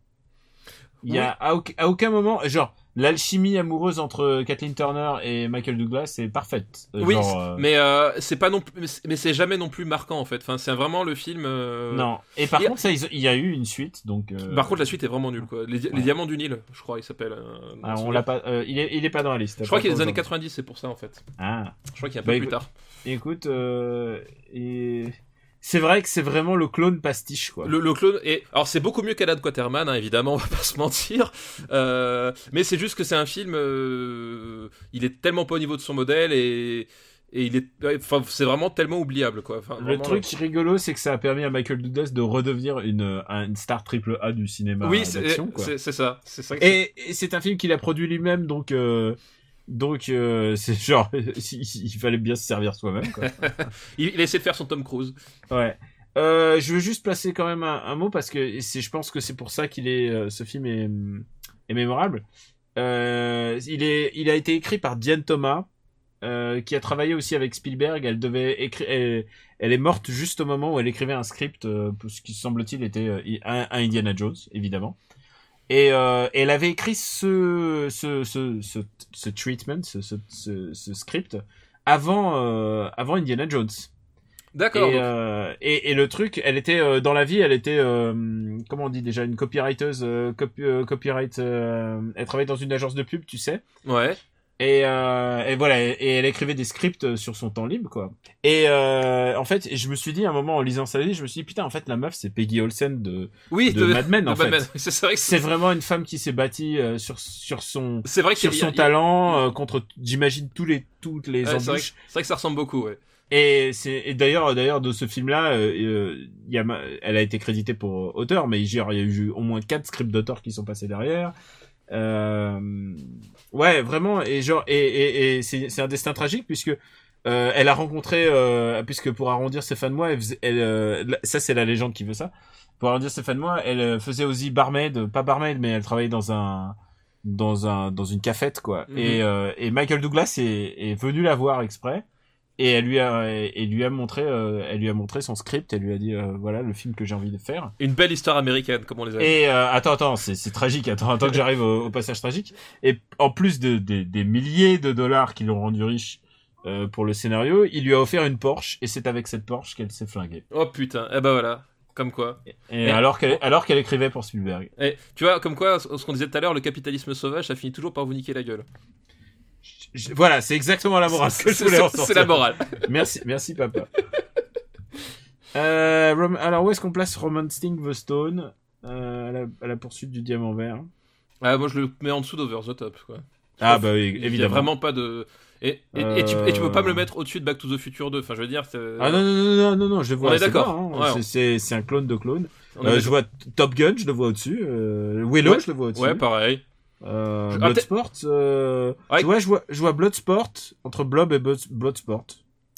[SPEAKER 4] Il y a à, auc- à aucun moment, genre l'alchimie amoureuse entre euh, Kathleen Turner et Michael Douglas est parfaite. Euh,
[SPEAKER 5] Oui,
[SPEAKER 4] genre, euh,
[SPEAKER 5] Mais euh, c'est pas non plus, mais c'est- mais c'est jamais non plus marquant en fait. Enfin, c'est vraiment le film. euh,
[SPEAKER 4] non. Et par
[SPEAKER 5] il y a-
[SPEAKER 4] contre, ça, ils ont- il y a eu une suite, donc. euh,
[SPEAKER 5] Par contre, la suite est vraiment nulle, quoi. Les, di- les
[SPEAKER 4] Ouais.
[SPEAKER 5] Diamants du Nil, je crois, il s'appelle. euh,
[SPEAKER 4] ah,
[SPEAKER 5] dans
[SPEAKER 4] on
[SPEAKER 5] ce-
[SPEAKER 4] l'a pas. euh, il est, il est pas dans la liste.
[SPEAKER 5] Je crois qu'il est
[SPEAKER 4] Pas
[SPEAKER 5] des années
[SPEAKER 4] encore.
[SPEAKER 5] 90, c'est pour ça, en fait.
[SPEAKER 4] Ah.
[SPEAKER 5] Je crois qu'il est un
[SPEAKER 4] Bah,
[SPEAKER 5] peu plus
[SPEAKER 4] écoute-
[SPEAKER 5] tard.
[SPEAKER 4] Écoute, euh, et... c'est vrai que c'est vraiment le clone pastiche, quoi.
[SPEAKER 5] Le, le clone est. Alors, c'est beaucoup mieux qu'Alan Quaterman, hein, évidemment, on va pas se mentir. Euh, mais c'est juste que c'est un film. euh, Il est tellement pas au niveau de son modèle et. Et il est, ouais, enfin, c'est vraiment tellement oubliable, quoi. Enfin,
[SPEAKER 4] Le
[SPEAKER 5] vraiment,
[SPEAKER 4] truc rigolo, c'est que ça a permis à Michael Douglas de redevenir une, une star triple A du cinéma
[SPEAKER 5] Oui, c'est
[SPEAKER 4] Bah, d'action. quoi.
[SPEAKER 5] c'est- c'est ça. C'est ça. que-
[SPEAKER 4] Et, et c'est un film qu'il a produit lui-même, donc euh, donc euh, c'est genre il, il fallait bien se servir soi-même. Quoi.
[SPEAKER 5] il, il essaie de faire son Tom Cruise.
[SPEAKER 4] Ouais. Euh, je veux juste placer quand même un, un mot parce que c'est, je pense que c'est pour ça qu'il est, euh, ce film est, est mémorable. Euh, il est, il a été écrit par Diane Thomas, euh, qui a travaillé aussi avec Spielberg. Elle devait écrire, elle, elle est morte juste au moment où elle écrivait un script, euh, pour ce qui semble-t-il était euh, un, un Indiana Jones, évidemment. Et euh, elle avait écrit ce, ce, ce, ce, ce treatment, ce, ce, ce, ce script avant, euh, avant Indiana Jones.
[SPEAKER 5] D'accord.
[SPEAKER 4] Et,
[SPEAKER 5] donc-
[SPEAKER 4] euh, et, et le truc, elle était euh, dans la vie, elle était euh, comment on dit déjà une copywriteuse, euh, copy- euh, copyright. euh, elle travaillait dans une agence de pub, tu sais.
[SPEAKER 5] Ouais.
[SPEAKER 4] Et, euh, et voilà, et elle écrivait des scripts euh, sur son temps libre, quoi. Et euh, en fait, je me suis dit à un moment en lisant sa vie, je me suis dit putain, en fait, la meuf, c'est Peggy Olsen de,
[SPEAKER 5] Oui.
[SPEAKER 4] de Mad Men,
[SPEAKER 5] de
[SPEAKER 4] en
[SPEAKER 5] Mad Men.
[SPEAKER 4] fait.
[SPEAKER 5] C'est c'est vrai que
[SPEAKER 4] C'est vraiment une femme qui s'est bâtie euh, sur sur son
[SPEAKER 5] c'est vrai que
[SPEAKER 4] sur
[SPEAKER 5] il y a-
[SPEAKER 4] son
[SPEAKER 5] il y a-
[SPEAKER 4] talent euh, contre, j'imagine tous les toutes les
[SPEAKER 5] Ouais, c'est vrai, que-
[SPEAKER 4] embûches
[SPEAKER 5] c'est vrai que ça ressemble beaucoup. Ouais.
[SPEAKER 4] Et c'est et d'ailleurs d'ailleurs de ce film là, elle a été créditée pour euh, auteur, mais genre, il y a eu au moins quatre scripts d'auteur qui sont passés derrière. Euh, ouais, vraiment et genre et, et, et c'est c'est un destin tragique puisque euh, elle a rencontré euh, puisque pour arrondir ses fins de mois, elle, faisait- elle, euh, la- ça c'est la légende qui veut ça. Pour arrondir ses fins de mois, elle euh, faisait aussi barmaid, pas barmaid mais elle travaillait dans un dans un dans une cafette quoi.
[SPEAKER 5] Mhm.
[SPEAKER 4] Et euh, et Michael Douglas est, est venu la voir exprès et elle lui a et lui a montré euh, elle lui a montré son script elle lui a dit euh, voilà le film que j'ai envie de faire
[SPEAKER 5] Une belle histoire américaine, comme on les a.
[SPEAKER 4] et euh, attends attends c'est c'est tragique attends attends que j'arrive au, au passage tragique et en plus de, des- des milliers de dollars qui l'ont rendu riche euh, pour le scénario il lui a offert une Porsche et c'est avec cette Porsche qu'elle s'est flinguée
[SPEAKER 5] Oh putain. Eh ben voilà. Comme quoi.
[SPEAKER 4] et
[SPEAKER 5] Mais-
[SPEAKER 4] alors qu'elle alors qu'elle écrivait pour Spielberg
[SPEAKER 5] Eh, tu vois, comme quoi, ce ce qu'on disait tout à l'heure, le capitalisme sauvage, ça finit toujours par vous niquer la gueule.
[SPEAKER 4] Je- je- voilà c'est exactement la morale que je
[SPEAKER 5] C'est-
[SPEAKER 4] voulais en
[SPEAKER 5] c'est- C'est la
[SPEAKER 4] sortir
[SPEAKER 5] morale.
[SPEAKER 4] merci merci papa Euh, Rom- alors où est-ce qu'on place Roman Sting the Stone euh, à, la, à la poursuite du diamant vert
[SPEAKER 5] Ah, moi, je le mets en dessous d'Over the Top. Quoi.
[SPEAKER 4] Ah bah oui,
[SPEAKER 5] Il y a
[SPEAKER 4] évidemment.
[SPEAKER 5] vraiment pas de. Et, et, et tu,
[SPEAKER 4] Euh.
[SPEAKER 5] et tu peux pas me le mettre au-dessus de Back to the Future 2. Enfin, je veux dire. c'est-
[SPEAKER 4] Ah non, non, non, non, non, non, je le vois.
[SPEAKER 5] On est
[SPEAKER 4] c'est
[SPEAKER 5] d'accord.
[SPEAKER 4] pas, hein,
[SPEAKER 5] Ouais, on-
[SPEAKER 4] c'est- c'est, c'est un clone de clone.
[SPEAKER 5] on est
[SPEAKER 4] Euh,
[SPEAKER 5] d'accord.
[SPEAKER 4] je vois Top Gun, je le vois au-dessus. euh, Willow,
[SPEAKER 5] Ouais.
[SPEAKER 4] je le vois au-dessus.
[SPEAKER 5] Ouais, pareil.
[SPEAKER 4] Euh,
[SPEAKER 5] Je- ah,
[SPEAKER 4] Bloodsport. euh,
[SPEAKER 5] Ouais.
[SPEAKER 4] Tu vois, je vois, je vois Bloodsport entre Blob et Bloods- Bloodsport.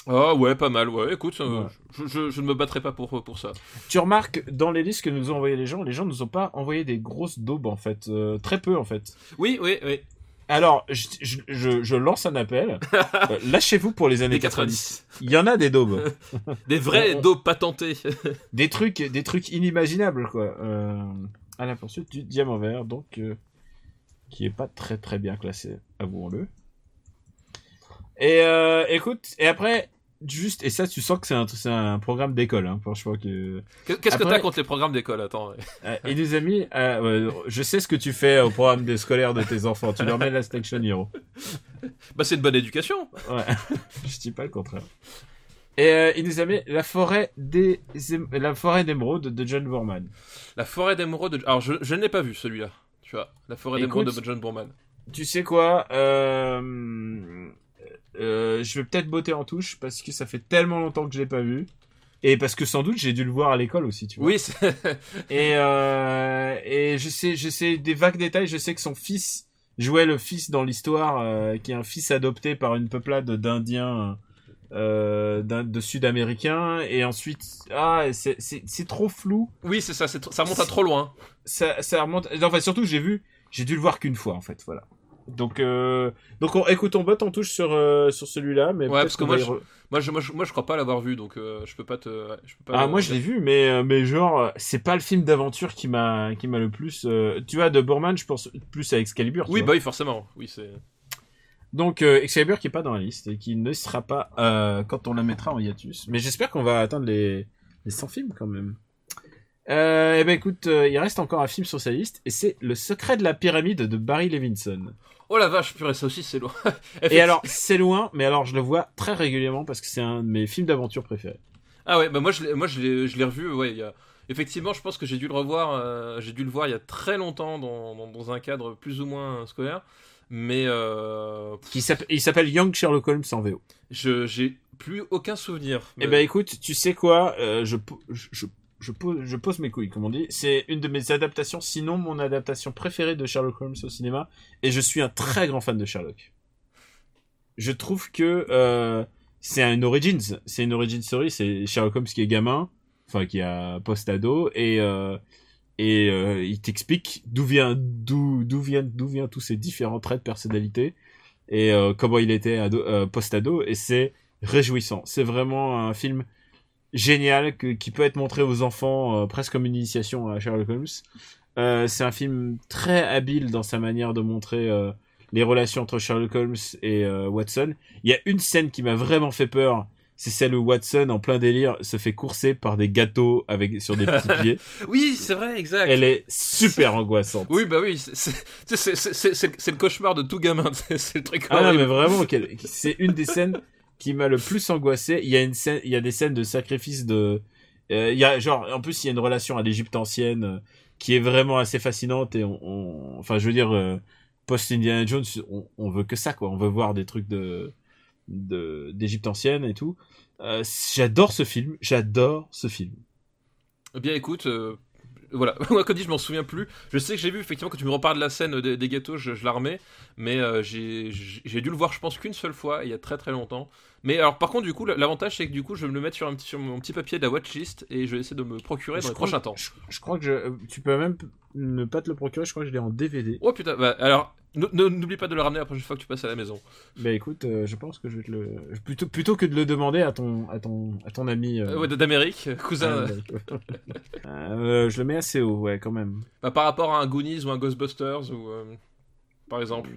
[SPEAKER 5] Ah ouais, pas mal. Ouais, écoute, euh,
[SPEAKER 4] Ouais.
[SPEAKER 5] Je, je- je ne me battrai pas pour, pour ça.
[SPEAKER 4] Tu remarques dans les listes que nous ont envoyées les gens, les gens nous ont pas envoyé des grosses daubes en fait, euh, très peu en fait.
[SPEAKER 5] Oui, oui, oui.
[SPEAKER 4] Alors, je, je, je- je lance un appel. Euh, lâchez-vous pour les années
[SPEAKER 5] Des
[SPEAKER 4] 90.
[SPEAKER 5] 90.
[SPEAKER 4] Il y en a des daubes.
[SPEAKER 5] Des vrais
[SPEAKER 4] On- on-
[SPEAKER 5] dos patentés.
[SPEAKER 4] des trucs des trucs inimaginables quoi euh, à la poursuite du diamant vert donc euh, qui est pas très très bien classé avouons-le et euh, écoute et après juste et ça tu sens que c'est un c'est un programme d'école hein franchement que
[SPEAKER 5] Qu'est- Qu'est-ce que
[SPEAKER 4] Après-
[SPEAKER 5] t'as contre les programmes d'école Attends. ouais.
[SPEAKER 4] Euh, et les amis euh, ouais, je sais ce que tu fais au programme des scolaires de tes enfants tu leur mets la station hero
[SPEAKER 5] Bah, c'est une bonne éducation.
[SPEAKER 4] Ouais, je dis pas le contraire. Et euh, il nous a mis la forêt des Ém- la forêt d'émeraude de John Borman.
[SPEAKER 5] La forêt d'émeraude. De... Alors, je, je ne l'ai pas vu celui-là. Tu vois, la forêt d'émeraude de
[SPEAKER 4] Écoute.
[SPEAKER 5] John Boorman.
[SPEAKER 4] Tu sais quoi euh... euh, Je vais peut-être botter en touche parce que ça fait tellement longtemps que je l'ai pas vu. Et parce que sans doute j'ai dû le voir à l'école aussi, tu vois.
[SPEAKER 5] Oui, c'est-
[SPEAKER 4] Et, euh, et je sais, je sais des vagues détails. Je sais que son fils jouait le fils dans l'histoire, euh, qui est un fils adopté par une peuplade d'Indiens, euh, d'In- de Sud-Américains. Et ensuite, ah, c'est- c'est c'est trop flou.
[SPEAKER 5] oui, c'est ça. c'est tr- Ça remonte à trop loin.
[SPEAKER 4] ça, ça remonte. non, Enfin, surtout, j'ai vu, j'ai dû le voir qu'une fois, en fait, voilà. Donc, euh, donc, on, écoute, on botte en touche sur euh, sur celui-là, mais
[SPEAKER 5] Ouais,
[SPEAKER 4] peut-être
[SPEAKER 5] parce que
[SPEAKER 4] qu'on
[SPEAKER 5] moi,
[SPEAKER 4] va y re-
[SPEAKER 5] Moi je, moi, je, moi, je crois pas l'avoir vu, donc euh, je peux pas te. ouais, Je peux pas
[SPEAKER 4] ah, moi, je l'ai vu, mais euh, mais genre, euh, c'est pas le film d'aventure qui m'a qui m'a le plus. euh, Tu vois, de Borman, je pense plus à Excalibur. tu
[SPEAKER 5] Oui,
[SPEAKER 4] vois.
[SPEAKER 5] bah oui, forcément. Oui, c'est.
[SPEAKER 4] Donc, euh, Excalibur qui est pas dans la liste et qui ne sera pas euh, quand on la mettra en hiatus. Mais j'espère qu'on va atteindre les les 100 films quand même. Euh, eh ben écoute, euh, il reste encore un film sur sa liste et c'est Le secret de la pyramide de Barry Levinson.
[SPEAKER 5] Oh la vache, purée, ça aussi, c'est loin.
[SPEAKER 4] Et alors, c'est loin, mais alors je le vois très régulièrement parce que c'est un de mes films d'aventure préférés.
[SPEAKER 5] Ah ouais, bah moi, je l'ai, moi, je l'ai, je l'ai revu, ouais, il y a. Effectivement, je pense que j'ai dû le revoir, euh, j'ai dû le voir il y a très longtemps dans, dans, dans un cadre plus ou moins scolaire. Mais euh,
[SPEAKER 4] Qui s'appelle- il s'appelle Young Sherlock Holmes en VO.
[SPEAKER 5] je j'ai plus aucun souvenir. Euh,
[SPEAKER 4] Eh ben écoute, tu sais quoi, euh, je, po- je, je, je pose, je pose mes couilles, comme on dit. C'est une de mes adaptations, sinon mon adaptation préférée de Sherlock Holmes au cinéma, et je suis un très grand fan de Sherlock. Je trouve que euh, c'est un origins, c'est une origin story, c'est Sherlock Holmes qui est gamin, enfin qui a post-ado, et euh, et euh, il t'explique d'où vient d'où d'où vient d'où vient tous ces différents traits de personnalité et euh, comment il était ado- euh, post-ado, et c'est réjouissant. C'est vraiment un film génial que- qui peut être montré aux enfants euh, presque comme une initiation à Sherlock Holmes. Euh, c'est un film très habile dans sa manière de montrer euh, les relations entre Sherlock Holmes et euh, Watson. Il y a une scène qui m'a vraiment fait peur. C'est celle où Watson, en plein délire, se fait courser par des gâteaux avec sur des petits pieds.
[SPEAKER 5] oui, c'est vrai, exact.
[SPEAKER 4] Elle est super angoissante.
[SPEAKER 5] Oui, bah oui, c'est- c'est tu sais, c'est- c'est- c'est- c'est le cauchemar de tout gamin, c'est c'est le truc
[SPEAKER 4] Ah non,
[SPEAKER 5] horrible.
[SPEAKER 4] mais vraiment, quelle- c'est une des scènes qui m'a le plus angoissé. Il y a une scène, il y a des scènes de sacrifice de, euh, il y a genre, en plus il y a une relation à l'Égypte ancienne euh, qui est vraiment assez fascinante et on, on- enfin je veux dire, euh, post Indiana Jones, on, on veut que ça quoi, on veut voir des trucs de de- d'Égypte ancienne et tout. Euh, j'adore ce film, j'adore ce film.
[SPEAKER 5] Eh bien écoute, euh, voilà, moi comme dit, je m'en souviens plus. Je sais que j'ai vu effectivement quand tu me reparles de la scène des, des gâteaux, je, je la remets, mais euh, j'ai j'ai- j'ai dû le voir, je pense qu'une seule fois, il y a très très longtemps. Mais alors par contre, du coup, l'avantage c'est que du coup, je vais me le mettre sur, un petit, sur mon petit papier de la watchlist et je vais essayer de me procurer dans les
[SPEAKER 4] crois,
[SPEAKER 5] prochains temps.
[SPEAKER 4] Je, je crois que je, euh, tu peux même p- ne pas te le procurer. Je crois que je l'ai en DVD.
[SPEAKER 5] Oh putain, bah, alors n- n- n'oublie pas de le ramener la prochaine fois que tu passes à la maison.
[SPEAKER 4] Bah écoute, euh, je pense que je vais te le plutôt plutôt que de le demander à ton à ton à ton ami. euh,
[SPEAKER 5] Euh, ouais, d'Amérique, cousin.
[SPEAKER 4] Alan Wake. Euh, je le mets assez haut, ouais, quand même.
[SPEAKER 5] Bah, par rapport à un Goonies ou un Ghostbusters ou euh, par exemple.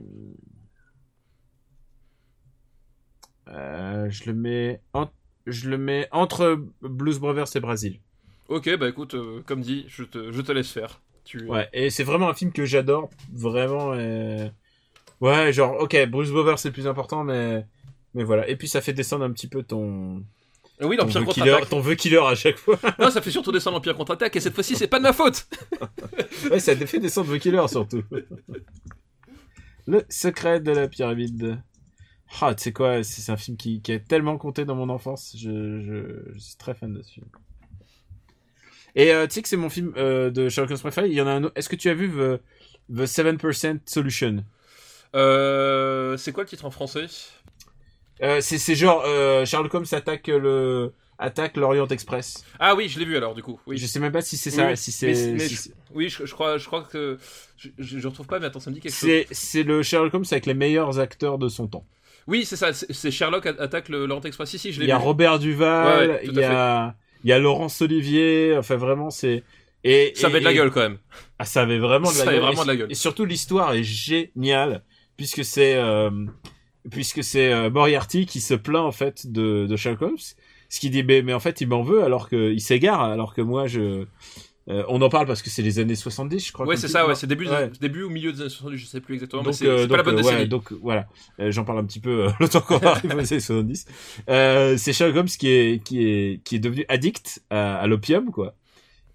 [SPEAKER 4] Euh, je le mets en- je le mets entre Blues Brothers et Brasil.
[SPEAKER 5] Ok, bah écoute, euh, comme dit, je te, je te laisse faire. Tu...
[SPEAKER 4] Ouais, et c'est vraiment un film que j'adore, vraiment. euh, Ouais, genre, ok, Blues Brothers c'est le plus important, mais mais voilà. Et puis ça fait descendre un petit peu ton
[SPEAKER 5] Ah Oui,
[SPEAKER 4] ton
[SPEAKER 5] l'Empire
[SPEAKER 4] The killer,
[SPEAKER 5] contre-attaque.
[SPEAKER 4] ton The Killer à chaque fois.
[SPEAKER 5] Non, ça fait surtout descendre l'Empire contre-attaque et cette fois-ci, c'est pas de ma faute.
[SPEAKER 4] Ouais, ça fait descendre The Killer surtout. Le secret de la pyramide. Ah, tu sais quoi, c'est c'est un film qui, qui a tellement compté dans mon enfance. Je, je- je suis très fan de ce film. Et euh, tu sais que c'est mon film euh, de Sherlock Holmes préféré. Il y en a un autre. Est-ce que tu as vu The, The 7% Solution
[SPEAKER 5] Euh, c'est quoi le titre en français
[SPEAKER 4] Euh, C'est c'est genre euh, Sherlock Holmes attaque le attaque l'Orient Express.
[SPEAKER 5] Ah oui, je l'ai vu alors du coup. Oui,
[SPEAKER 4] Je sais même pas si c'est
[SPEAKER 5] Oui,
[SPEAKER 4] ça,
[SPEAKER 5] oui.
[SPEAKER 4] si
[SPEAKER 5] Mais-
[SPEAKER 4] c'est
[SPEAKER 5] mais
[SPEAKER 4] si
[SPEAKER 5] je- oui je, je crois, je crois que je, je- je retrouve pas, mais attends, ça me dit quelque chose.
[SPEAKER 4] c'est c'est le Sherlock Holmes avec les meilleurs acteurs de son temps.
[SPEAKER 5] Oui, c'est ça. C'est c'est Sherlock a- attaque le Laurent Express. Si, si, je l'ai
[SPEAKER 4] Il y
[SPEAKER 5] vu.
[SPEAKER 4] a Robert Duval,
[SPEAKER 5] Ouais, ouais, tout
[SPEAKER 4] il,
[SPEAKER 5] à
[SPEAKER 4] y a, il y a Laurence Olivier, enfin vraiment c'est... Et,
[SPEAKER 5] Ça
[SPEAKER 4] et-
[SPEAKER 5] met de la
[SPEAKER 4] et-
[SPEAKER 5] gueule quand même.
[SPEAKER 4] Ah, ça avait vraiment de la
[SPEAKER 5] Ça avait
[SPEAKER 4] gueule.
[SPEAKER 5] vraiment
[SPEAKER 4] Et-
[SPEAKER 5] de la gueule.
[SPEAKER 4] Et surtout l'histoire est géniale, puisque c'est euh, puisque c'est euh, Moriarty qui se plaint en fait de, de Sherlock Holmes, ce qui dit mais, mais en fait il m'en veut alors que il s'égare, alors que moi je... euh, on en parle parce que c'est les années 70 je crois.
[SPEAKER 5] Ouais,
[SPEAKER 4] comme
[SPEAKER 5] c'est
[SPEAKER 4] tu-
[SPEAKER 5] ça.
[SPEAKER 4] non,
[SPEAKER 5] Ouais, c'est début, des-
[SPEAKER 4] Ouais.
[SPEAKER 5] début ou milieu des années 70, je sais plus exactement. mais
[SPEAKER 4] donc,
[SPEAKER 5] c'est
[SPEAKER 4] euh,
[SPEAKER 5] c'est pas la
[SPEAKER 4] donc,
[SPEAKER 5] bonne
[SPEAKER 4] euh, ouais,
[SPEAKER 5] décennie.
[SPEAKER 4] donc voilà, Euh, j'en parle un petit peu euh, le temps qu'on arrive aux années 70. Euh, c'est Sherlock Holmes qui est qui est qui est devenu addict à, à l'opium quoi.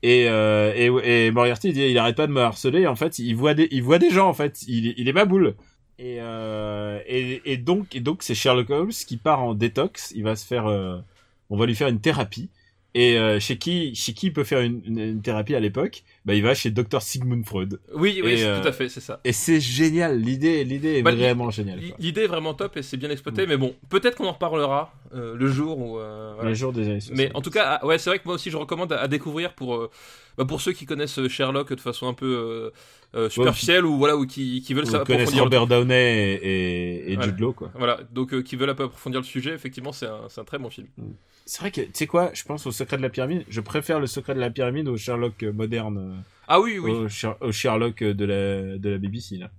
[SPEAKER 4] Et, euh, et et Moriarty il, dit, il arrête pas de me harceler. En fait, il voit des il voit des gens en fait. Il il est ma boule. Et euh, et, et donc et donc c'est Sherlock Holmes qui part en détox. Il va se faire euh, on va lui faire une thérapie. Et euh, chez qui chez qui il peut faire une, une- une thérapie à l'époque Bah il va chez Dr Sigmund Freud.
[SPEAKER 5] Oui, oui,
[SPEAKER 4] Et,
[SPEAKER 5] c'est-
[SPEAKER 4] euh,
[SPEAKER 5] tout à fait, c'est ça.
[SPEAKER 4] Et c'est génial, l'idée, l'idée est
[SPEAKER 5] Bah,
[SPEAKER 4] vraiment géniale.
[SPEAKER 5] L-
[SPEAKER 4] Quoi.
[SPEAKER 5] L'idée est vraiment top et c'est bien
[SPEAKER 4] Mm.
[SPEAKER 5] exploité, mais bon, peut-être qu'on en reparlera euh, le jour où. euh, voilà.
[SPEAKER 4] Les jours des années 60.
[SPEAKER 5] Mais en tout cas, ah, ouais, c'est vrai que moi aussi je recommande à, à découvrir pour euh, bah, pour ceux qui connaissent euh, Sherlock de façon un peu euh, euh, superficielle ou voilà ou qui, qui veulent
[SPEAKER 4] Vous
[SPEAKER 5] ça
[SPEAKER 4] connaissez
[SPEAKER 5] approfondir. le-
[SPEAKER 4] Robert Downey et, et, et
[SPEAKER 5] Voilà.
[SPEAKER 4] Jude Law, quoi.
[SPEAKER 5] Voilà, donc euh, qui veulent un peu approfondir le sujet, effectivement, c'est un, c'est un très bon film.
[SPEAKER 4] C'est vrai que, tu sais quoi, je pense au secret de la pyramide. Je préfère le secret de la pyramide au Sherlock euh, moderne,
[SPEAKER 5] Ah oui,
[SPEAKER 4] euh,
[SPEAKER 5] oui.
[SPEAKER 4] au, Sher- au Sherlock euh, de la, de la BBC, là.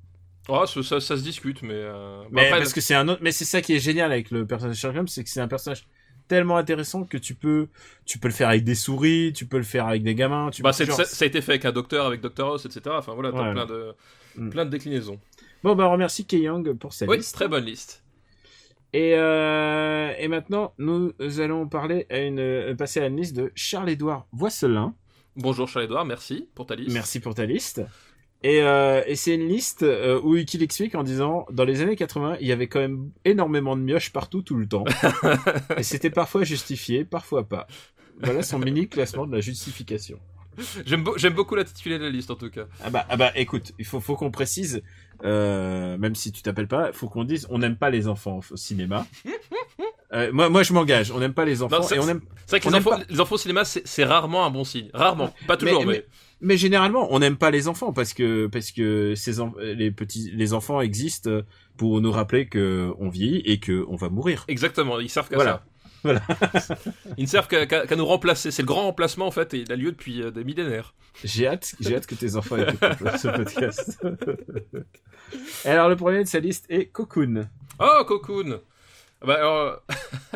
[SPEAKER 5] Ah, ça, ça- ça se discute, mais. euh, bah,
[SPEAKER 4] Mais
[SPEAKER 5] après,
[SPEAKER 4] parce que c'est un autre, mais c'est ça qui est génial avec le personnage de Sherlock Holmes, c'est que c'est un personnage tellement intéressant que tu peux, tu peux le faire avec des souris, tu peux le faire avec des gamins, tu
[SPEAKER 5] bah,
[SPEAKER 4] peux
[SPEAKER 5] c'est-
[SPEAKER 4] genre-
[SPEAKER 5] ça, ça a été fait avec un docteur, avec Doctor House, etc. Enfin voilà, t'as
[SPEAKER 4] Ouais.
[SPEAKER 5] plein de
[SPEAKER 4] Mm.
[SPEAKER 5] plein de déclinaisons.
[SPEAKER 4] Bon, bah, on remercie Keyang pour sa
[SPEAKER 5] Oui,
[SPEAKER 4] liste.
[SPEAKER 5] très bonne liste.
[SPEAKER 4] Et, euh, et maintenant, nous allons parler à une, euh, passer à une liste de Charles-Édouard Voisselin.
[SPEAKER 5] Bonjour Charles-Edouard, merci pour ta liste.
[SPEAKER 4] Merci pour ta liste. Et, euh, et c'est une liste euh, où qu'il explique en disant dans les années 80, il y avait quand même énormément de mioches partout tout le temps. et c'était parfois justifié, parfois pas. Voilà son mini classement de la justification.
[SPEAKER 5] J'aime beau- j'aime beaucoup la titulée de la liste en tout cas.
[SPEAKER 4] Ah bah, ah bah écoute, il faut, faut qu'on précise, euh, même si tu t'appelles pas, faut qu'on dise on n'aime pas les enfants au cinéma. Euh, moi, moi je m'engage, on n'aime pas les enfants
[SPEAKER 5] Non, ça-
[SPEAKER 4] et on aime,
[SPEAKER 5] C'est vrai que
[SPEAKER 4] On
[SPEAKER 5] les
[SPEAKER 4] aime
[SPEAKER 5] enfants,
[SPEAKER 4] pas.
[SPEAKER 5] les enfants au cinéma, c'est c'est rarement un bon signe. Rarement. Pas toujours, mais.
[SPEAKER 4] mais- mais généralement on n'aime pas les enfants parce que parce que ces en- les petits les enfants existent pour nous rappeler que on vieillit et que on va mourir.
[SPEAKER 5] Exactement, ils servent qu'à
[SPEAKER 4] Voilà.
[SPEAKER 5] ça.
[SPEAKER 4] Voilà.
[SPEAKER 5] ils ne servent qu'à qu'à- qu'à nous remplacer. C'est le grand remplacement en fait, et il a lieu depuis euh, des millénaires.
[SPEAKER 4] J'ai hâte, j'ai hâte que tes enfants écoutent ce podcast. Et alors le premier de sa liste est Cocoon.
[SPEAKER 5] Oh, Cocoon Ah bah, alors,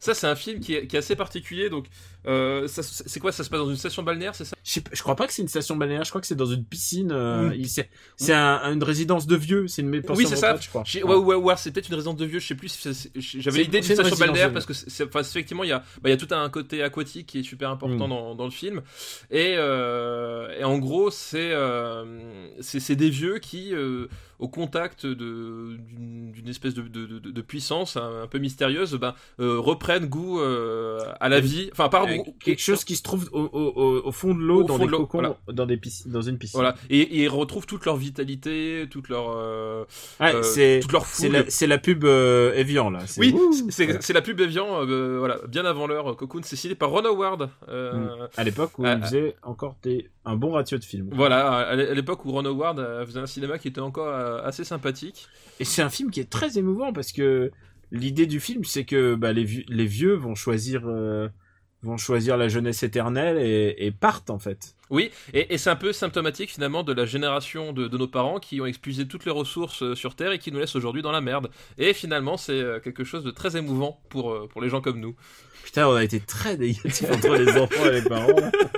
[SPEAKER 5] Ça, c'est un film qui est, qui est assez particulier. Donc, euh, ça- c'est quoi Ça se passe dans une station balnéaire, c'est ça
[SPEAKER 4] Je, sais pas- je crois pas que c'est une station balnéaire, je crois que c'est dans une piscine. euh, il- c'est c'est un- une résidence de vieux, c'est une maison
[SPEAKER 5] Mm. Oui, c'est ça.
[SPEAKER 4] je crois.
[SPEAKER 5] J'ai- Ouais, ouais, ouais, c'est peut-être une résidence de vieux, je sais plus. si c'est- c'est- J'avais
[SPEAKER 4] C'est- c'est
[SPEAKER 5] l'idée d'une
[SPEAKER 4] une
[SPEAKER 5] station
[SPEAKER 4] résidence
[SPEAKER 5] balnéaire
[SPEAKER 4] de
[SPEAKER 5] parce que, c'est- c'est- enfin, effectivement, il y, a, bah, il y a tout un côté aquatique qui est super important
[SPEAKER 4] Mm.
[SPEAKER 5] dans, dans le film. Et, euh, et en gros, c'est euh, c'est c'est des vieux qui, euh, au contact de- d'une d'une espèce de, de- de- de puissance un, un peu mystérieuse, ben, euh, reprennent goût euh, à la vie. Enfin,
[SPEAKER 4] Euh,
[SPEAKER 5] pardon.
[SPEAKER 4] quelque chose qui se trouve au, au- au- au fond de l'eau,
[SPEAKER 5] Au
[SPEAKER 4] dans
[SPEAKER 5] fond
[SPEAKER 4] des
[SPEAKER 5] de l'eau,
[SPEAKER 4] cocons,
[SPEAKER 5] voilà.
[SPEAKER 4] dans des piscines, dans une piscine.
[SPEAKER 5] Voilà, et, et ils retrouvent toute leur vitalité, toute leur, euh,
[SPEAKER 4] Ouais,
[SPEAKER 5] euh,
[SPEAKER 4] c'est
[SPEAKER 5] toute leur
[SPEAKER 4] c'est
[SPEAKER 5] foule.
[SPEAKER 4] la, c'est la pub euh, Evian là. C'est-
[SPEAKER 5] Oui,
[SPEAKER 4] Ouh.
[SPEAKER 5] c'est
[SPEAKER 4] Ouais.
[SPEAKER 5] c'est la pub Evian, euh, voilà, bien avant l'heure. Cocoon, c'est signé par Ron Howard. euh,
[SPEAKER 4] À l'époque où
[SPEAKER 5] Ah,
[SPEAKER 4] il
[SPEAKER 5] ah.
[SPEAKER 4] faisait encore des, un bon ratio de films.
[SPEAKER 5] Voilà, à l'é- à l'époque où Ron Howard euh, faisait un cinéma qui était encore euh, assez sympathique.
[SPEAKER 4] Et c'est un film qui est très émouvant parce que l'idée du film, c'est que bah, les, vieux, les vieux vont choisir, euh, vont choisir la jeunesse éternelle et, et partent en fait.
[SPEAKER 5] Oui, et, et c'est un peu symptomatique finalement de la génération de, de nos parents qui ont expulsé toutes les ressources euh, sur Terre et qui nous laissent aujourd'hui dans la merde. Et finalement, c'est euh, quelque chose de très émouvant pour, euh, pour les gens comme nous.
[SPEAKER 4] Putain, on a été très négatif entre les enfants et les parents. là.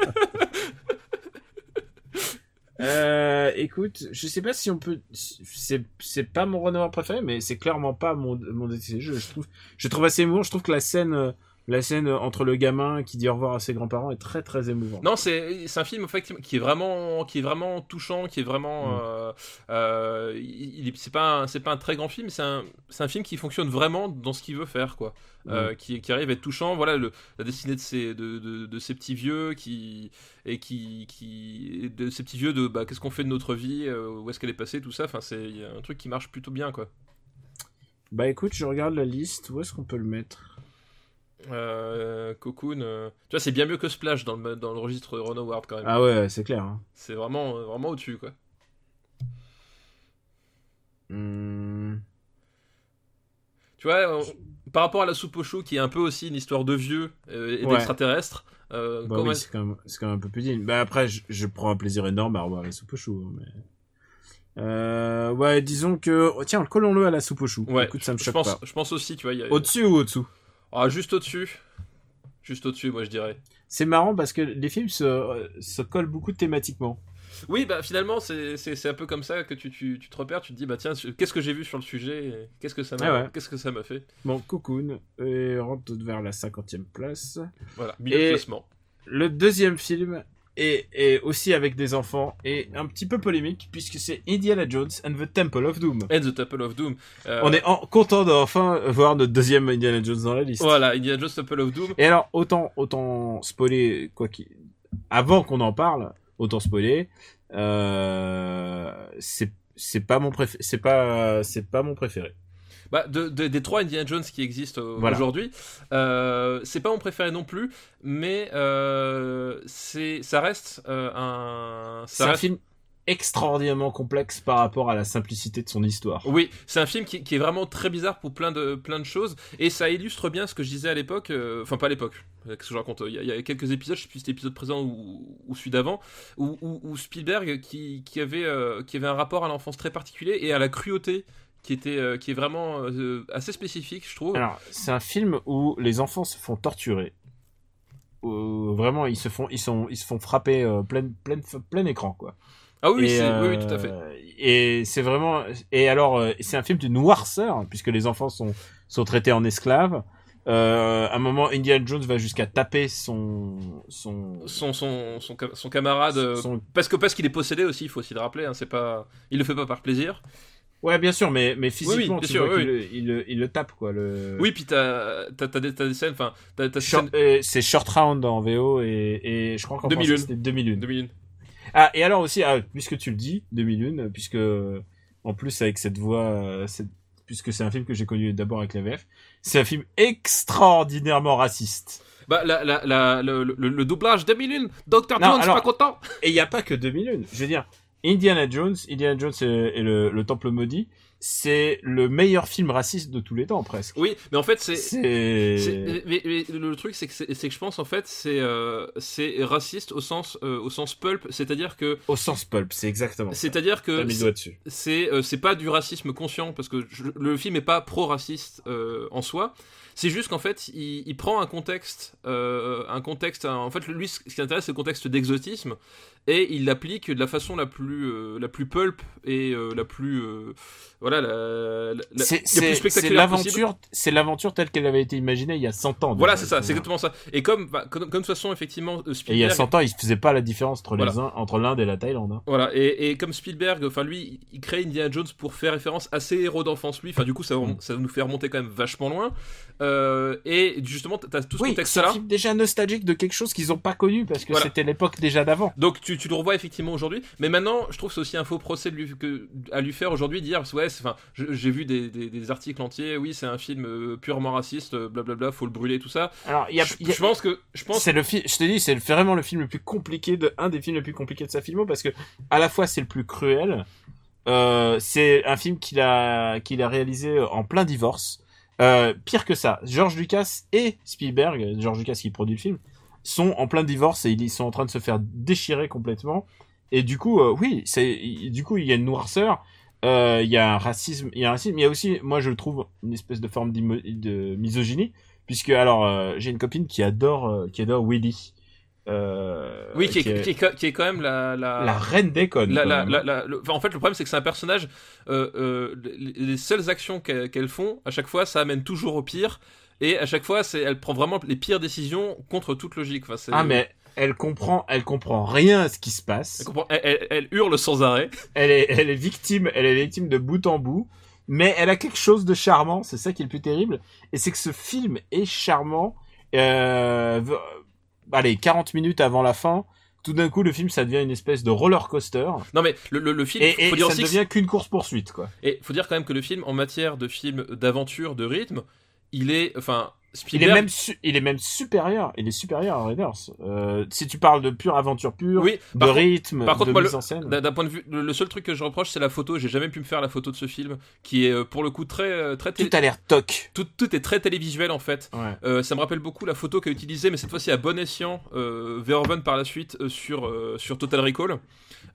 [SPEAKER 4] Euh, écoute, je sais pas si on peut. C'est c'est pas mon Renoir préféré, mais c'est clairement pas mon mon je, je trouve. Je trouve assez émouvant. Je trouve que la scène, euh, la scène entre le gamin qui dit au revoir à ses grands-parents est très très émouvante.
[SPEAKER 5] Non, c'est c'est un film effectivement, qui est vraiment qui est vraiment touchant, qui est vraiment
[SPEAKER 4] Mm.
[SPEAKER 5] euh, euh, il- il- c'est pas un- c'est pas un très grand film, c'est un c'est un film qui fonctionne vraiment dans ce qu'il veut faire quoi, Euh,
[SPEAKER 4] Mm.
[SPEAKER 5] qui qui arrive à être touchant. Voilà le- la destinée de ces de, de, de ces petits vieux qui et qui qui et de ces petits vieux de bah, qu'est-ce qu'on fait de notre vie, euh, où est-ce qu'elle est passée, tout ça. Enfin c'est il y a un truc qui marche plutôt bien quoi.
[SPEAKER 4] Bah écoute, je regarde la liste. Où est-ce qu'on peut le mettre
[SPEAKER 5] Euh, Cocoon, euh, tu vois c'est bien mieux que Splash dans le dans le registre Ron Howard quand même.
[SPEAKER 4] Ah ouais, c'est clair. hein.
[SPEAKER 5] C'est vraiment vraiment au dessus quoi.
[SPEAKER 4] Hmm.
[SPEAKER 5] Tu vois, on- par rapport à la soupe au chou, qui est un peu aussi une histoire de vieux euh, et
[SPEAKER 4] Ouais.
[SPEAKER 5] d'extraterrestres, euh,
[SPEAKER 4] Bah
[SPEAKER 5] comment-
[SPEAKER 4] oui, c'est quand, même- c'est quand même un peu plus digne. Bah après, je, je prends un plaisir énorme à revoir la soupe au chou. hein, Mais... Euh, ouais, disons que... oh, tiens, collons-le à la soupe au chou.
[SPEAKER 5] Ouais,
[SPEAKER 4] Écoute, ça me
[SPEAKER 5] je,
[SPEAKER 4] choque
[SPEAKER 5] pense,
[SPEAKER 4] pas.
[SPEAKER 5] je pense aussi, tu vois, il y a-
[SPEAKER 4] Au-dessus ou au-dessous
[SPEAKER 5] Ah, juste au-dessus. Juste au-dessus, moi je dirais.
[SPEAKER 4] C'est marrant parce que les films se, euh, se collent beaucoup thématiquement.
[SPEAKER 5] Oui, bah finalement, c'est- c'est c'est un peu comme ça que tu, tu, tu te repères, tu te dis, bah tiens, je- qu'est-ce que j'ai vu sur le sujet et Qu'est-ce que ça m'a
[SPEAKER 4] Ah ouais.
[SPEAKER 5] qu'est-ce que ça m'a fait
[SPEAKER 4] Bon, Cocoon et rentre tout vers la 50e place.
[SPEAKER 5] Voilà, milieu de
[SPEAKER 4] Et-
[SPEAKER 5] classement.
[SPEAKER 4] Le deuxième film est, est aussi avec des enfants et un petit peu polémique puisque c'est Indiana Jones and the Temple of Doom.
[SPEAKER 5] And the Temple of Doom. Euh,
[SPEAKER 4] On est en- content d'enfin voir notre deuxième Indiana Jones dans la liste.
[SPEAKER 5] Voilà, il y a Just Temple of Doom.
[SPEAKER 4] Et alors, autant, autant spoiler, quoi qu'il. Avant qu'on en parle, autant spoiler. Euh, c'est c'est pas mon préféré c'est pas c'est pas mon préféré
[SPEAKER 5] Bah, de, de- des trois Indiana Jones qui existent euh,
[SPEAKER 4] Voilà.
[SPEAKER 5] aujourd'hui, euh, c'est pas mon préféré non plus, mais euh, c'est ça reste euh, un. ça
[SPEAKER 4] c'est un
[SPEAKER 5] reste-
[SPEAKER 4] film extraordinairement complexe par rapport à la simplicité de son histoire
[SPEAKER 5] Oui, c'est un film qui, qui est vraiment très bizarre pour plein de plein de choses, et ça illustre bien ce que je disais à l'époque, euh, enfin pas à l'époque. Qu'est-ce que je raconte il y, a, il y a quelques épisodes, je sais plus si c'était l'épisode présent ou, ou celui d'avant, où, où- où Spielberg qui, qui avait, euh, qui avait un rapport à l'enfance très particulier et à la cruauté qui, était, euh, qui est vraiment euh, assez spécifique, je trouve.
[SPEAKER 4] alors c'est un film où les enfants se font torturer Où vraiment ils se font ils sont ils se font frapper euh, plein plein plein écran quoi
[SPEAKER 5] ah oui,
[SPEAKER 4] Et,
[SPEAKER 5] c'est- oui, oui,
[SPEAKER 4] euh,
[SPEAKER 5] tout à fait.
[SPEAKER 4] Et c'est vraiment. Et alors, euh, c'est un film de noirceur, puisque les enfants sont, sont traités en esclaves. Euh, à un moment, Indiana Jones va jusqu'à taper son son
[SPEAKER 5] Son, son, son, ca- son camarade. euh,
[SPEAKER 4] son-
[SPEAKER 5] Parce que parce qu'il est possédé aussi, il faut aussi le rappeler. Hein, c'est pas, il le fait pas par plaisir.
[SPEAKER 4] Ouais, bien sûr, mais mais physiquement,
[SPEAKER 5] bien
[SPEAKER 4] tu
[SPEAKER 5] sûr,
[SPEAKER 4] vois
[SPEAKER 5] oui,
[SPEAKER 4] qu'il le- il, le- il le tape quoi. Le...
[SPEAKER 5] Oui, puis t'as t'as t'as des, t'as des scènes, enfin t'as t'as des
[SPEAKER 4] Short-
[SPEAKER 5] scènes
[SPEAKER 4] euh, c'est Short Round en VO et, et je crois qu'en
[SPEAKER 5] 2001.
[SPEAKER 4] français c'était 2001.
[SPEAKER 5] 2001.
[SPEAKER 4] Ah, et alors aussi, ah, puisque tu le dis, 2001, puisque euh, en plus avec cette voix, euh, cette- puisque c'est un film que j'ai connu d'abord avec la VF, c'est un film extraordinairement raciste.
[SPEAKER 5] Bah la, la, la- le, le, le doublage 2001, Docteur
[SPEAKER 4] Non,
[SPEAKER 5] Jones
[SPEAKER 4] alors-
[SPEAKER 5] pas content.
[SPEAKER 4] Et il n'y a pas que 2001. Je veux dire, Indiana Jones, Indiana Jones et, et le, le Temple maudit, c'est le meilleur film raciste de tous les temps presque.
[SPEAKER 5] Oui, mais en fait c'est C'est- euh,
[SPEAKER 4] C'est
[SPEAKER 5] Mais, mais le truc, c'est que, c'est c'est que je pense en fait, c'est euh, c'est raciste au sens, euh, au sens pulp, c'est-à-dire que,
[SPEAKER 4] au sens pulp, c'est exactement. ça.
[SPEAKER 5] c'est-à-dire
[SPEAKER 4] T'as
[SPEAKER 5] que
[SPEAKER 4] mis le doigt dessus.
[SPEAKER 5] c'est euh, c'est pas du racisme conscient parce que je- le film est pas pro-raciste euh, en soi. C'est juste qu'en fait, il, il prend un contexte, euh, un contexte. un- en fait, lui, ce ce qui l'intéresse, c'est le contexte d'exotisme et il l'applique de la façon la plus, euh, la plus pulp et euh, la plus, euh, voilà, la, la- la-
[SPEAKER 4] C'est-
[SPEAKER 5] la
[SPEAKER 4] C'est
[SPEAKER 5] plus
[SPEAKER 4] c'est
[SPEAKER 5] spectaculaire possible.
[SPEAKER 4] l'aventure, c'est l'aventure telle qu'elle avait été imaginée il y a 100 ans.
[SPEAKER 5] Voilà,
[SPEAKER 4] déjà,
[SPEAKER 5] c'est ça, c'est
[SPEAKER 4] faut-
[SPEAKER 5] exactement ça. Et comme, bah, comme, comme de toute façon, effectivement, euh,
[SPEAKER 4] Et il y a
[SPEAKER 5] Spielberg.
[SPEAKER 4] 100 ans, il faisait pas la différence entre les uns, entre l'Inde et la Thaïlande. hein.
[SPEAKER 5] Voilà, et, et comme Spielberg, enfin lui, il crée Indiana Jones pour faire référence à ses héros d'enfance, lui. Enfin, du coup, ça, va- ça va nous fait remonter quand même vachement loin. Euh, et justement, t'as tout ce
[SPEAKER 4] Oui, c'est un
[SPEAKER 5] contexte-là.
[SPEAKER 4] film déjà nostalgique de quelque chose qu'ils ont pas connu parce que
[SPEAKER 5] Voilà.
[SPEAKER 4] c'était l'époque déjà d'avant.
[SPEAKER 5] Donc tu, tu le revois effectivement aujourd'hui, mais maintenant je trouve que c'est aussi un faux procès de lui- que- à lui faire aujourd'hui, de dire ouais, c'est- enfin je- j'ai vu des, des- des articles entiers, oui c'est un film euh, purement raciste, euh, blablabla, faut le brûler tout ça.
[SPEAKER 4] Alors, il y a,
[SPEAKER 5] je,
[SPEAKER 4] il y a-
[SPEAKER 5] je pense que je pense
[SPEAKER 4] c'est le film, je te dis, c'est le- vraiment le film le plus compliqué de, un des films les plus compliqués de sa filmo parce que à la fois c'est le plus cruel, euh, c'est un film qu'il a, qu'il a réalisé en plein divorce. Euh, pire que ça, George Lucas et Spielberg, George Lucas qui produit le film, sont en plein divorce et ils sont en train de se faire déchirer complètement. Et du coup, euh, oui, c'est il- du coup il y a une noirceur, euh, il y a un racisme, il y a un racisme, il y a aussi, moi je le trouve une espèce de forme d'imo- de misogynie, puisque alors euh, j'ai une copine qui adore, euh, qui adore Willy. Euh,
[SPEAKER 5] oui qui est, qui est ca- qui est quand même la, la...
[SPEAKER 4] la reine des connes.
[SPEAKER 5] La-
[SPEAKER 4] quand
[SPEAKER 5] la-
[SPEAKER 4] même.
[SPEAKER 5] la- la- le- enfin, en fait, le problème, c'est que c'est un personnage. euh, euh, les, les seules actions qu'elles qu'elles font, à chaque fois, ça amène toujours au pire. Et à chaque fois, c'est- elle prend vraiment les pires décisions contre toute logique. Enfin, c'est-
[SPEAKER 4] Ah mais elle comprend, elle comprend rien à ce qui se
[SPEAKER 5] Elle,
[SPEAKER 4] passe.
[SPEAKER 5] comprend- elle- elle- elle hurle sans arrêt.
[SPEAKER 4] Elle est, elle est victime, elle est victime de bout en bout. Mais elle a quelque chose de charmant, c'est ça qui est le plus terrible. Et c'est que ce film est charmant. Euh, v- allez, 40 minutes avant la fin, tout d'un coup le film ça devient une espèce de roller coaster.
[SPEAKER 5] Non, mais le, le- le film,
[SPEAKER 4] Et, et
[SPEAKER 5] faut dire
[SPEAKER 4] ça ne
[SPEAKER 5] aussi que-
[SPEAKER 4] devient qu'une course poursuite quoi.
[SPEAKER 5] et faut dire quand même que le film, en matière de film d'aventure, de rythme, il est, enfin,
[SPEAKER 4] Il est
[SPEAKER 5] Spielberg.
[SPEAKER 4] même, su- il est même supérieur, il est supérieur à Raiders. Euh, si tu parles de pure aventure pure,
[SPEAKER 5] Oui,
[SPEAKER 4] de
[SPEAKER 5] par contre-
[SPEAKER 4] rythme,
[SPEAKER 5] par contre,
[SPEAKER 4] de
[SPEAKER 5] moi,
[SPEAKER 4] mise en scène.
[SPEAKER 5] D'un d'un point de vue, le le seul truc que je reproche, c'est la photo. J'ai jamais pu me faire la photo de ce film, qui est euh, pour le coup très, euh, très,
[SPEAKER 4] Tout
[SPEAKER 5] télé-
[SPEAKER 4] a l'air toc.
[SPEAKER 5] tout, tout est très télévisuel en fait. Euh, ça me rappelle beaucoup la photo qu'a utilisée, mais cette fois-ci à bon escient, euh, Verhoeven par la suite euh, sur, euh, sur Total Recall.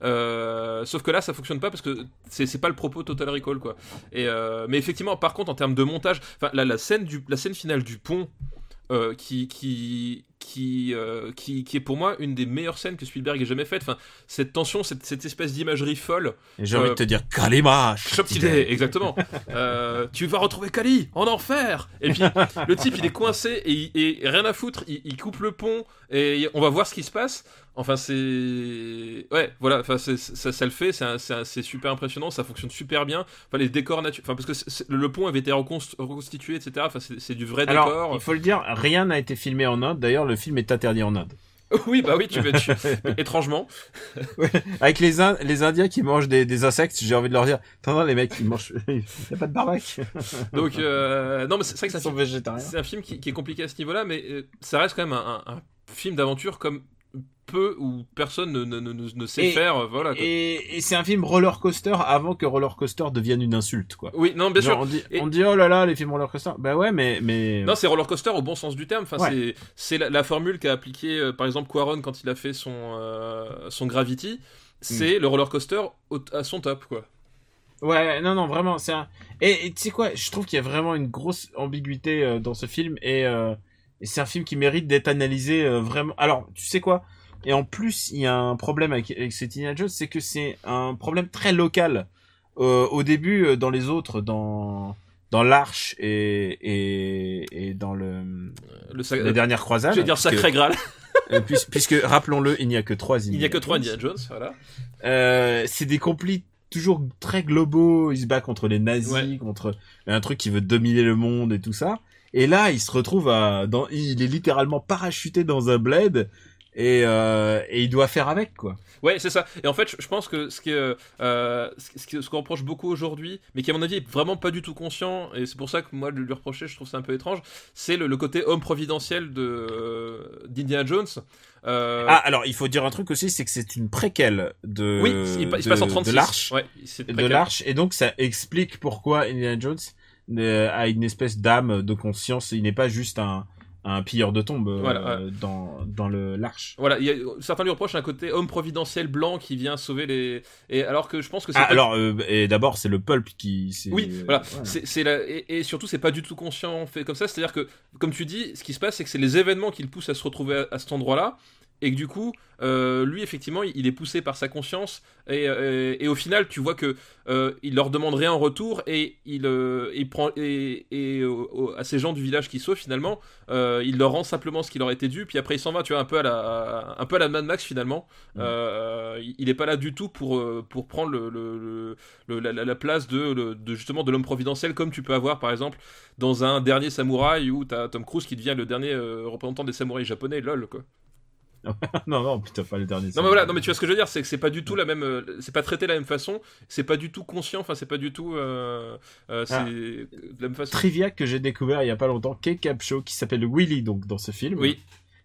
[SPEAKER 5] Euh, sauf que là, ça fonctionne pas parce que c'est c'est pas le propos de Total Recall quoi. Et, euh, mais effectivement, par contre, en termes de montage, enfin, la, la scène du, la scène finale du pont euh, qui qui qui, euh, qui qui est pour moi une des meilleures scènes que Spielberg ait jamais faite. Enfin, cette tension, cette, cette espèce d'imagerie folle.
[SPEAKER 4] Et j'ai
[SPEAKER 5] Euh,
[SPEAKER 4] envie de te dire Kalima
[SPEAKER 5] Chop idée, exactement. Euh, tu vas retrouver Kali en enfer. Et puis le type, il est coincé et, il- et rien à foutre. Il, il coupe le pont et on va voir ce qui se passe. Enfin, c'est ouais, voilà. Enfin, c'est- ça, ça le fait. C'est un- c'est un- c'est super impressionnant. Ça fonctionne super bien. Enfin, les décors naturels. Enfin, parce que c'est- c'est- le pont avait été reconst- reconstitué, etc. Enfin, c'est c'est du vrai
[SPEAKER 4] Alors,
[SPEAKER 5] décor.
[SPEAKER 4] il faut le dire, rien n'a été filmé en Inde. D'ailleurs, le film est interdit en Inde.
[SPEAKER 5] Oui, bah oui, tu veux. tu- Étrangement.
[SPEAKER 4] Avec les, Ind- les Indiens qui mangent des, des insectes, j'ai envie de leur dire, attends, non, les mecs, ils mangent, il n'y a pas de barbac.
[SPEAKER 5] Donc euh, non, mais c'est c'est vrai que
[SPEAKER 4] Ils
[SPEAKER 5] ça
[SPEAKER 4] sont végétariens.
[SPEAKER 5] C'est un film qui, qui est compliqué à ce niveau-là, mais euh, ça reste quand même un, un- un film d'aventure comme peu ou personne ne, ne- ne- ne- ne sait
[SPEAKER 4] Et-
[SPEAKER 5] faire. euh, Voilà. quoi.
[SPEAKER 4] Et, et c'est un film roller coaster avant que roller coaster devienne une insulte, quoi.
[SPEAKER 5] Oui, non, bien
[SPEAKER 4] Genre,
[SPEAKER 5] sûr.
[SPEAKER 4] On dit,
[SPEAKER 5] Et-
[SPEAKER 4] on dit, oh là là, les films roller coaster. Bah ouais, mais, mais.
[SPEAKER 5] Non, c'est roller coaster au bon sens du terme. Enfin,
[SPEAKER 4] Ouais.
[SPEAKER 5] c'est- c'est la, la formule qu'a appliquée euh, par exemple Quaron quand il a fait son euh, son Gravity. C'est le roller coaster au- à son top, quoi.
[SPEAKER 4] Ouais, non, non, vraiment, c'est un... Et et tu sais quoi, je trouve qu'il y a vraiment une grosse ambiguïté euh, dans ce film, et, euh, et c'est un film qui mérite d'être analysé euh, vraiment... Alors, tu sais quoi Et en plus, il y a un problème avec, avec cet Indiana Jones, c'est que c'est un problème très local. Euh, au début, euh, dans les autres, dans... dans l'arche et, et, et dans le,
[SPEAKER 5] Le sac-
[SPEAKER 4] la dernière croisade.
[SPEAKER 5] Euh, Je vais dire
[SPEAKER 4] puisque-
[SPEAKER 5] sacré Graal.
[SPEAKER 4] euh, puis- puisque, rappelons-le, il n'y a que trois
[SPEAKER 5] Il n'y a que trois
[SPEAKER 4] Jones.
[SPEAKER 5] Indiana Jones, voilà.
[SPEAKER 4] Euh, c'est des conflits toujours très globaux. Il se bat contre les nazis,
[SPEAKER 5] Ouais.
[SPEAKER 4] contre un truc qui veut dominer le monde et tout ça. Et là, il se retrouve à, dans, il est littéralement parachuté dans un bled et, euh, et il doit faire avec quoi.
[SPEAKER 5] Ouais, c'est ça. Et en fait, je- je pense que ce qui est, euh, ce qui- ce qui- ce qu'on reproche beaucoup aujourd'hui, mais qui à mon avis est vraiment pas du tout conscient, et c'est pour ça que moi de lui reprocher, je trouve ça un peu étrange, c'est le, le côté homme providentiel de euh, d'Indiana Jones. Euh,
[SPEAKER 4] Ah, alors il faut dire un truc aussi, c'est que c'est une préquelle de
[SPEAKER 5] oui, il, pa- il se
[SPEAKER 4] euh, de-
[SPEAKER 5] passe en
[SPEAKER 4] de
[SPEAKER 5] 36.
[SPEAKER 4] l'arche,
[SPEAKER 5] Ouais, c'est
[SPEAKER 4] de
[SPEAKER 5] préquel.
[SPEAKER 4] l'arche, et donc ça explique pourquoi Indiana Jones euh, a une espèce d'âme de conscience. Il n'est pas juste un un pilleur de tombe euh,
[SPEAKER 5] Voilà, ouais.
[SPEAKER 4] dans dans le l'arche.
[SPEAKER 5] Voilà, il y a- certains lui reprochent un côté homme providentiel blanc qui vient sauver les. Et alors que je pense que c'est
[SPEAKER 4] Ah,
[SPEAKER 5] pas-
[SPEAKER 4] alors, euh, et d'abord, c'est le pulp qui. c'est-
[SPEAKER 5] Oui,
[SPEAKER 4] euh,
[SPEAKER 5] voilà. C'est, c'est la- et, et surtout, c'est pas du tout conscient fait comme ça. C'est-à-dire que, comme tu dis, ce qui se passe, c'est que c'est les événements qui le poussent à se retrouver à, à cet endroit-là. Et que du coup, euh, lui, effectivement, il il est poussé par sa conscience. Et, euh, et au final, tu vois que euh, il leur demande rien en retour. Et il, euh, il prend. Et, et au- au- à ces gens du village qui sauvent, finalement, euh, il leur rend simplement ce qui leur était dû. Puis après, il s'en va, tu vois, un peu à la, un peu à la Mad Max, finalement.
[SPEAKER 4] Mm.
[SPEAKER 5] Euh, il- il est pas là du tout pour, euh, pour prendre le- le- le, le- la, la- la place de, le- de, justement de l'homme providentiel comme tu peux avoir par exemple dans un dernier samouraï où t'as Tom Cruise qui devient le dernier euh, représentant des samouraïs japonais lol quoi
[SPEAKER 4] euh, non, non, putain, pas le dernier.
[SPEAKER 5] non mais voilà non mais tu vois ce que je veux dire c'est que c'est pas du tout la même euh, c'est pas traité de la même façon c'est pas du tout conscient enfin c'est pas du tout euh, euh, c'est
[SPEAKER 4] Ah.
[SPEAKER 5] de la même façon
[SPEAKER 4] Trivia que j'ai découvert il y a pas longtemps, Kay Capshaw, qui s'appelle Willy, donc, dans ce film.
[SPEAKER 5] oui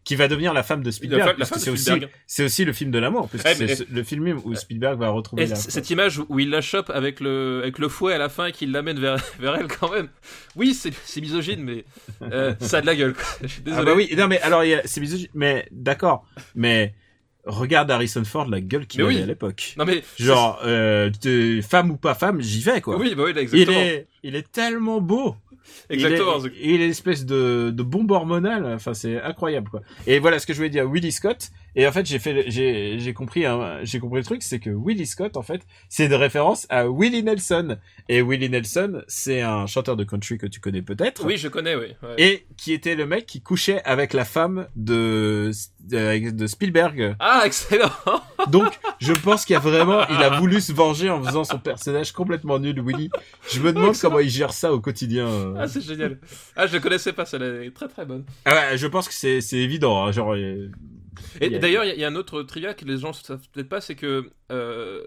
[SPEAKER 4] Qui va devenir la femme de Spielberg.
[SPEAKER 5] la, fa- la
[SPEAKER 4] parce
[SPEAKER 5] fin
[SPEAKER 4] que
[SPEAKER 5] de
[SPEAKER 4] c'est aussi,
[SPEAKER 5] Spielberg.
[SPEAKER 4] c'est aussi le film de l'amour, puisque
[SPEAKER 5] Eh,
[SPEAKER 4] c'est
[SPEAKER 5] mais-
[SPEAKER 4] ce- le film où Spielberg va retrouver
[SPEAKER 5] Et
[SPEAKER 4] la.
[SPEAKER 5] c- cette image où il la chope avec le, avec le fouet à la fin et qu'il l'amène vers, vers elle quand même. Oui, c'est c'est misogyne, mais euh, ça a de la gueule. quoi. Je suis désolé.
[SPEAKER 4] Ah bah oui, non mais alors, il y a- c'est misogyne, mais d'accord, mais regarde Harrison Ford, la gueule qu'il
[SPEAKER 5] Mais oui.
[SPEAKER 4] avait à l'époque.
[SPEAKER 5] Non mais
[SPEAKER 4] Genre, euh, de- femme ou pas femme, j'y vais quoi.
[SPEAKER 5] oui, bah oui, là,
[SPEAKER 4] il
[SPEAKER 5] exactement.
[SPEAKER 4] est, il est tellement beau.
[SPEAKER 5] Exactement.
[SPEAKER 4] Il est, il est une espèce de, de bombe hormonale. Enfin, c'est incroyable, quoi. Et voilà ce que je voulais dire. Willie Scott. Et en fait, j'ai fait, le- j'ai, j'ai compris, hein, j'ai compris le truc, c'est que Willie Scott, en fait, c'est de référence à Willie Nelson. Et Willie Nelson, c'est un chanteur de country que tu connais peut-être.
[SPEAKER 5] Oui, je connais, oui. ouais.
[SPEAKER 4] Et qui était le mec qui couchait avec la femme de, de, de Spielberg.
[SPEAKER 5] Ah, excellent
[SPEAKER 4] Donc, je pense qu'il y a vraiment, il a voulu se venger en faisant son personnage complètement nul, Willie. Je me demande comment il gère ça au quotidien. euh.
[SPEAKER 5] Ah, c'est génial. Ah, je le connaissais pas, celle-là elle est très très bonne.
[SPEAKER 4] Ah ouais, je pense que c'est c'est évident. hein, genre, euh,
[SPEAKER 5] Et
[SPEAKER 4] Il y a-
[SPEAKER 5] d'ailleurs, il y a- il y, a un autre trivia que les gens ne savent peut-être pas, c'est que euh,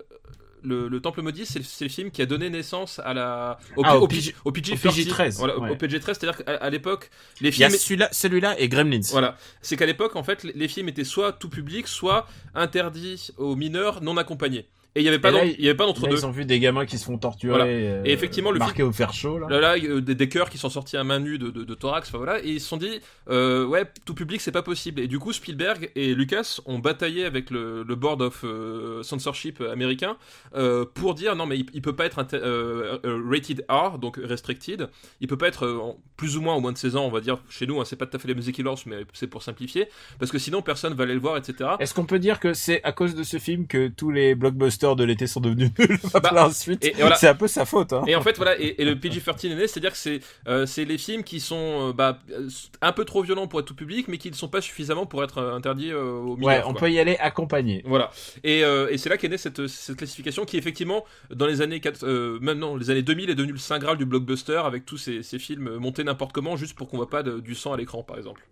[SPEAKER 5] le, le Temple Maudit, c'est le, c'est le film qui a donné naissance à la, au,
[SPEAKER 4] Ah,
[SPEAKER 5] P-
[SPEAKER 4] au
[SPEAKER 5] au
[SPEAKER 4] PG-
[SPEAKER 5] P- au PG-13.
[SPEAKER 4] au PG-13,
[SPEAKER 5] Voilà, au-
[SPEAKER 4] ouais.
[SPEAKER 5] au PG-13, c'est-à-dire qu'à à l'époque, les
[SPEAKER 4] il y a
[SPEAKER 5] films...
[SPEAKER 4] celui-là, celui-là et Gremlins.
[SPEAKER 5] Voilà, c'est qu'à l'époque, en fait, les- les films étaient soit tout public, soit interdits aux mineurs non accompagnés. Et il n'y avait pas
[SPEAKER 4] Et là,
[SPEAKER 5] d'en- il y avait pas
[SPEAKER 4] Là,
[SPEAKER 5] d'entre-deux.
[SPEAKER 4] ils ont vu des gamins qui se font torturer.
[SPEAKER 5] Voilà.
[SPEAKER 4] euh,
[SPEAKER 5] Et effectivement, le
[SPEAKER 4] marqués au fer chaud là.
[SPEAKER 5] Là, là, euh, des, des chœurs qui sont sortis à main nue de, de, de thorax, enfin voilà, et ils se sont dit, euh, ouais, tout public, c'est pas possible. Et du coup, Spielberg et Lucas ont bataillé avec le, le board of euh, censorship américain euh, pour dire, non, mais il, il peut pas être inter- euh, euh, rated R, donc restricted. Il peut pas être euh, en- plus ou moins au moins de 16 ans, on va dire, chez nous, hein, c'est pas tout à fait la musique qui lance, mais c'est pour simplifier, parce que sinon personne va aller le voir, etc.
[SPEAKER 4] Est-ce qu'on peut dire que c'est à cause de ce film que tous les blockbusters de l'été sont devenus nuls par la suite
[SPEAKER 5] Bah, et- et voilà.
[SPEAKER 4] C'est un peu sa faute. Hein.
[SPEAKER 5] Et en fait, voilà, et, et le PG-13 est né, c'est-à-dire que c'est euh, c'est les films qui sont euh, bah, euh, un peu trop violents pour être tout public, mais qui ne sont pas suffisamment pour être euh, interdits euh, aux mineurs.
[SPEAKER 4] ouais, on
[SPEAKER 5] quoi.
[SPEAKER 4] peut y aller accompagné.
[SPEAKER 5] Voilà. Et, euh, et c'est là qu'est née cette, cette classification qui, effectivement, dans les années 4, euh, maintenant, les années 2000, est devenue le saint graal du blockbuster avec tous ces, ces films montés n'importe comment juste pour qu'on voit pas de- du sang à l'écran, par exemple.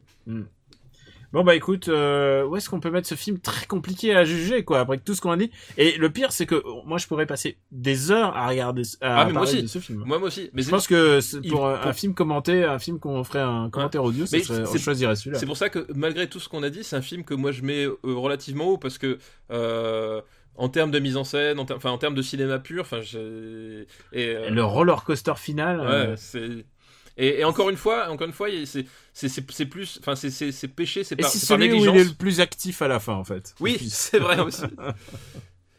[SPEAKER 4] Bon bah écoute, euh, où est-ce qu'on peut mettre ce film très compliqué à juger quoi après tout ce qu'on a dit Et le pire c'est que euh, moi je pourrais passer des heures à regarder, ce- à
[SPEAKER 5] Ah, mais moi
[SPEAKER 4] parler
[SPEAKER 5] aussi.
[SPEAKER 4] de ce film.
[SPEAKER 5] Moi, moi aussi. Mais
[SPEAKER 4] je
[SPEAKER 5] c'est-
[SPEAKER 4] pense que c'est
[SPEAKER 5] il-
[SPEAKER 4] pour un,
[SPEAKER 5] pour-
[SPEAKER 4] un film commenté, un film qu'on ferait un commentaire audio, ce
[SPEAKER 5] Mais
[SPEAKER 4] serait- on
[SPEAKER 5] c'est-
[SPEAKER 4] choisirait celui-là.
[SPEAKER 5] C'est pour ça que malgré tout ce qu'on a dit, c'est un film que moi je mets euh, relativement haut parce que euh, en termes de mise en scène, en ter- enfin en termes de cinéma pur, enfin j'ai- et, euh,
[SPEAKER 4] Le roller coaster final.
[SPEAKER 5] ouais,
[SPEAKER 4] euh,
[SPEAKER 5] c'est et, et encore une fois, encore une fois, il- c'est c'est- c'est c'est plus, enfin c'est c'est c'est péché, c'est
[SPEAKER 4] Et
[SPEAKER 5] par,
[SPEAKER 4] c'est
[SPEAKER 5] c'est par
[SPEAKER 4] celui où
[SPEAKER 5] négligence.
[SPEAKER 4] il est le plus actif à la fin en fait.
[SPEAKER 5] Oui, c'est vrai aussi.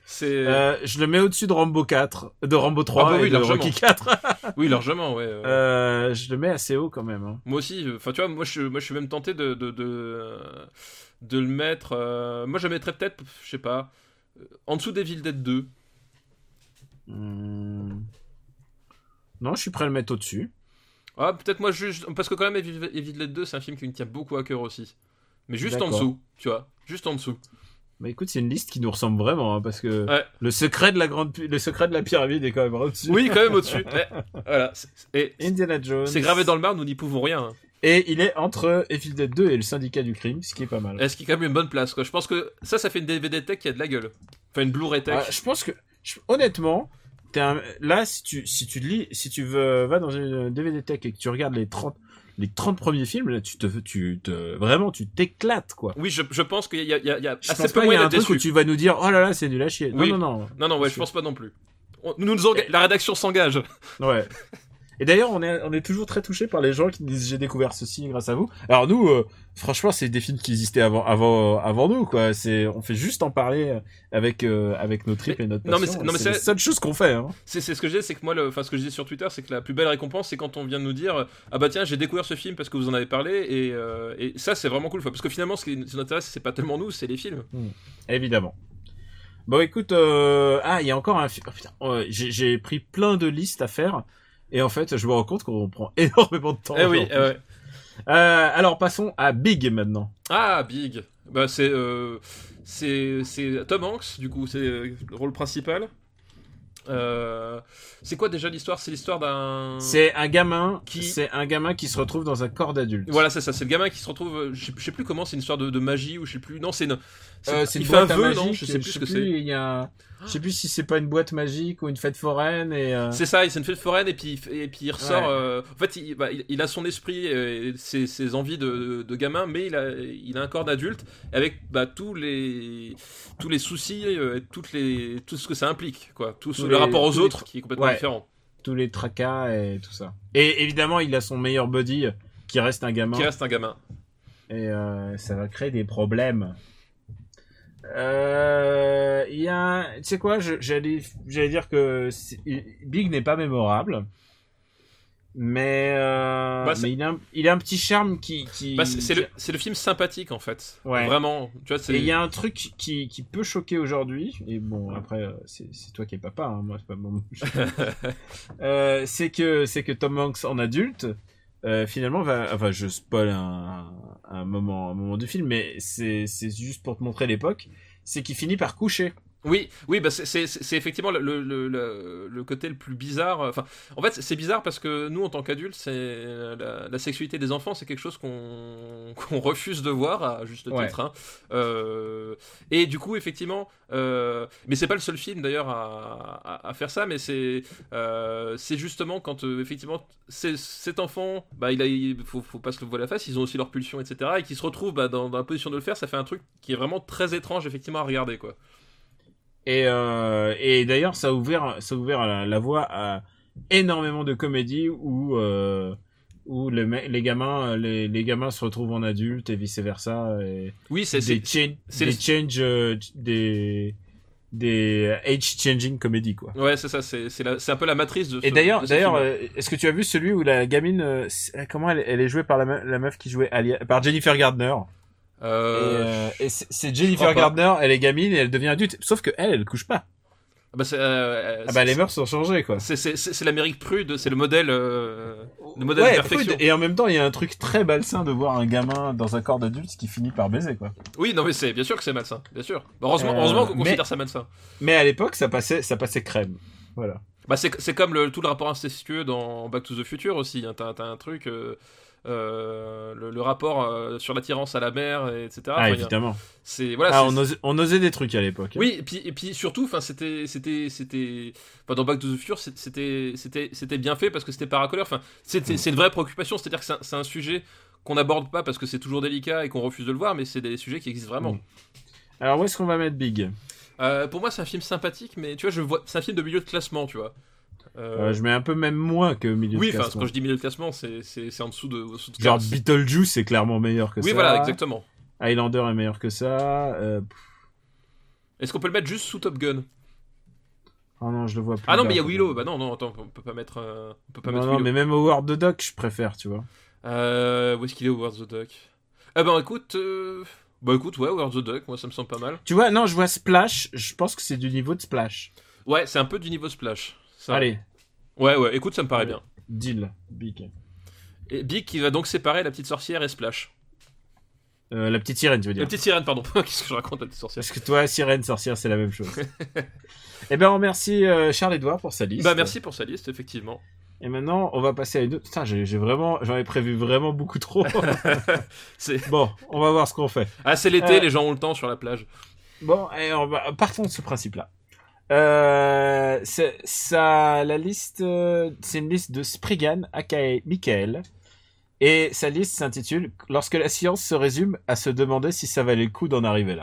[SPEAKER 5] C'est
[SPEAKER 4] Euh, je le mets au-dessus de Rambo 4, de Rambo 3
[SPEAKER 5] Ah bah oui,
[SPEAKER 4] et de
[SPEAKER 5] largement.
[SPEAKER 4] Rocky 4.
[SPEAKER 5] oui largement, ouais. euh.
[SPEAKER 4] euh, je le mets assez haut quand même. hein.
[SPEAKER 5] Moi aussi, euh, enfin tu vois, moi je, moi je suis même tenté de de, de, euh, de le mettre. euh, moi je le mettrais peut-être, je sais pas, euh, en dessous des Villes Dead 2.
[SPEAKER 4] Hum. Non, je Hmm. suis prêt à le mettre au-dessus.
[SPEAKER 5] Ah, peut-être moi juste parce que quand même Evil Evil Dead 2 c'est un film qui me tient beaucoup à cœur aussi. Mais juste en
[SPEAKER 4] D'accord.
[SPEAKER 5] dessous, tu vois, juste en dessous.
[SPEAKER 4] Mais Bah, écoute, c'est une liste qui nous ressemble vraiment, hein, parce que
[SPEAKER 5] Ouais.
[SPEAKER 4] le secret de la grande, pi- le secret de la pyramide est quand même au-dessus.
[SPEAKER 5] Oui, quand même au-dessus. Ouais, Eh, voilà. C'est- Et
[SPEAKER 4] Indiana Jones.
[SPEAKER 5] c'est gravé dans le marbre, nous n'y pouvons rien. hein.
[SPEAKER 4] Et il est entre Evil Dead 2 et le syndicat du crime, ce qui est pas mal.
[SPEAKER 5] Est-ce qu'il y a quand même une bonne place quoi. Je pense que ça, ça fait une DVD tech qui a de la gueule. Enfin, une Blu-ray tech.
[SPEAKER 4] Ah, je pense que, je- honnêtement, t'es un- là, si tu, si tu lis, si tu veux, vas dans une DVD tech et que tu regardes les 30, les 30 premiers films, là, tu te, tu te, vraiment, tu t'éclates, quoi.
[SPEAKER 5] Oui, je, je pense qu'il y a, il y a- il y a
[SPEAKER 4] Je
[SPEAKER 5] assez
[SPEAKER 4] pense pas qu'il y
[SPEAKER 5] peu
[SPEAKER 4] a
[SPEAKER 5] moyen
[SPEAKER 4] un
[SPEAKER 5] d'être
[SPEAKER 4] truc où
[SPEAKER 5] déçu.
[SPEAKER 4] tu vas nous dire, oh là là, c'est nul à chier.
[SPEAKER 5] Oui.
[SPEAKER 4] Non, non,
[SPEAKER 5] Non, non, ouais, je pense pas non plus. On- nous, nous enga- La rédaction s'engage.
[SPEAKER 4] non. Ouais. Et d'ailleurs, on est, on est toujours très touché par les gens qui disent j'ai découvert ceci grâce à vous. Alors nous, euh, franchement, c'est des films qui existaient avant, avant, euh, avant nous, quoi. C'est, on fait juste en parler euh, avec, euh, avec nos tripes
[SPEAKER 5] Mais-
[SPEAKER 4] et notre
[SPEAKER 5] non, mais
[SPEAKER 4] passion.
[SPEAKER 5] c'est- non, mais
[SPEAKER 4] c'est la
[SPEAKER 5] c'est-
[SPEAKER 4] seule chose qu'on fait. Hein.
[SPEAKER 5] C'est c'est ce que je dis, c'est que moi, le- enfin, ce que je dis sur Twitter, c'est que la plus belle récompense, c'est quand on vient de nous dire, euh, ah bah tiens, j'ai découvert ce film parce que vous en avez parlé, et, euh, et ça, c'est vraiment cool. Enfin, Parce que finalement, ce qui nous intéresse, c'est pas tellement nous, c'est les films.
[SPEAKER 4] Évidemment. Bon, écoute, euh, ah, il y a encore un. fi- oh, putain, euh, j'ai j'ai pris plein de listes à faire. Et en fait, je me rends compte qu'on prend énormément de temps.
[SPEAKER 5] Eh oui,
[SPEAKER 4] aujourd'hui.
[SPEAKER 5] eh ouais.
[SPEAKER 4] Euh, alors, passons à Big maintenant.
[SPEAKER 5] Ah, Big. Bah, c'est euh, c'est c'est Tom Hanks, du coup, c'est euh, le rôle principal. Euh, c'est quoi déjà l'histoire C'est l'histoire d'un.
[SPEAKER 4] C'est un gamin
[SPEAKER 5] Hmm. Qui-
[SPEAKER 4] qui. C'est un gamin qui se retrouve dans un corps d'adulte.
[SPEAKER 5] Voilà, c'est ça. C'est le gamin qui se retrouve. euh, Je sais, je sais plus comment. C'est une histoire de, de magie ou je sais plus. Non, c'est une.
[SPEAKER 4] Euh, c'est une
[SPEAKER 5] il fait un
[SPEAKER 4] boîte à
[SPEAKER 5] vœu,
[SPEAKER 4] magique,
[SPEAKER 5] non Je sais plus ce que c'est.
[SPEAKER 4] il y a un- Je sais plus si c'est pas une boîte magique ou une fête foraine et. euh,
[SPEAKER 5] C'est ça, il s'est fait foraine et puis, il f- et puis il ressort.
[SPEAKER 4] Ouais.
[SPEAKER 5] euh, en fait, il, bah, il- il a son esprit et ses, ses envies de, de gamin, mais il a, il a un corps d'adulte avec bah, tous, les, tous les soucis, euh, toutes les, tout ce que ça implique. Quoi. Tout ce-
[SPEAKER 4] Tous
[SPEAKER 5] le
[SPEAKER 4] les-
[SPEAKER 5] rapport aux
[SPEAKER 4] tous les
[SPEAKER 5] autres qui est complètement
[SPEAKER 4] Ouais.
[SPEAKER 5] différent.
[SPEAKER 4] Tous les tracas et tout ça. Et évidemment, il a son meilleur buddy qui reste un gamin.
[SPEAKER 5] Qui reste un gamin.
[SPEAKER 4] et euh, ça va créer des problèmes. Euh, Il y a, un- tu sais quoi, je- j'allais, j'allais dire que c'est- Big n'est pas mémorable, mais, euh,
[SPEAKER 5] Bah, c'est-
[SPEAKER 4] mais il, a, un- il a un petit charme qui, qui
[SPEAKER 5] Bah, c'est c'est le, c'est le film sympathique en fait.
[SPEAKER 4] Ouais.
[SPEAKER 5] Vraiment. Tu vois, c'est-
[SPEAKER 4] et il y a un truc qui, qui peut choquer aujourd'hui, et bon, après, euh, c'est c'est toi qui es papa, hein, moi, c'est pas mon. Euh, c'est que, c'est que Tom Hanks en adulte, euh, finalement, va. Enfin, je spoil un, un, moment, un moment du film, mais c'est c'est juste pour te montrer l'époque. C'est qu'il finit par coucher.
[SPEAKER 5] Oui, oui, bah c'est- c'est c'est effectivement le, le, le- le, le côté le plus bizarre. Enfin, en fait, c'est bizarre parce que nous, en tant qu'adultes, c'est euh, la, la sexualité des enfants, c'est quelque chose qu'on qu'on refuse de voir à juste titre.
[SPEAKER 4] Ouais.
[SPEAKER 5] hein. Euh, et du coup, effectivement, euh, mais c'est pas le seul film d'ailleurs à, à, à faire ça. Mais c'est euh, c'est justement quand euh, effectivement c'est- cet enfant, bah il a, il faut, faut pas se le voir la face. Ils ont aussi leurs pulsions, etc. Et qui se retrouvent bah, dans, dans la position de le faire, ça fait un truc qui est vraiment très étrange effectivement à regarder, quoi.
[SPEAKER 4] Et, euh, et d'ailleurs, ça a ouvert, ça a ouvert la, la voie à énormément de comédies où, euh, où les, me- les, gamins, les, les gamins se retrouvent en adultes et vice-versa. Et...
[SPEAKER 5] Oui, c'est c'est-
[SPEAKER 4] des, cha-
[SPEAKER 5] c'est
[SPEAKER 4] des
[SPEAKER 5] le-
[SPEAKER 4] change euh, des des age changing comedy quoi.
[SPEAKER 5] Ouais, c'est ça, c'est c'est la- c'est un peu la matrice de.
[SPEAKER 4] Et
[SPEAKER 5] ce-
[SPEAKER 4] d'ailleurs
[SPEAKER 5] de ce
[SPEAKER 4] d'ailleurs
[SPEAKER 5] film.
[SPEAKER 4] euh, est-ce que tu as vu celui où la gamine euh, c'est- comment elle, elle est jouée par la, me- la meuf qui jouait Alia- par Jennifer Gardner Et,
[SPEAKER 5] Euh,
[SPEAKER 4] euh, et c'est- c'est
[SPEAKER 5] crois
[SPEAKER 4] Jennifer
[SPEAKER 5] pas.
[SPEAKER 4] Gardner, elle est gamine et elle devient adulte sauf que elle elle couche pas.
[SPEAKER 5] bah, c'est, euh,
[SPEAKER 4] Ah bah les
[SPEAKER 5] c'est-
[SPEAKER 4] mœurs sont changées quoi.
[SPEAKER 5] c'est- C'est c'est- c'est l'Amérique prude, c'est le modèle. euh, le modèle
[SPEAKER 4] Ouais,
[SPEAKER 5] de perfection.
[SPEAKER 4] prude. Et en même temps, il y a un truc très malsain de voir un gamin dans un corps d'adulte qui finit par baiser quoi.
[SPEAKER 5] Oui, non, mais c'est bien sûr que c'est malsain, bien sûr. Bah, heureusement,
[SPEAKER 4] Euh,
[SPEAKER 5] heureusement qu'on
[SPEAKER 4] mais-
[SPEAKER 5] considère ça malsain.
[SPEAKER 4] Mais à l'époque, ça passait ça passait crème. Voilà.
[SPEAKER 5] Bah, c'est c'est comme le, tout le rapport incestueux dans Back to the Future aussi. hein. T'as t'as un truc. euh, euh, le, le rapport euh, sur l'attirance à la mer, et etc.
[SPEAKER 4] Ah,
[SPEAKER 5] Enfin, il y a-
[SPEAKER 4] évidemment.
[SPEAKER 5] C'est voilà.
[SPEAKER 4] Ah,
[SPEAKER 5] c'est-
[SPEAKER 4] on osait, on osait des trucs à l'époque.
[SPEAKER 5] Oui, et puis, et puis surtout, enfin, c'était, c'était, c'était, enfin, dans Back to the Future, c'est- c'était, c'était, c'était bien fait parce que c'était paracolore. Enfin,
[SPEAKER 4] Mm.
[SPEAKER 5] c'était, c'est une vraie préoccupation. C'est-à-dire que c'est un, c'est un sujet qu'on n'aborde pas parce que c'est toujours délicat et qu'on refuse de le voir, mais c'est des sujets qui existent vraiment.
[SPEAKER 4] Mm. Alors où est-ce qu'on va mettre Big
[SPEAKER 5] Euh, pour moi, c'est un film sympathique, mais tu vois, je vois, c'est un film de milieu de classement, tu vois. Euh,
[SPEAKER 4] Euh, je mets un peu même moins que milieu
[SPEAKER 5] oui,
[SPEAKER 4] de
[SPEAKER 5] enfin,
[SPEAKER 4] classement.
[SPEAKER 5] quand je dis milieu de classement, c'est, c'est, c'est en dessous de. en dessous de
[SPEAKER 4] Genre
[SPEAKER 5] classe.
[SPEAKER 4] Beetlejuice c'est clairement meilleur que ça.
[SPEAKER 5] Oui, voilà, exactement.
[SPEAKER 4] Highlander est meilleur que ça. euh, pff,
[SPEAKER 5] Est-ce qu'on peut le mettre juste sous Top Gun
[SPEAKER 4] Oh non, je le vois plus.
[SPEAKER 5] Ah non,
[SPEAKER 4] là.
[SPEAKER 5] mais il y a Willow. Bah non, non, attends, on peut pas mettre, euh, on peut pas
[SPEAKER 4] Non,
[SPEAKER 5] mettre
[SPEAKER 4] non,
[SPEAKER 5] Willow.
[SPEAKER 4] mais même Howard the Duck, je préfère, tu vois.
[SPEAKER 5] Euh, où est-ce qu'il est, Howard the Duck Eh ben écoute, euh, bah écoute, ouais, Howard the Duck, moi ça me semble pas mal.
[SPEAKER 4] Tu vois, non, je vois Splash, je pense que c'est du niveau de Splash.
[SPEAKER 5] Ouais, c'est un peu du niveau Splash. Ça.
[SPEAKER 4] Allez,
[SPEAKER 5] Ouais, ouais, écoute, ça me paraît bien.
[SPEAKER 4] deal, big.
[SPEAKER 5] Et Big qui va donc séparer la petite sorcière et Splash.
[SPEAKER 4] Euh, la petite sirène, tu veux dire.
[SPEAKER 5] La petite sirène, pardon. Qu'est-ce que je raconte, la petite sorcière
[SPEAKER 4] Parce que toi, sirène, sorcière, c'est la même chose. eh ben, on remercie euh, Charles-Edouard pour sa liste.
[SPEAKER 5] Bah, merci pour sa liste, effectivement.
[SPEAKER 4] Et maintenant, on va passer à une autre. Putain, j'ai j'ai vraiment, j'en ai prévu vraiment beaucoup trop.
[SPEAKER 5] C'est-
[SPEAKER 4] bon, on va voir ce qu'on fait.
[SPEAKER 5] Ah, c'est l'été,
[SPEAKER 4] Euh.
[SPEAKER 5] les gens ont le temps sur la plage.
[SPEAKER 4] Bon, et on va- partons de ce principe-là. Euh, c'est- ça, la liste, euh, c'est une liste de Spriggan, aka Michael. Et sa liste s'intitule Lorsque la science se résume à se demander si ça valait le coup d'en arriver là.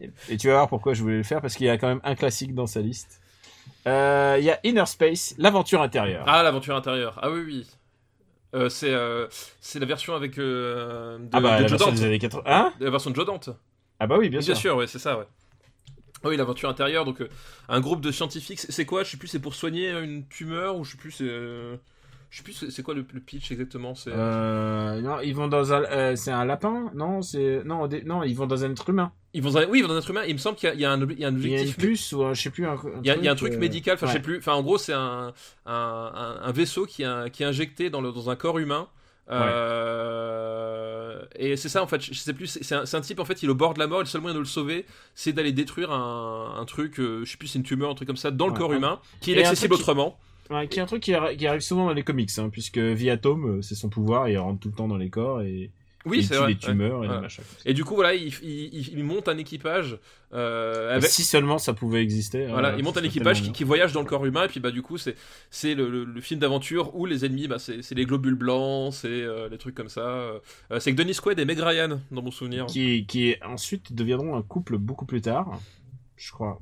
[SPEAKER 4] et, et tu vas voir pourquoi je voulais le faire, parce qu'il y a quand même un classique dans sa liste. Euh, Il y a Inner Space, l'aventure intérieure.
[SPEAKER 5] Ah, l'aventure intérieure. Ah oui, oui. Euh, c'est euh, c'est la version avec euh, de,
[SPEAKER 4] Ah bah,
[SPEAKER 5] de
[SPEAKER 4] la
[SPEAKER 5] Joe
[SPEAKER 4] version
[SPEAKER 5] Dante.
[SPEAKER 4] des années 80. Hein
[SPEAKER 5] La version de Joe Dante.
[SPEAKER 4] ah bah oui, bien,
[SPEAKER 5] Bien,
[SPEAKER 4] sûr.
[SPEAKER 5] sûr, ouais, c'est ça, ouais. Ah Oui, l'aventure intérieure, donc euh, un groupe de scientifiques, c'est c'est quoi Je sais plus, c'est pour soigner une tumeur ou je sais plus, c'est. euh, Je sais plus, c'est- c'est quoi le, le pitch exactement C'est
[SPEAKER 4] Euh, non, ils vont dans un, euh, c'est un lapin Non, c'est non, au dé- non, ils vont dans un être humain.
[SPEAKER 5] Ils vont dans, oui, ils vont dans un être humain. Il me semble qu'il y, a- il y a un obli- il y a un
[SPEAKER 4] Il y a une
[SPEAKER 5] objectif.
[SPEAKER 4] puce ou un- je sais plus. Un,
[SPEAKER 5] Il y, a, il y a un truc
[SPEAKER 4] euh,
[SPEAKER 5] médical, enfin je sais
[SPEAKER 4] ouais.
[SPEAKER 5] plus. Enfin en gros c'est un, un, un- un vaisseau qui, est- qui est injecté dans, le, dans un corps humain. Euh, Et c'est ça en fait, je je sais plus. C'est c'est un, c'est un type en fait, il est au bord de la mort. et Le seul moyen de le sauver, c'est d'aller détruire un, un truc, euh, je sais plus, c'est une tumeur, un truc comme ça, dans le
[SPEAKER 4] Ouais,
[SPEAKER 5] corps
[SPEAKER 4] un-
[SPEAKER 5] humain, qui
[SPEAKER 4] et
[SPEAKER 5] est
[SPEAKER 4] un
[SPEAKER 5] accessible
[SPEAKER 4] truc qui-
[SPEAKER 5] autrement.
[SPEAKER 4] Ouais, qui est un truc qui, arri- qui arrive souvent dans les comics, hein, puisque Viatome, euh, c'est son pouvoir, il rentre tout le temps dans les corps et
[SPEAKER 5] Oui,
[SPEAKER 4] il
[SPEAKER 5] c'est
[SPEAKER 4] tue
[SPEAKER 5] vrai.
[SPEAKER 4] les tumeurs et
[SPEAKER 5] ouais.
[SPEAKER 4] des machins comme ça.
[SPEAKER 5] Et du coup voilà, il, il- il- il monte un équipage euh, avec.
[SPEAKER 4] Si seulement ça pouvait exister.
[SPEAKER 5] Voilà,
[SPEAKER 4] euh,
[SPEAKER 5] il monte
[SPEAKER 4] ça
[SPEAKER 5] un
[SPEAKER 4] serait
[SPEAKER 5] équipage qui,
[SPEAKER 4] tellement
[SPEAKER 5] qui voyage dans le corps humain, et puis bah du coup c'est c'est le, le- le film d'aventure où les ennemis bah, c'est c'est les globules blancs, c'est euh, les trucs comme ça. euh. Euh, c'est que Dennis Quaid et Meg Ryan dans mon souvenir.
[SPEAKER 4] bien. qui, qui ensuite deviendront un couple beaucoup plus tard, je crois.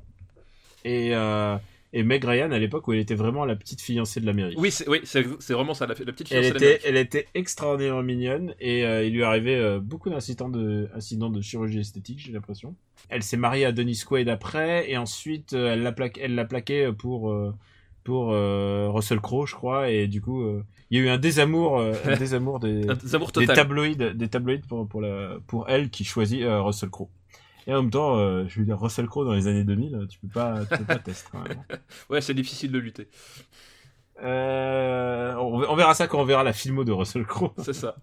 [SPEAKER 4] Et euh, et Meg Ryan à l'époque où elle était vraiment la petite fiancée de l'Amérique.
[SPEAKER 5] Oui, c'est oui, c'est c'est vraiment ça, la, la petite fille.
[SPEAKER 4] Elle était, elle était extraordinairement mignonne et euh, il lui arrivait euh, beaucoup d'incidents de, incidents de chirurgie esthétique, j'ai l'impression. Elle s'est mariée à Dennis Quaid après et ensuite euh, elle l'a plaqué, elle l'a plaqué pour euh, pour euh, Russell Crowe, je crois. Et du coup, euh, il y a eu un désamour, euh, un désamour des,
[SPEAKER 5] un amour
[SPEAKER 4] des
[SPEAKER 5] Ah, total.
[SPEAKER 4] tabloïds, des tabloïds pour pour la, pour elle qui choisit euh, Russell Crowe. Et en même temps, euh, je veux dire Russell Crowe dans les années 2000, tu peux pas, tu peux pas tester. hein.
[SPEAKER 5] Ouais, c'est difficile de lutter.
[SPEAKER 4] Euh, on on verra ça quand on verra la filmo de Russell Crowe.
[SPEAKER 5] C'est ça.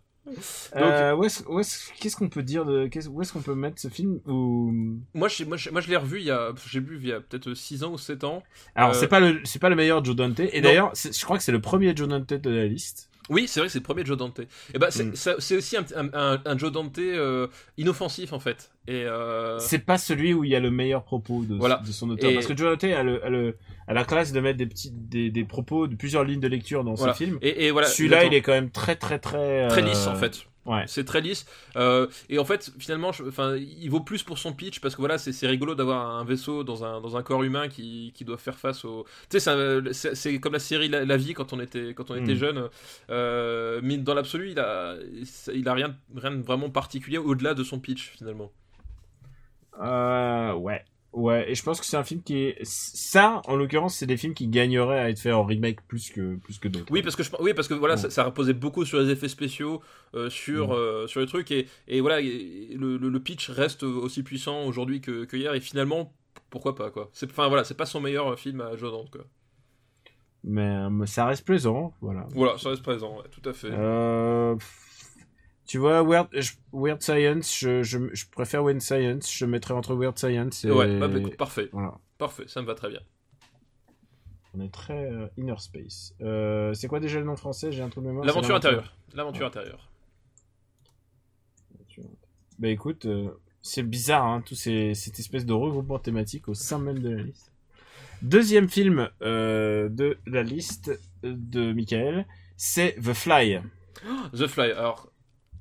[SPEAKER 4] Euh, où est-ce- où est-ce- qu'est-ce qu'on peut dire de qu'est-ce- où est-ce qu'on peut mettre ce film ou
[SPEAKER 5] Moi, je, moi, je, moi, je l'ai revu il y a, j'ai vu il y a peut-être 6 ans ou 7 ans.
[SPEAKER 4] alors
[SPEAKER 5] Euh,
[SPEAKER 4] c'est pas le c'est pas le meilleur Joe Dante et
[SPEAKER 5] Non.
[SPEAKER 4] d'ailleurs c'est- je crois que c'est le premier Joe Dante de la liste
[SPEAKER 5] Oui, c'est vrai que c'est le premier Joe Dante. Et bah, c'est
[SPEAKER 4] Mm.
[SPEAKER 5] ça- c'est aussi un, un, un- un Joe Dante euh, inoffensif en fait. Et euh,
[SPEAKER 4] c'est pas celui où il y a le meilleur propos de,
[SPEAKER 5] Voilà.
[SPEAKER 4] de son auteur
[SPEAKER 5] Et-
[SPEAKER 4] parce que Joe Dante a le, a le- a la classe de mettre des petits des, des propos de plusieurs lignes de lecture dans
[SPEAKER 5] Voilà.
[SPEAKER 4] ses films
[SPEAKER 5] et, et voilà.
[SPEAKER 4] celui-là
[SPEAKER 5] Nathan.
[SPEAKER 4] il est quand même très très très
[SPEAKER 5] Très
[SPEAKER 4] euh,
[SPEAKER 5] lisse en fait.
[SPEAKER 4] ouais
[SPEAKER 5] C'est très lisse. Euh, et en fait, finalement, je- enfin, il vaut plus pour son pitch parce que voilà, c'est c'est rigolo d'avoir un vaisseau dans un, dans un corps humain qui, qui doit faire face au. Tu sais, c'est un- c'est c'est comme la série La, La vie quand on était, quand on était
[SPEAKER 4] Mm.
[SPEAKER 5] jeune. Euh, mais dans l'absolu, il a, il a rien, rien de vraiment particulier au-delà de son pitch finalement.
[SPEAKER 4] Euh, ouais ouais et je pense que c'est un film qui est... ça en l'occurrence c'est des films qui gagneraient à être faits en remake plus que plus que d'autres
[SPEAKER 5] Oui, parce que, je, oui, parce que voilà,
[SPEAKER 4] Mm.
[SPEAKER 5] ça, ça reposait beaucoup sur les effets spéciaux, euh, sur,
[SPEAKER 4] Mm.
[SPEAKER 5] euh, sur les trucs. Et, et voilà, et le, le- le pitch reste aussi puissant aujourd'hui que, que hier. Et finalement, pourquoi pas quoi. C'est- Enfin voilà, c'est pas son meilleur film à Joe Dante quoi.
[SPEAKER 4] mais, euh, mais ça reste plaisant voilà
[SPEAKER 5] Voilà, ça reste présent, ouais, tout à fait.
[SPEAKER 4] Euh, tu vois, Weird, je- Weird Science, je, je, je préfère Weird Science, je mettrais entre Weird Science et.
[SPEAKER 5] Ouais, bah, bah, écoute, parfait,
[SPEAKER 4] Voilà.
[SPEAKER 5] parfait, ça me va très bien.
[SPEAKER 4] On est très euh, Inner Space. Euh, c'est quoi déjà le nom français J'ai un trou de mémoire. c'est
[SPEAKER 5] L'aventure intérieure. L'aventure intérieure.
[SPEAKER 4] Bah écoute, euh, c'est bizarre, hein, tout ces, cette espèce de regroupement thématique au sein même de la liste. Deuxième film euh, de la liste de Michael, c'est The Fly.
[SPEAKER 5] The Fly, alors.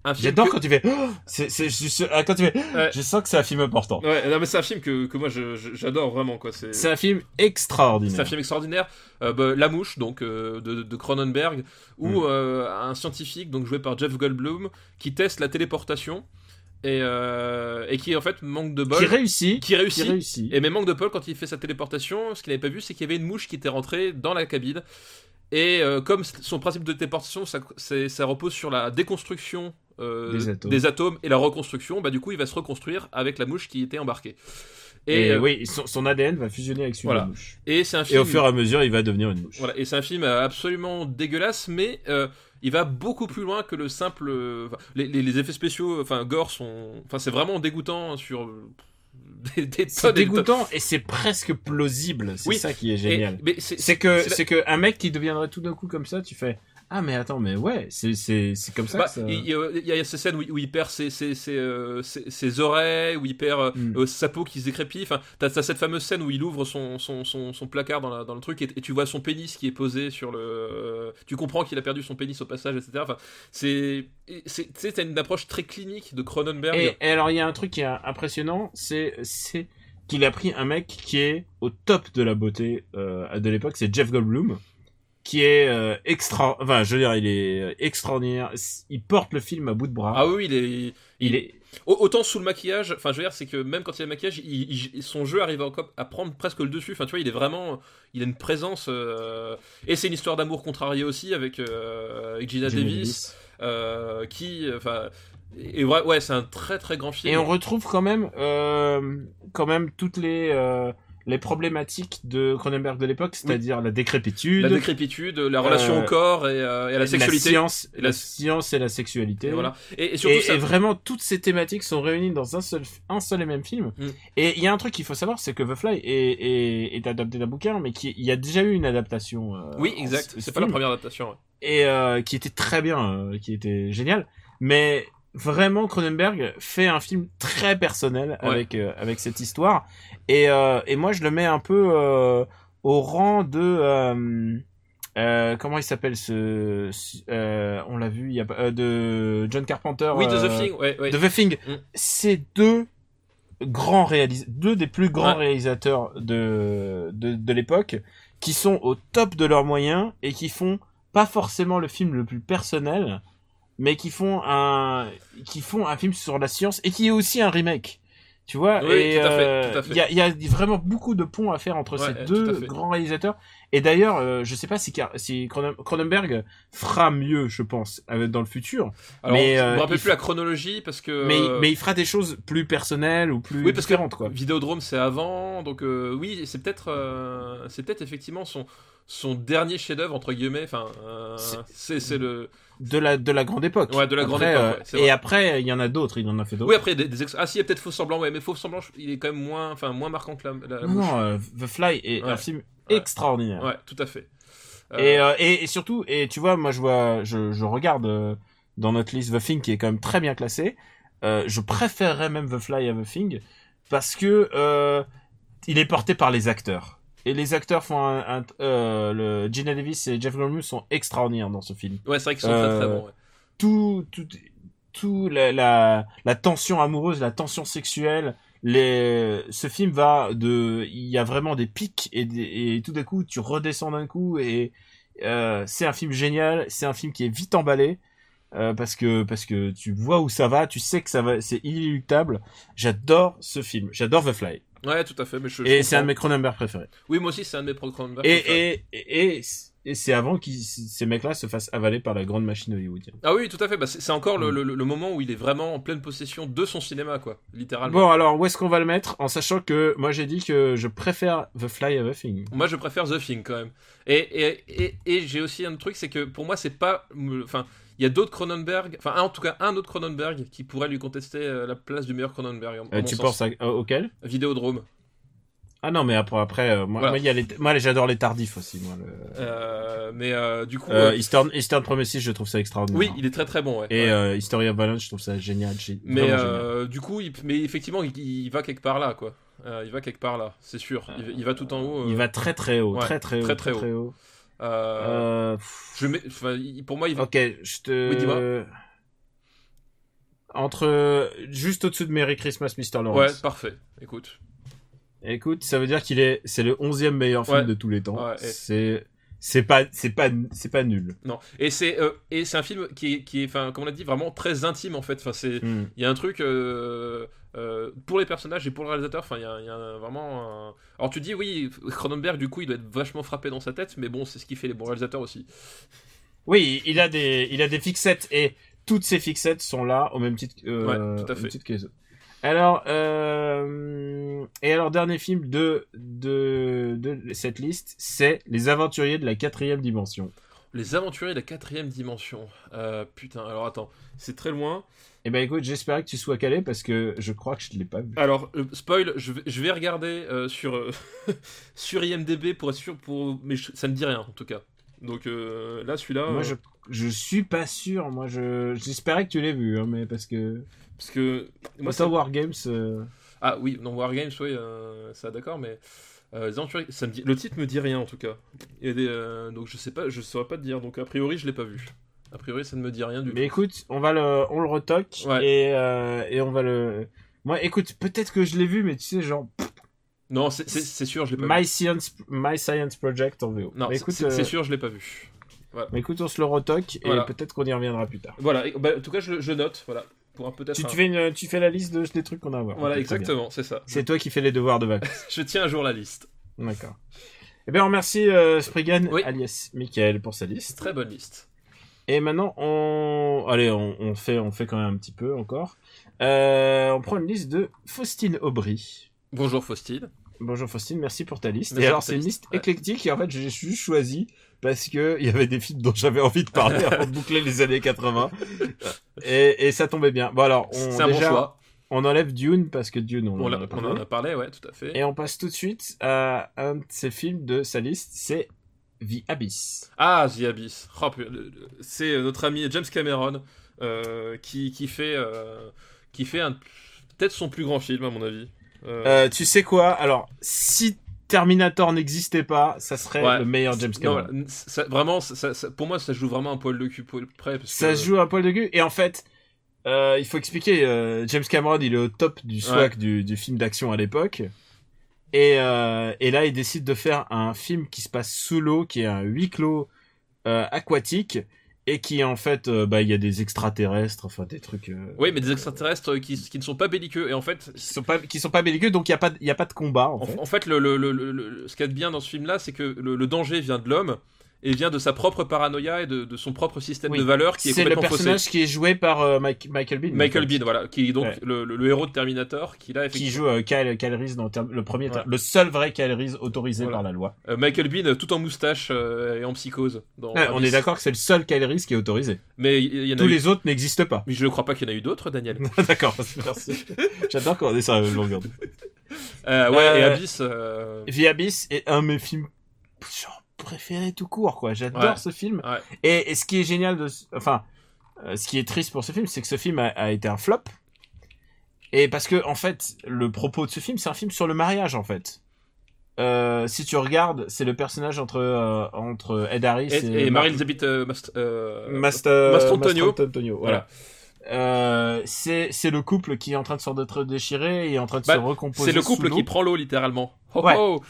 [SPEAKER 5] Un film
[SPEAKER 4] J'adore
[SPEAKER 5] que-
[SPEAKER 4] quand tu fais. Oh C'est- c'est- je- je- ah, quand tu fais.
[SPEAKER 5] Ouais.
[SPEAKER 4] Je sens que c'est un film important.
[SPEAKER 5] Ouais, non, mais c'est un film que, que moi je- je- j'adore vraiment, quoi. C'est
[SPEAKER 4] C'est un film
[SPEAKER 5] c'est un
[SPEAKER 4] extraordinaire.
[SPEAKER 5] film extraordinaire. Euh, bah, La Mouche, donc, euh, de, de Cronenberg, où
[SPEAKER 4] Mm.
[SPEAKER 5] euh, un scientifique, donc joué par Jeff Goldblum, qui teste la téléportation et, euh, et qui en fait manque de bol.
[SPEAKER 4] Qui réussit.
[SPEAKER 5] qui réussit.
[SPEAKER 4] Qui réussit.
[SPEAKER 5] Et mais manque de Paul quand il fait sa téléportation, ce qu'il n'avait pas vu, c'est qu'il y avait une mouche qui était rentrée dans la cabine. Et euh, comme c- son principe de téléportation, ça, c'est- ça repose sur la déconstruction euh,
[SPEAKER 4] Des atomes.
[SPEAKER 5] et la reconstruction, bah du coup il va se reconstruire avec la mouche qui était embarquée. Et,
[SPEAKER 4] Et,
[SPEAKER 5] euh,
[SPEAKER 4] oui, son, son ADN va fusionner avec celui
[SPEAKER 5] Voilà.
[SPEAKER 4] de la mouche.
[SPEAKER 5] et c'est un
[SPEAKER 4] Et
[SPEAKER 5] film.
[SPEAKER 4] au fur et à mesure, il va devenir une mouche.
[SPEAKER 5] voilà, et c'est un film euh, absolument dégueulasse, mais euh, il va beaucoup plus loin que le simple. euh, enfin, les, les- les effets spéciaux, enfin, gore sont. Enfin, c'est vraiment dégoûtant sur euh, des, des
[SPEAKER 4] C'est
[SPEAKER 5] tonnes et des tonnes.
[SPEAKER 4] dégoûtant et c'est presque plausible. C'est
[SPEAKER 5] Oui.
[SPEAKER 4] ça qui est
[SPEAKER 5] Et-
[SPEAKER 4] génial.
[SPEAKER 5] mais c'est-
[SPEAKER 4] C'est que
[SPEAKER 5] c'est la-
[SPEAKER 4] c'est que un mec qui deviendrait tout d'un coup comme ça, tu fais ah mais attends mais ouais c'est c'est c'est comme ça.
[SPEAKER 5] Bah,
[SPEAKER 4] que ça...
[SPEAKER 5] il, il y a- il y a ces scènes où, il- où il perd ses, ses, ses, euh, ses- ses oreilles, où il perd euh,
[SPEAKER 4] Mm.
[SPEAKER 5] euh, sa peau qui se décrépit. Enfin, t'as t'as cette fameuse scène où il ouvre son, son, son, son placard dans, la- dans le truc et, et tu vois son pénis qui est posé sur le. euh, tu comprends qu'il a perdu son pénis au passage, etc. Enfin, c'est. et c'est- Tu sais, t'as une approche très clinique de Cronenberg.
[SPEAKER 4] Et, et alors il y a un truc qui est impressionnant, c'est c'est qu'il a pris un mec qui est au top de la beauté euh, de l'époque, c'est Jeff Goldblum, qui est euh, extra, enfin je veux dire il est euh, extraordinaire, il porte le film à bout de bras,
[SPEAKER 5] Ah oui, il est.
[SPEAKER 4] il est
[SPEAKER 5] Au- Autant sous le maquillage, enfin je veux dire, c'est que même quand il y a le maquillage, il- il- son jeu arrive encore à prendre presque le dessus. Enfin tu vois, il est vraiment, il a une présence. euh, et c'est une histoire d'amour contrariée aussi avec, euh, avec Gina
[SPEAKER 4] Jimmy
[SPEAKER 5] Davis,
[SPEAKER 4] Davis.
[SPEAKER 5] euh, qui, enfin, et ouais, ouais, c'est un très très grand film.
[SPEAKER 4] Et on retrouve quand même euh, quand même toutes les euh, les problématiques de Cronenberg de l'époque, c'est-à-dire la décrépitude,
[SPEAKER 5] la décrépitude, la relation
[SPEAKER 4] Euh,
[SPEAKER 5] au corps et, euh, et à la sexualité.
[SPEAKER 4] science,
[SPEAKER 5] Et
[SPEAKER 4] la,
[SPEAKER 5] la-
[SPEAKER 4] science et la sexualité.
[SPEAKER 5] Et voilà. Et, et surtout
[SPEAKER 4] Et,
[SPEAKER 5] ça.
[SPEAKER 4] et vraiment, toutes ces thématiques sont réunies dans un seul, un seul et même film.
[SPEAKER 5] Mm.
[SPEAKER 4] Et il y a un truc qu'il faut savoir, c'est que The Fly est, est, est adapté d'un bouquin, mais qui- il y a déjà eu une adaptation. euh,
[SPEAKER 5] Oui,
[SPEAKER 4] en
[SPEAKER 5] exact.
[SPEAKER 4] ce-
[SPEAKER 5] C'est
[SPEAKER 4] ce
[SPEAKER 5] pas la
[SPEAKER 4] film,
[SPEAKER 5] première adaptation. ouais.
[SPEAKER 4] Et euh, qui était très bien, euh, qui était génial. Mais vraiment, Cronenberg fait un film très personnel
[SPEAKER 5] Ouais.
[SPEAKER 4] avec euh, avec cette histoire. Et euh, et moi, je le mets un peu euh, au rang de euh, euh, comment il s'appelle ce, ce- euh, on l'a vu il y a pas- euh, de John Carpenter
[SPEAKER 5] Oui, The
[SPEAKER 4] euh,
[SPEAKER 5] Thing. Ouais, ouais.
[SPEAKER 4] de The Thing.
[SPEAKER 5] Mm.
[SPEAKER 4] C'est deux grands réalis- deux des plus grands
[SPEAKER 5] Ouais.
[SPEAKER 4] réalisateurs de, de, de l'époque qui sont au top de leurs moyens et qui font pas forcément le film le plus personnel, mais qui font un, qui font un film sur la science et qui est aussi un remake. Tu vois,
[SPEAKER 5] Oui,
[SPEAKER 4] et
[SPEAKER 5] tout à fait,
[SPEAKER 4] euh,
[SPEAKER 5] tout à fait.
[SPEAKER 4] il y a- il y, a vraiment beaucoup de ponts à faire entre
[SPEAKER 5] Ouais,
[SPEAKER 4] ces
[SPEAKER 5] euh, tout à
[SPEAKER 4] deux
[SPEAKER 5] fait.
[SPEAKER 4] grands réalisateurs. Et d'ailleurs, euh, je sais pas si, Car- si Cronen- Cronenberg fera mieux, je pense, avec- dans le futur.
[SPEAKER 5] Alors,
[SPEAKER 4] mais,
[SPEAKER 5] je me
[SPEAKER 4] euh,
[SPEAKER 5] rappelle
[SPEAKER 4] il
[SPEAKER 5] plus
[SPEAKER 4] faut-
[SPEAKER 5] la chronologie parce que.
[SPEAKER 4] Mais,
[SPEAKER 5] euh,
[SPEAKER 4] mais il fera des choses plus personnelles ou plus
[SPEAKER 5] Oui, parce que-
[SPEAKER 4] différentes, quoi.
[SPEAKER 5] Vidéodrome, c'est avant, donc euh, oui, c'est peut-être, euh, c'est peut-être effectivement son son dernier chef-d'œuvre entre guillemets. Enfin, euh,
[SPEAKER 4] C'est-
[SPEAKER 5] c'est c'est le.
[SPEAKER 4] De la, de la grande époque.
[SPEAKER 5] Ouais, de la grande
[SPEAKER 4] Après, euh,
[SPEAKER 5] époque, ouais, c'est vrai.
[SPEAKER 4] et après, il y en a d'autres, il en a fait
[SPEAKER 5] Oui,
[SPEAKER 4] d'autres.
[SPEAKER 5] après des, des ex- Ah si, il y a peut-être faux semblant. Ouais, mais faux semblant, je- il est quand même moins, enfin moins marquant que la. la-
[SPEAKER 4] non,
[SPEAKER 5] la mouche.
[SPEAKER 4] non, euh, The Fly est
[SPEAKER 5] Ouais.
[SPEAKER 4] un film
[SPEAKER 5] Ouais.
[SPEAKER 4] extraordinaire.
[SPEAKER 5] Ouais, tout à fait. Euh,
[SPEAKER 4] Et, euh, et, et surtout, et tu vois, moi je vois, je, je regarde euh, dans notre liste The Thing qui est quand même très bien classé. Euh, je préférerais même The Fly à The Thing parce que euh, il est porté par les acteurs. Et les acteurs font un, un- euh, le Gina Davis et Jeff Goldblum sont extraordinaires dans ce film.
[SPEAKER 5] Ouais, c'est vrai qu'ils sont très
[SPEAKER 4] euh,
[SPEAKER 5] très bons. ouais.
[SPEAKER 4] tout, tout, tout la, la, la tension amoureuse, la tension sexuelle. Les, ce film va de, il y a vraiment des pics et, des- et tout d'un coup tu redescends d'un coup et euh, c'est un film génial, c'est un film qui est vite emballé euh, parce que parce que tu vois où ça va, tu sais que ça va, c'est inéluctable. J'adore ce film, j'adore The Fly
[SPEAKER 5] Ouais, tout à fait. Mais je, je
[SPEAKER 4] et c'est un de
[SPEAKER 5] comprends.
[SPEAKER 4] mes Cronenberg préférés.
[SPEAKER 5] Oui, moi aussi, c'est un de mes programmes.
[SPEAKER 4] Et et et, et, et c'est avant que ces mecs-là se fassent avaler par la grande machine hollywoodienne.
[SPEAKER 5] Ah oui, tout à fait. Bah, c'est c'est encore
[SPEAKER 4] Mm.
[SPEAKER 5] le, le- le moment où il est vraiment en pleine possession de son cinéma, quoi, littéralement.
[SPEAKER 4] Bon, alors où est-ce qu'on va le mettre En sachant que moi j'ai dit que je préfère The Fly à The Thing. Euh,
[SPEAKER 5] Moi, je préfère The Thing quand même. Et, et, et, et j'ai aussi un autre truc, c'est que pour moi, c'est pas. Enfin, il y a d'autres Cronenberg. Enfin, un- en tout cas, un autre Cronenberg qui pourrait lui contester euh, la place du meilleur Cronenberg. en- en
[SPEAKER 4] Euh,
[SPEAKER 5] mon
[SPEAKER 4] tu
[SPEAKER 5] sens.
[SPEAKER 4] penses à, à- auquel
[SPEAKER 5] Vidéodrome.
[SPEAKER 4] Ah non, mais après, après euh, moi,
[SPEAKER 5] Voilà.
[SPEAKER 4] moi, il y a les- moi, j'adore les tardifs aussi. Moi, le...
[SPEAKER 5] Euh, mais euh, du coup.
[SPEAKER 4] euh,
[SPEAKER 5] euh,
[SPEAKER 4] Eastern, Eastern Promises, je trouve ça extraordinaire.
[SPEAKER 5] oui, il est très très bon. Ouais.
[SPEAKER 4] Et
[SPEAKER 5] Ouais.
[SPEAKER 4] euh, History of Violence, je trouve ça génial. gé-
[SPEAKER 5] mais
[SPEAKER 4] vraiment génial.
[SPEAKER 5] euh, du coup, il- mais effectivement, il, il va quelque part là, quoi. Euh, il va quelque part là, c'est sûr. Il, va- il va tout en haut. euh,
[SPEAKER 4] il va très très haut,
[SPEAKER 5] ouais,
[SPEAKER 4] très très haut,
[SPEAKER 5] très,
[SPEAKER 4] très
[SPEAKER 5] très
[SPEAKER 4] très, haut.
[SPEAKER 5] haut. euh,
[SPEAKER 4] Euh, pff,
[SPEAKER 5] je mets- enfin, il- pour moi, il va.
[SPEAKER 4] Ok, je te.
[SPEAKER 5] Oui,
[SPEAKER 4] Entre juste au-dessous de Merry Christmas, Mr.
[SPEAKER 5] Ouais,
[SPEAKER 4] Lawrence.
[SPEAKER 5] parfait. Écoute.
[SPEAKER 4] Écoute, ça veut dire qu'il est, c'est le onzième meilleur film
[SPEAKER 5] Ouais.
[SPEAKER 4] de tous les temps.
[SPEAKER 5] Ouais, et-
[SPEAKER 4] C'est, c'est pas, c'est pas, c'est pas nul.
[SPEAKER 5] Non. Et c'est euh, et c'est un film qui est, qui est enfin, comme on l'a dit, vraiment très intime en fait. Enfin, c'est
[SPEAKER 4] Hmm.
[SPEAKER 5] il y a un truc euh, euh, pour les personnages et pour le réalisateur. Enfin, il y a, il y a un- vraiment. un- Alors tu dis oui, Cronenberg du coup il doit être vachement frappé dans sa tête, mais bon, c'est ce qui fait les bons réalisateurs aussi.
[SPEAKER 4] Oui, il a des, il a des fixettes et toutes ces fixettes sont là au même titre, que- euh,
[SPEAKER 5] Ouais, tout
[SPEAKER 4] au
[SPEAKER 5] à
[SPEAKER 4] même
[SPEAKER 5] fait.
[SPEAKER 4] titre que les autres. Alors, euh, et alors dernier film de de de cette liste, c'est Les Aventuriers de la quatrième dimension.
[SPEAKER 5] Les aventuriers de la quatrième dimension. Euh, putain, alors attends, c'est très loin.
[SPEAKER 4] Eh ben écoute, j'espérais que tu sois calé parce que je crois que je ne l'ai pas vu.
[SPEAKER 5] Alors, euh, spoil, je vais, je vais regarder euh, sur, euh, sur IMDB pour être sûr, pour... mais je- ça ne dit rien en tout cas. Donc euh, là, celui-là,
[SPEAKER 4] Moi,
[SPEAKER 5] euh,
[SPEAKER 4] je, je suis pas sûr. Moi, je j'espérais que tu l'aies vu, hein, mais parce que
[SPEAKER 5] parce que.
[SPEAKER 4] moi,
[SPEAKER 5] ça-
[SPEAKER 4] ça War Games. euh,
[SPEAKER 5] Ah oui, non, Wargames, oui, euh, ça d'accord, mais. euh, les aventuriers, ça me dit... le titre me dit rien en tout cas. Il y a des, euh, donc je sais pas, je saurais pas te dire, donc a priori, je l'ai pas vu. A priori, ça ne me dit rien du tout.
[SPEAKER 4] Mais écoute, on va le, on le retoque
[SPEAKER 5] Ouais.
[SPEAKER 4] et euh, et on va le. Moi, écoute, peut-être que je l'ai vu, mais tu sais, genre
[SPEAKER 5] Non, c'est- c'est c'est sûr, je l'ai pas vu.
[SPEAKER 4] My Science, My Science Project en VO.
[SPEAKER 5] Non,
[SPEAKER 4] mais
[SPEAKER 5] c'est-
[SPEAKER 4] écoute,
[SPEAKER 5] c'est c'est
[SPEAKER 4] euh,
[SPEAKER 5] sûr, je l'ai pas vu.
[SPEAKER 4] mais écoute, on se le retoque
[SPEAKER 5] Voilà.
[SPEAKER 4] et peut-être qu'on y reviendra plus tard.
[SPEAKER 5] Voilà, et- bah, en tout cas, je, je note, voilà, pour un peut-être.
[SPEAKER 4] Tu,
[SPEAKER 5] un-
[SPEAKER 4] tu fais une, tu fais la liste de, des trucs qu'on a à voir.
[SPEAKER 5] Voilà,
[SPEAKER 4] Ok, très bien.
[SPEAKER 5] exactement, c'est ça.
[SPEAKER 4] C'est toi qui fais les devoirs de vacances.
[SPEAKER 5] Je tiens à jour la liste.
[SPEAKER 4] D'accord. Eh bien, on remercie euh, Spriggan,
[SPEAKER 5] Oui.
[SPEAKER 4] alias Michael, pour sa liste.
[SPEAKER 5] Très bonne liste.
[SPEAKER 4] Et maintenant, on, allez, on, on fait, on fait quand même un petit peu encore. Euh, on prend une liste de Faustine Aubry.
[SPEAKER 5] Bonjour Faustine.
[SPEAKER 4] Bonjour Faustine, merci pour ta liste.
[SPEAKER 5] Merci
[SPEAKER 4] et
[SPEAKER 5] pour
[SPEAKER 4] alors,
[SPEAKER 5] ta
[SPEAKER 4] c'est une
[SPEAKER 5] liste,
[SPEAKER 4] liste
[SPEAKER 5] ouais.
[SPEAKER 4] éclectique et en fait, j'ai juste choisi parce que il y avait des films dont j'avais envie de parler avant de boucler les années 80. Et, et ça tombait bien. Bon alors, on,
[SPEAKER 5] C'est un bon
[SPEAKER 4] déjà,
[SPEAKER 5] choix.
[SPEAKER 4] on enlève Dune parce que Dune, on,
[SPEAKER 5] On,
[SPEAKER 4] en
[SPEAKER 5] l'a-
[SPEAKER 4] a
[SPEAKER 5] on
[SPEAKER 4] parlé.
[SPEAKER 5] en a parlé, ouais, tout à fait.
[SPEAKER 4] Et on passe tout de suite à un de ses films de sa liste, c'est The Abyss.
[SPEAKER 5] Ah, The Abyss. Oh, pu- le- le- C'est euh, notre ami James Cameron euh, qui, qui fait, euh, qui fait un- peut-être son plus grand film, à mon avis. Euh,
[SPEAKER 4] Euh, tu sais quoi Alors, si Terminator n'existait pas, ça serait
[SPEAKER 5] Ouais.
[SPEAKER 4] le meilleur Euh, James
[SPEAKER 5] non,
[SPEAKER 4] Cameron.
[SPEAKER 5] voilà, n- ça- vraiment, ça- ça- ça- pour moi, ça joue vraiment un poil de cul poil près. Parce
[SPEAKER 4] Ça
[SPEAKER 5] que-
[SPEAKER 4] se joue à poil de cul. Et en fait, euh, il faut expliquer, euh, James Cameron, il est au top du swag du, du film d'action à l'époque. Et, euh, et là, il décide de faire un film qui se passe sous l'eau, qui est un huis clos euh, aquatique, et qui en fait, euh, bah, il y a des extraterrestres, enfin des trucs... euh,
[SPEAKER 5] Oui, mais des extraterrestres qui, qui ne sont pas belliqueux. Et en fait,
[SPEAKER 4] qui sont pas qui sont pas belliqueux donc il y a pas de- il y a pas de combat en
[SPEAKER 5] En,
[SPEAKER 4] fait.
[SPEAKER 5] en fait, le, le- le- le- le- ce qu'il y a de bien dans ce film-là, c'est que le, le danger vient de l'homme et vient de sa propre paranoïa et de, de son propre système
[SPEAKER 4] Oui.
[SPEAKER 5] de valeurs qui est,
[SPEAKER 4] C'est le
[SPEAKER 5] complètement
[SPEAKER 4] personnage
[SPEAKER 5] faussé.
[SPEAKER 4] qui est joué par euh, Mike- Michael Bean.
[SPEAKER 5] Michael
[SPEAKER 4] en fait,
[SPEAKER 5] Bean, voilà, qui est donc
[SPEAKER 4] Ouais.
[SPEAKER 5] le, le- le héros de Terminator, qui là,
[SPEAKER 4] qui
[SPEAKER 5] effectivement-
[SPEAKER 4] joue euh, Kyle, Kyle Reese dans Term- le premier Term-
[SPEAKER 5] Voilà.
[SPEAKER 4] le seul vrai Kyle Reese autorisé
[SPEAKER 5] Voilà.
[SPEAKER 4] par la loi.
[SPEAKER 5] euh, Michael Bean euh, tout en moustache euh, et en psychose. dans
[SPEAKER 4] Ouais, Eh, on
[SPEAKER 5] Abyss.
[SPEAKER 4] est d'accord que c'est le seul Kyle Reese qui est autorisé.
[SPEAKER 5] Mais il il y, en a
[SPEAKER 4] Tous
[SPEAKER 5] eu-
[SPEAKER 4] les Mm. autres n'existent pas.
[SPEAKER 5] Mais je ne crois pas qu'il y en a eu d'autres, Daniel.
[SPEAKER 4] d'accord, merci. J'adore quand on est sur la même longueur. d'onde.
[SPEAKER 5] Euh, ouais,
[SPEAKER 4] Euh,
[SPEAKER 5] et Abyss. euh,
[SPEAKER 4] The Abyss est un de mes films genre, préférés tout court quoi. J'adore
[SPEAKER 5] Ouais.
[SPEAKER 4] ce film.
[SPEAKER 5] Ouais.
[SPEAKER 4] Et, et ce qui est génial de ce- enfin euh, ce qui est triste pour ce film, c'est que ce film a, a été un flop. Et parce que en fait, le propos de ce film, c'est un film sur le mariage en fait. Euh, si tu regardes, c'est le personnage entre euh, entre Ed Harris
[SPEAKER 5] Et,
[SPEAKER 4] et,
[SPEAKER 5] et Marie Elizabeth euh, Mast- euh,
[SPEAKER 4] Master
[SPEAKER 5] Mastrantonio.
[SPEAKER 4] Mastrantonio, voilà. Euh, c'est c'est le couple qui est en train de se re- déchirer et en train de
[SPEAKER 5] Bah,
[SPEAKER 4] se recomposer.
[SPEAKER 5] C'est le
[SPEAKER 4] sous
[SPEAKER 5] couple
[SPEAKER 4] l'eau.
[SPEAKER 5] qui prend l'eau littéralement. Oh,
[SPEAKER 4] Ouais.
[SPEAKER 5] oh.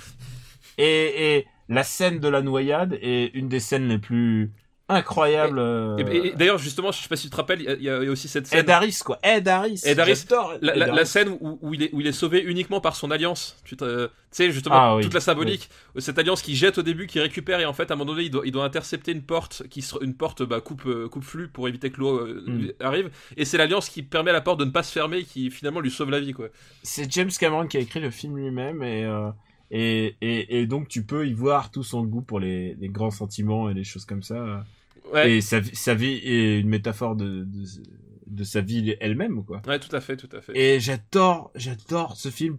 [SPEAKER 4] Et, et la scène de la noyade est une des scènes les plus incroyables.
[SPEAKER 5] Et-
[SPEAKER 4] euh,
[SPEAKER 5] et- et D'ailleurs, justement, je sais pas si tu te rappelles, il y a- il y, a aussi cette scène.
[SPEAKER 4] Ed Harris, quoi. Ed Harris.
[SPEAKER 5] Ed Harris.
[SPEAKER 4] J'adore
[SPEAKER 5] La,
[SPEAKER 4] Ed
[SPEAKER 5] la- la
[SPEAKER 4] Harris.
[SPEAKER 5] scène où, où il est, où il est sauvé uniquement par son alliance, tu te- tu sais justement
[SPEAKER 4] Ah oui,
[SPEAKER 5] toute la symbolique, euh, cette alliance qui jette au début, qui récupère et en fait à un moment donné il doit, il doit intercepter une porte qui se- une porte bah, coupe euh, coupe flux pour éviter que l'eau euh,
[SPEAKER 4] Mm.
[SPEAKER 5] arrive et c'est l'alliance qui permet à la porte de ne pas se fermer et qui finalement lui sauve la vie quoi.
[SPEAKER 4] C'est James Cameron qui a écrit le film lui-même et, euh, et, et, et donc tu peux y voir tout son goût pour les, les grands sentiments et les choses comme ça.
[SPEAKER 5] Ouais,
[SPEAKER 4] Et sa, vie- sa vie est une métaphore de, de, de sa vie elle-même, quoi.
[SPEAKER 5] ouais tout à fait tout à fait.
[SPEAKER 4] Et j'adore, j'adore ce film.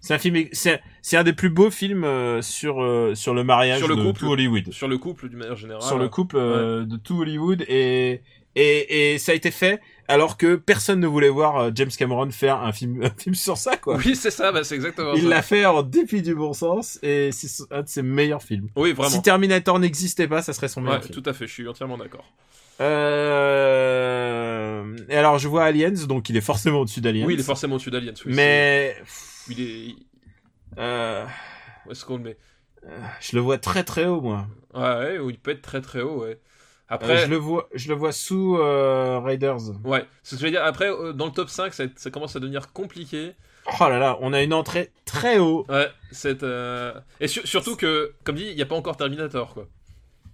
[SPEAKER 4] C'est un film, c'est c'est un des plus beaux films euh, sur euh, sur le mariage
[SPEAKER 5] Sur le
[SPEAKER 4] de
[SPEAKER 5] couple.
[SPEAKER 4] tout Hollywood,
[SPEAKER 5] Sur le couple d'une manière générale.
[SPEAKER 4] sur le couple euh, de tout Hollywood et et et ça a été fait alors que personne ne voulait voir euh, James Cameron faire un film un film sur ça quoi.
[SPEAKER 5] Oui c'est ça, bah, c'est exactement
[SPEAKER 4] Il
[SPEAKER 5] ça.
[SPEAKER 4] l'a fait en dépit du bon sens et c'est un de ses meilleurs films.
[SPEAKER 5] Oui
[SPEAKER 4] Si
[SPEAKER 5] vraiment.
[SPEAKER 4] Terminator n'existait pas, ça serait son meilleur
[SPEAKER 5] Ouais,
[SPEAKER 4] film.
[SPEAKER 5] tout à fait, je suis entièrement d'accord.
[SPEAKER 4] Euh... Et alors je vois Aliens, donc il est forcément au-dessus d'Aliens.
[SPEAKER 5] Oui, il est forcément au-dessus d'Aliens. oui,
[SPEAKER 4] Mais
[SPEAKER 5] c'est- il est.
[SPEAKER 4] euh...
[SPEAKER 5] Où est-ce qu'on le met
[SPEAKER 4] Je le vois très très haut, moi.
[SPEAKER 5] Ouais, ouais, ou il peut être très très haut, ouais.
[SPEAKER 4] Euh,
[SPEAKER 5] Après,
[SPEAKER 4] je, le vois, je le vois sous euh, Raiders.
[SPEAKER 5] ouais, c'est ce que je veux dire. Après, euh, dans le top 5, ça, ça commence à devenir compliqué.
[SPEAKER 4] Oh là là, on a une entrée très haut.
[SPEAKER 5] Ouais, c'est. euh, Et sur- surtout que, comme dit, il n'y a pas encore Terminator, quoi.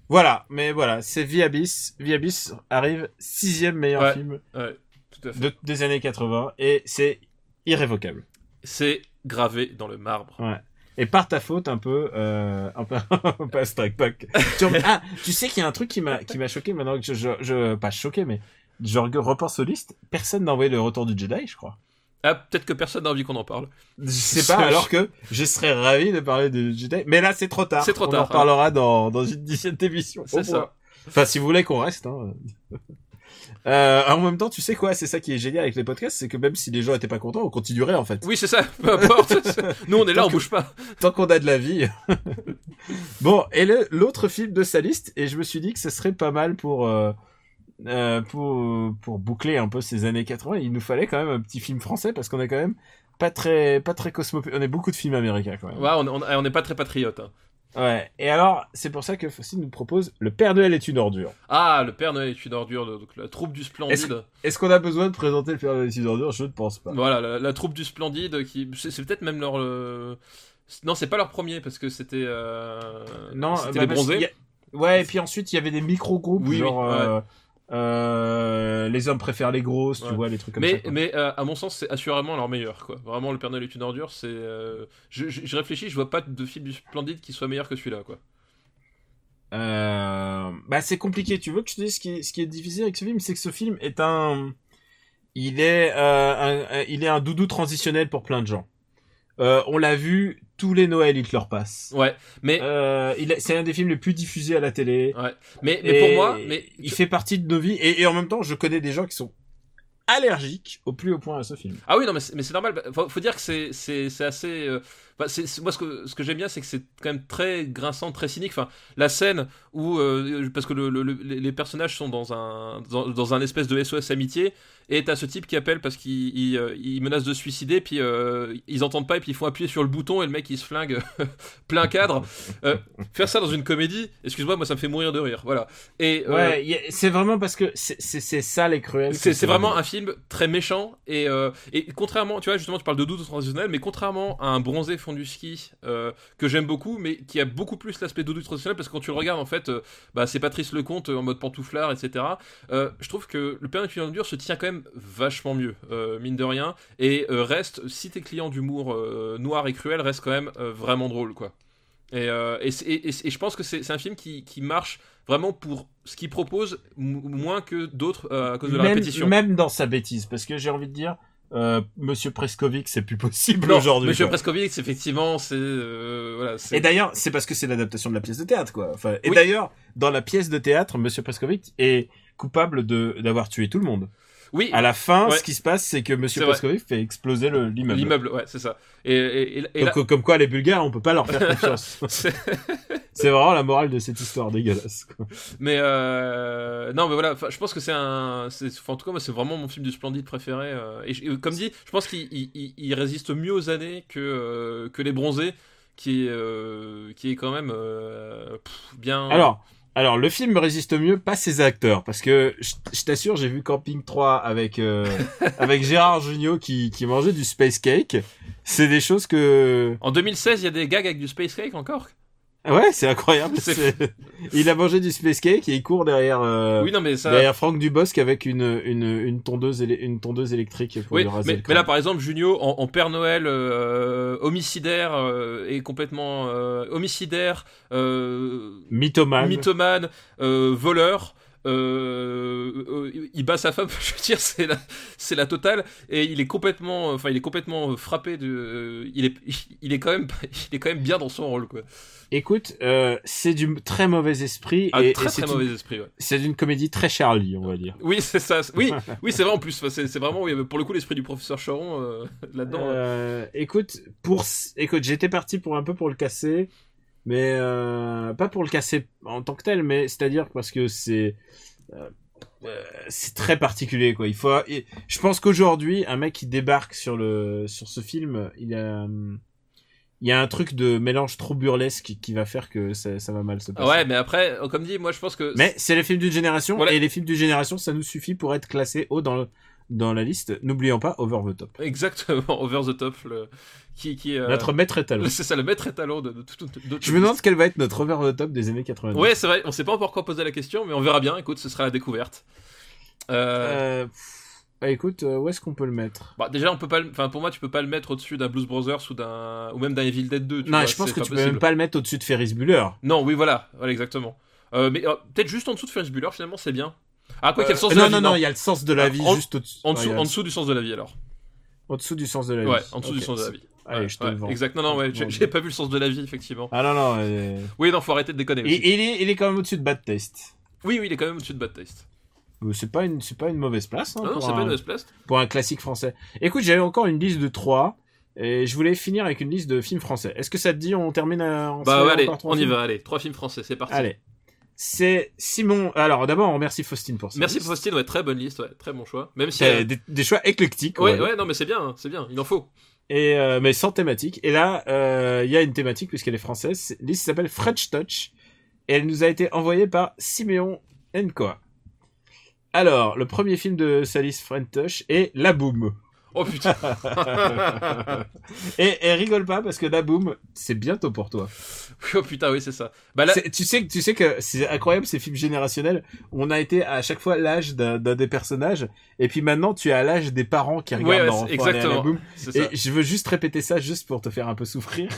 [SPEAKER 4] Voilà, mais voilà, c'est Viabis. Viabis arrive sixième meilleur
[SPEAKER 5] Ouais.
[SPEAKER 4] film
[SPEAKER 5] Ouais, tout à fait.
[SPEAKER 4] de- des années 80 et c'est irrévocable.
[SPEAKER 5] C'est gravé dans le marbre.
[SPEAKER 4] Ouais. Et par ta faute, un peu, euh, un peu, un peu à Strike Pack. Tu rem- ah, tu sais qu'il y a un truc qui m'a, qui m'a choqué maintenant que je, je, je- pas choqué, mais je re- repense aux listes. Personne n'a envoyé le retour du Jedi, je crois.
[SPEAKER 5] Ah, peut-être que personne n'a envie qu'on en parle.
[SPEAKER 4] Je sais pas, alors que je serais ravi de parler du Jedi. Mais là, c'est trop tard.
[SPEAKER 5] C'est trop
[SPEAKER 4] On
[SPEAKER 5] tard,
[SPEAKER 4] en parlera dans, dans une dixième émission.
[SPEAKER 5] C'est
[SPEAKER 4] Au
[SPEAKER 5] ça.
[SPEAKER 4] revoir. Enfin, si vous voulez qu'on reste, hein. Euh, en même temps, tu sais quoi, c'est ça qui est génial avec les podcasts, c'est que même si les gens étaient pas contents, on continuerait en fait.
[SPEAKER 5] Oui, c'est ça, peu importe. Nous, on est là, on bouge pas.
[SPEAKER 4] tant qu'on a de la vie. bon, et le- l'autre film de sa liste, et je me suis dit que ce serait pas mal pour, euh, euh, pour, pour boucler un peu ces années 80. Il nous fallait quand même un petit film français parce qu'on est quand même pas très, pas très cosmopolite. On est beaucoup de films américains quand même.
[SPEAKER 5] euh, Ouais, on n'est pas très patriote. hein.
[SPEAKER 4] Ouais. Et alors, c'est pour ça que Faustine nous propose Le Père Noël est une ordure.
[SPEAKER 5] Ah, le Père Noël est une ordure, de- donc la troupe du
[SPEAKER 4] Est-ce
[SPEAKER 5] Splendide.
[SPEAKER 4] Est-ce qu'on a besoin de présenter Le Père Noël est une ordure Je ne pense pas.
[SPEAKER 5] Voilà, la, la troupe du Splendide, qui c'est c'est peut-être même leur. euh, c'est- Non, c'est pas leur premier parce que c'était. euh, c'était
[SPEAKER 4] bah,
[SPEAKER 5] les
[SPEAKER 4] parce qu'il y
[SPEAKER 5] bronzés.
[SPEAKER 4] a- Ouais, et puis ensuite, il y avait des micro-groupes,
[SPEAKER 5] Oui,
[SPEAKER 4] genre
[SPEAKER 5] oui,
[SPEAKER 4] euh, euh, les hommes préfèrent les grosses, tu
[SPEAKER 5] Ouais.
[SPEAKER 4] vois, les trucs comme ça.
[SPEAKER 5] Mais,
[SPEAKER 4] quoi.
[SPEAKER 5] mais euh, à mon sens, c'est assurément leur meilleur. Quoi. Vraiment, le Père Noël est une ordure. C'est. euh, Je, je- je réfléchis, je vois pas de film du Splendide qui soit meilleur que celui-là. Quoi.
[SPEAKER 4] Euh, bah c'est compliqué. Tu veux que je te dise ce qui est, ce qui est difficile avec ce film, c'est que ce film est un, il est, euh, un- un- il est un doudou transitionnel pour plein de gens. Euh, on l'a vu tous les Noëls, il te leur passe.
[SPEAKER 5] Ouais, mais
[SPEAKER 4] Euh, il est- c'est un des films les plus diffusés à la télé.
[SPEAKER 5] Mais, mais pour
[SPEAKER 4] Et
[SPEAKER 5] moi, mais
[SPEAKER 4] il fait partie de nos vies et, et en même temps, je connais des gens qui sont allergiques au plus haut point à ce film.
[SPEAKER 5] ah oui non mais c'est mais c'est normal. Bah, Faut, faut dire que c'est c'est c'est assez. euh, bah, c'est c'est- moi ce que ce que j'aime bien c'est que c'est quand même très grinçant, très cynique. Enfin la scène où euh, parce que le, le- le- les les personnages sont dans un dans, dans un espèce de SOS amitié et t'as ce type qui appelle parce qu'il il, euh, il menace de se suicider puis euh, ils entendent pas et puis ils font appuyer sur le bouton et le mec il se flingue plein cadre. Euh, faire ça dans une comédie, excuse-moi moi ça me fait mourir de rire. Voilà. Et euh,
[SPEAKER 4] Ouais, il y a- c'est vraiment parce que c'est- c'est c'est sale et cruel. que
[SPEAKER 5] C'est c'est vraiment un film très méchant et, euh, et contrairement, tu vois, justement, tu parles de doute transitionnel, mais contrairement à un bronzé fond du ski euh, que j'aime beaucoup, mais qui a beaucoup plus l'aspect doudou transitionnel parce que quand tu le regardes, en fait, euh, bah, c'est Patrice Lecomte euh, en mode pantouflard, etc. Euh, je trouve que le Père Noël dur se tient quand même vachement mieux, euh, mine de rien, et euh, reste, si t'es client d'humour euh, noir et cruel, reste quand même euh, vraiment drôle, quoi. Et, euh, et, c'est- et- et- et je pense que c'est c'est un film qui, qui marche vraiment pour ce qu'il propose, m- moins que d'autres euh, à cause de la
[SPEAKER 4] même,
[SPEAKER 5] répétition.
[SPEAKER 4] Même dans sa bêtise, parce que j'ai envie de dire, euh, Monsieur Preskovic, c'est plus possible
[SPEAKER 5] Non,
[SPEAKER 4] aujourd'hui.
[SPEAKER 5] Monsieur
[SPEAKER 4] quoi.
[SPEAKER 5] Preskovic, effectivement, c'est euh, voilà, c'est-
[SPEAKER 4] Et d'ailleurs, c'est parce que c'est l'adaptation de la pièce de théâtre, quoi. Enfin, et
[SPEAKER 5] Oui.
[SPEAKER 4] d'ailleurs, dans la pièce de théâtre, Monsieur Preskovic est coupable de d'avoir tué tout le monde.
[SPEAKER 5] oui,
[SPEAKER 4] À la fin,
[SPEAKER 5] Ouais.
[SPEAKER 4] ce qui se passe, c'est que Monsieur
[SPEAKER 5] C'est vrai.
[SPEAKER 4] Preskovic fait exploser le- l'immeuble.
[SPEAKER 5] l'immeuble, ouais, c'est ça. Et, et- et- et
[SPEAKER 4] Donc,
[SPEAKER 5] là,
[SPEAKER 4] euh, comme quoi, les Bulgares, on peut pas leur faire confiance.
[SPEAKER 5] c'est-
[SPEAKER 4] c'est vraiment la morale de cette histoire dégueulasse. quoi.
[SPEAKER 5] mais euh, non, mais voilà, enfin, je pense que c'est un, c'est- enfin, en tout cas, moi, c'est vraiment mon film du splendide préféré. euh, et, je- et comme dit, je pense qu'il il- il- il résiste mieux aux années que euh, que les bronzés, qui est euh, qui est quand même euh, pff, bien.
[SPEAKER 4] Alors, alors, le film résiste mieux, pas ses acteurs, parce que je, je t'assure, j'ai vu Camping 3 avec euh, avec Gérard Jugnot qui qui mangeait du space cake. C'est des choses que
[SPEAKER 5] en 2016, il y a des gags avec du space cake encore.
[SPEAKER 4] ouais, c'est incroyable.
[SPEAKER 5] C'est-
[SPEAKER 4] C'est- Il a mangé du space cake et il court derrière euh,
[SPEAKER 5] oui, non, mais ça.
[SPEAKER 4] derrière Franck Dubosc avec une une une tondeuse éle- une tondeuse électrique pour
[SPEAKER 5] Oui,
[SPEAKER 4] lui raser
[SPEAKER 5] mais,
[SPEAKER 4] le
[SPEAKER 5] mais là
[SPEAKER 4] crâne.
[SPEAKER 5] par exemple, Junio en, en Père Noël euh, homicidaire euh, et complètement euh, homicidaire, euh,
[SPEAKER 4] mythomane.
[SPEAKER 5] mythomane, euh, voleur. euh, euh, il bat sa femme, je veux dire, c'est la, c'est la totale, et il est complètement, enfin, il est complètement frappé de, euh, il est, il est quand même, il est quand même bien dans son rôle, quoi.
[SPEAKER 4] Écoute, euh, c'est du très mauvais esprit
[SPEAKER 5] Un
[SPEAKER 4] et,
[SPEAKER 5] Ah, très
[SPEAKER 4] et
[SPEAKER 5] très
[SPEAKER 4] c'est
[SPEAKER 5] mauvais
[SPEAKER 4] une,
[SPEAKER 5] esprit. ouais.
[SPEAKER 4] c'est une comédie très Charlie, on va dire.
[SPEAKER 5] Oui, c'est ça. c'est- Oui, oui, c'est vrai en plus. enfin, C'est c'est vraiment, oui, pour le coup, l'esprit du professeur Charon euh, là-dedans. euh,
[SPEAKER 4] Euh, écoute, pour s- écoute, j'étais parti pour un peu pour le casser, mais euh, pas pour le casser en tant que tel, mais c'est-à-dire parce que c'est euh, euh, c'est très particulier quoi. Il faut, et je pense qu'aujourd'hui, un mec qui débarque sur le sur ce film, il a hum, il y a un truc de mélange trop burlesque qui, qui va faire que ça, ça va mal se passer.
[SPEAKER 5] ouais, mais après, comme dit, moi, je pense que
[SPEAKER 4] Mais c'est les films d'une génération
[SPEAKER 5] Voilà.
[SPEAKER 4] et les films d'une génération, ça nous suffit pour être classé haut dans le, dans la liste. N'oublions pas Over the Top.
[SPEAKER 5] Exactement, Over the Top, le- qui, qui euh,
[SPEAKER 4] Notre maître étalon.
[SPEAKER 5] c'est ça le maître étalon de, de tout. de- de-
[SPEAKER 4] Je me demande quel va être notre over the top des années 90.
[SPEAKER 5] Ouais, c'est vrai. On s'est pas encore posé la question, mais on verra bien. Écoute, ce sera la découverte. Euh,
[SPEAKER 4] Euh, pff, Ah, écoute, euh, où est-ce qu'on peut le mettre
[SPEAKER 5] Bah, déjà, on peut pas. le- Enfin, pour moi, tu peux pas le mettre au-dessus d'un Blues Brothers ou d'un ou même d'un Evil Dead 2. Bah, tu
[SPEAKER 4] Non,
[SPEAKER 5] vois,
[SPEAKER 4] je pense
[SPEAKER 5] c'est
[SPEAKER 4] que
[SPEAKER 5] pas
[SPEAKER 4] tu peux
[SPEAKER 5] possible.
[SPEAKER 4] même pas le mettre au-dessus de Ferris Bueller.
[SPEAKER 5] Non, oui, voilà, voilà exactement. Euh, mais euh, peut-être juste en dessous de Ferris Bueller, finalement, c'est bien. Ah quoi,
[SPEAKER 4] Euh,
[SPEAKER 5] quel sens de la
[SPEAKER 4] non,
[SPEAKER 5] vie
[SPEAKER 4] non, non, il y a le sens de la
[SPEAKER 5] Ah,
[SPEAKER 4] vie
[SPEAKER 5] en-
[SPEAKER 4] juste au-dessus.
[SPEAKER 5] En dessous,
[SPEAKER 4] Ouais, il y a
[SPEAKER 5] en
[SPEAKER 4] le-
[SPEAKER 5] dessous du sens de la vie, alors.
[SPEAKER 4] en-dessous du sens de la vie.
[SPEAKER 5] Ouais, en dessous
[SPEAKER 4] Ok,
[SPEAKER 5] du sens de la vie.
[SPEAKER 4] Allez,
[SPEAKER 5] Ouais,
[SPEAKER 4] je te
[SPEAKER 5] ouais,
[SPEAKER 4] le vends.
[SPEAKER 5] Exact. Non, non, ouais,
[SPEAKER 4] Je te le
[SPEAKER 5] j'ai
[SPEAKER 4] vends.
[SPEAKER 5] j'ai pas vu le sens de la vie, effectivement.
[SPEAKER 4] Ah non, non. euh,
[SPEAKER 5] Oui, non, faut arrêter de déconner.
[SPEAKER 4] Et,
[SPEAKER 5] aussi.
[SPEAKER 4] et il, est, il est quand même au-dessus de Bad Taste.
[SPEAKER 5] Oui, oui, il est quand même au-dessus de Bad Taste.
[SPEAKER 4] Euh, C'est pas une, c'est pas une mauvaise place hein,
[SPEAKER 5] Ah non,
[SPEAKER 4] pour,
[SPEAKER 5] c'est pas
[SPEAKER 4] un,
[SPEAKER 5] une Blast.
[SPEAKER 4] pour un classique français. Écoute, j'avais encore une liste de trois et je voulais finir avec une liste de films français. Est-ce que ça te dit on termine euh, en
[SPEAKER 5] Bah,
[SPEAKER 4] série
[SPEAKER 5] ouais, allez,
[SPEAKER 4] encore trois
[SPEAKER 5] on y
[SPEAKER 4] films
[SPEAKER 5] va, allez. Trois films français, c'est parti.
[SPEAKER 4] Allez, c'est Simon. Alors d'abord, on remercie Faustine pour ça.
[SPEAKER 5] Merci pour Faustine, ouais, très bonne liste, ouais, très bon choix. Même si. euh,
[SPEAKER 4] C'est des, des choix éclectiques. on va
[SPEAKER 5] Ouais,
[SPEAKER 4] dire.
[SPEAKER 5] ouais, non, mais c'est bien, hein, c'est bien, il en faut.
[SPEAKER 4] Et euh, mais sans thématique. Et là, euh, il y a une thématique puisqu'elle est française. C'est- Liste s'appelle French Touch et elle nous a été envoyée par Siméon Nkoa. Alors, le premier film de sa liste French Touch est La Boum.
[SPEAKER 5] Oh putain.
[SPEAKER 4] et, et rigole pas parce que La Boum, c'est bientôt pour toi.
[SPEAKER 5] oh putain, oui, c'est ça. Bah là,
[SPEAKER 4] C'est- Tu sais que tu sais que c'est incroyable ces films générationnels. On a été à chaque fois l'âge d'un d'un des personnages et puis maintenant tu es à l'âge des parents qui regardent
[SPEAKER 5] Ouais, ouais,
[SPEAKER 4] leur enfant
[SPEAKER 5] c'est-
[SPEAKER 4] aller à La
[SPEAKER 5] exactement.
[SPEAKER 4] Boum.
[SPEAKER 5] c'est ça.
[SPEAKER 4] Et je veux juste répéter ça juste pour te faire un peu souffrir.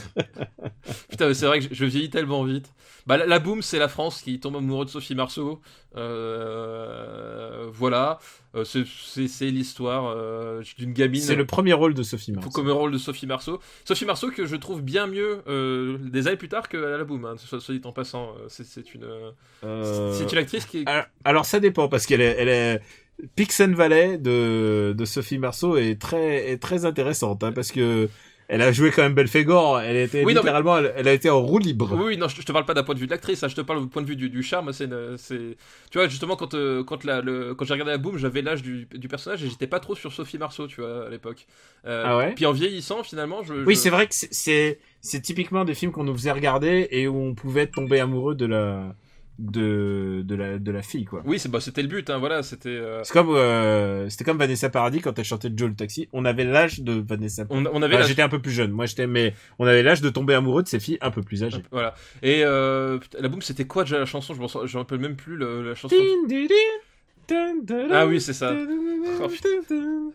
[SPEAKER 5] Putain, mais c'est vrai que je- je vieillis tellement vite. Bah, la, la boum, c'est la France qui tombe amoureuse de Sophie Marceau. Euh, voilà, Euh, c'est- c'est c'est l'histoire euh, d'une gamine.
[SPEAKER 4] C'est le premier rôle de hein. Sophie Marceau.
[SPEAKER 5] Comme rôle de Sophie Marceau. Sophie Marceau que je trouve bien mieux euh, des années plus tard que à la boum, hein, soit, soit dit en passant. Euh, c'est- C'est une, euh,
[SPEAKER 4] Euh,
[SPEAKER 5] c'est une actrice qui est...
[SPEAKER 4] alors, alors, ça dépend parce qu'elle est, elle est Pixen Valley de, de Sophie Marceau est très est très intéressante hein, parce que elle a joué quand même Belphégor. Elle était
[SPEAKER 5] Oui, non, mais-
[SPEAKER 4] littéralement elle, elle a été en roue libre.
[SPEAKER 5] Oui, oui, non, je, je te parle pas d'un point de vue de l'actrice, hein, je te parle du point de vue du, du charme. C'est, une- c'est, tu vois, justement, quand, euh, quand, la, le, quand j'ai regardé la boum, j'avais l'âge du, du personnage et j'étais pas trop sur Sophie Marceau, tu vois, à l'époque. Euh,
[SPEAKER 4] Ah ouais
[SPEAKER 5] Puis en vieillissant, finalement, je.
[SPEAKER 4] Oui,
[SPEAKER 5] je-
[SPEAKER 4] c'est vrai que c'est- c'est c'est typiquement des films qu'on nous faisait regarder et où on pouvait tomber amoureux de la de de la de la fille quoi.
[SPEAKER 5] Oui, c'est, bah, c'était le but, hein, voilà, c'était. euh,
[SPEAKER 4] C'est comme euh, c'était comme Vanessa Paradis quand elle chantait Joe le taxi. On avait l'âge de Vanessa.
[SPEAKER 5] on, on avait
[SPEAKER 4] Enfin,
[SPEAKER 5] la-
[SPEAKER 4] Bah, j'étais un peu plus jeune. Moi j'étais mais on avait l'âge de tomber amoureux de ces filles un peu plus âgées.
[SPEAKER 5] Voilà. Et euh, putain, la boum, c'était quoi déjà la chanson Je m'en sou- je me rappelle même plus le- la chanson. Ah oui, c'est ça. Oh,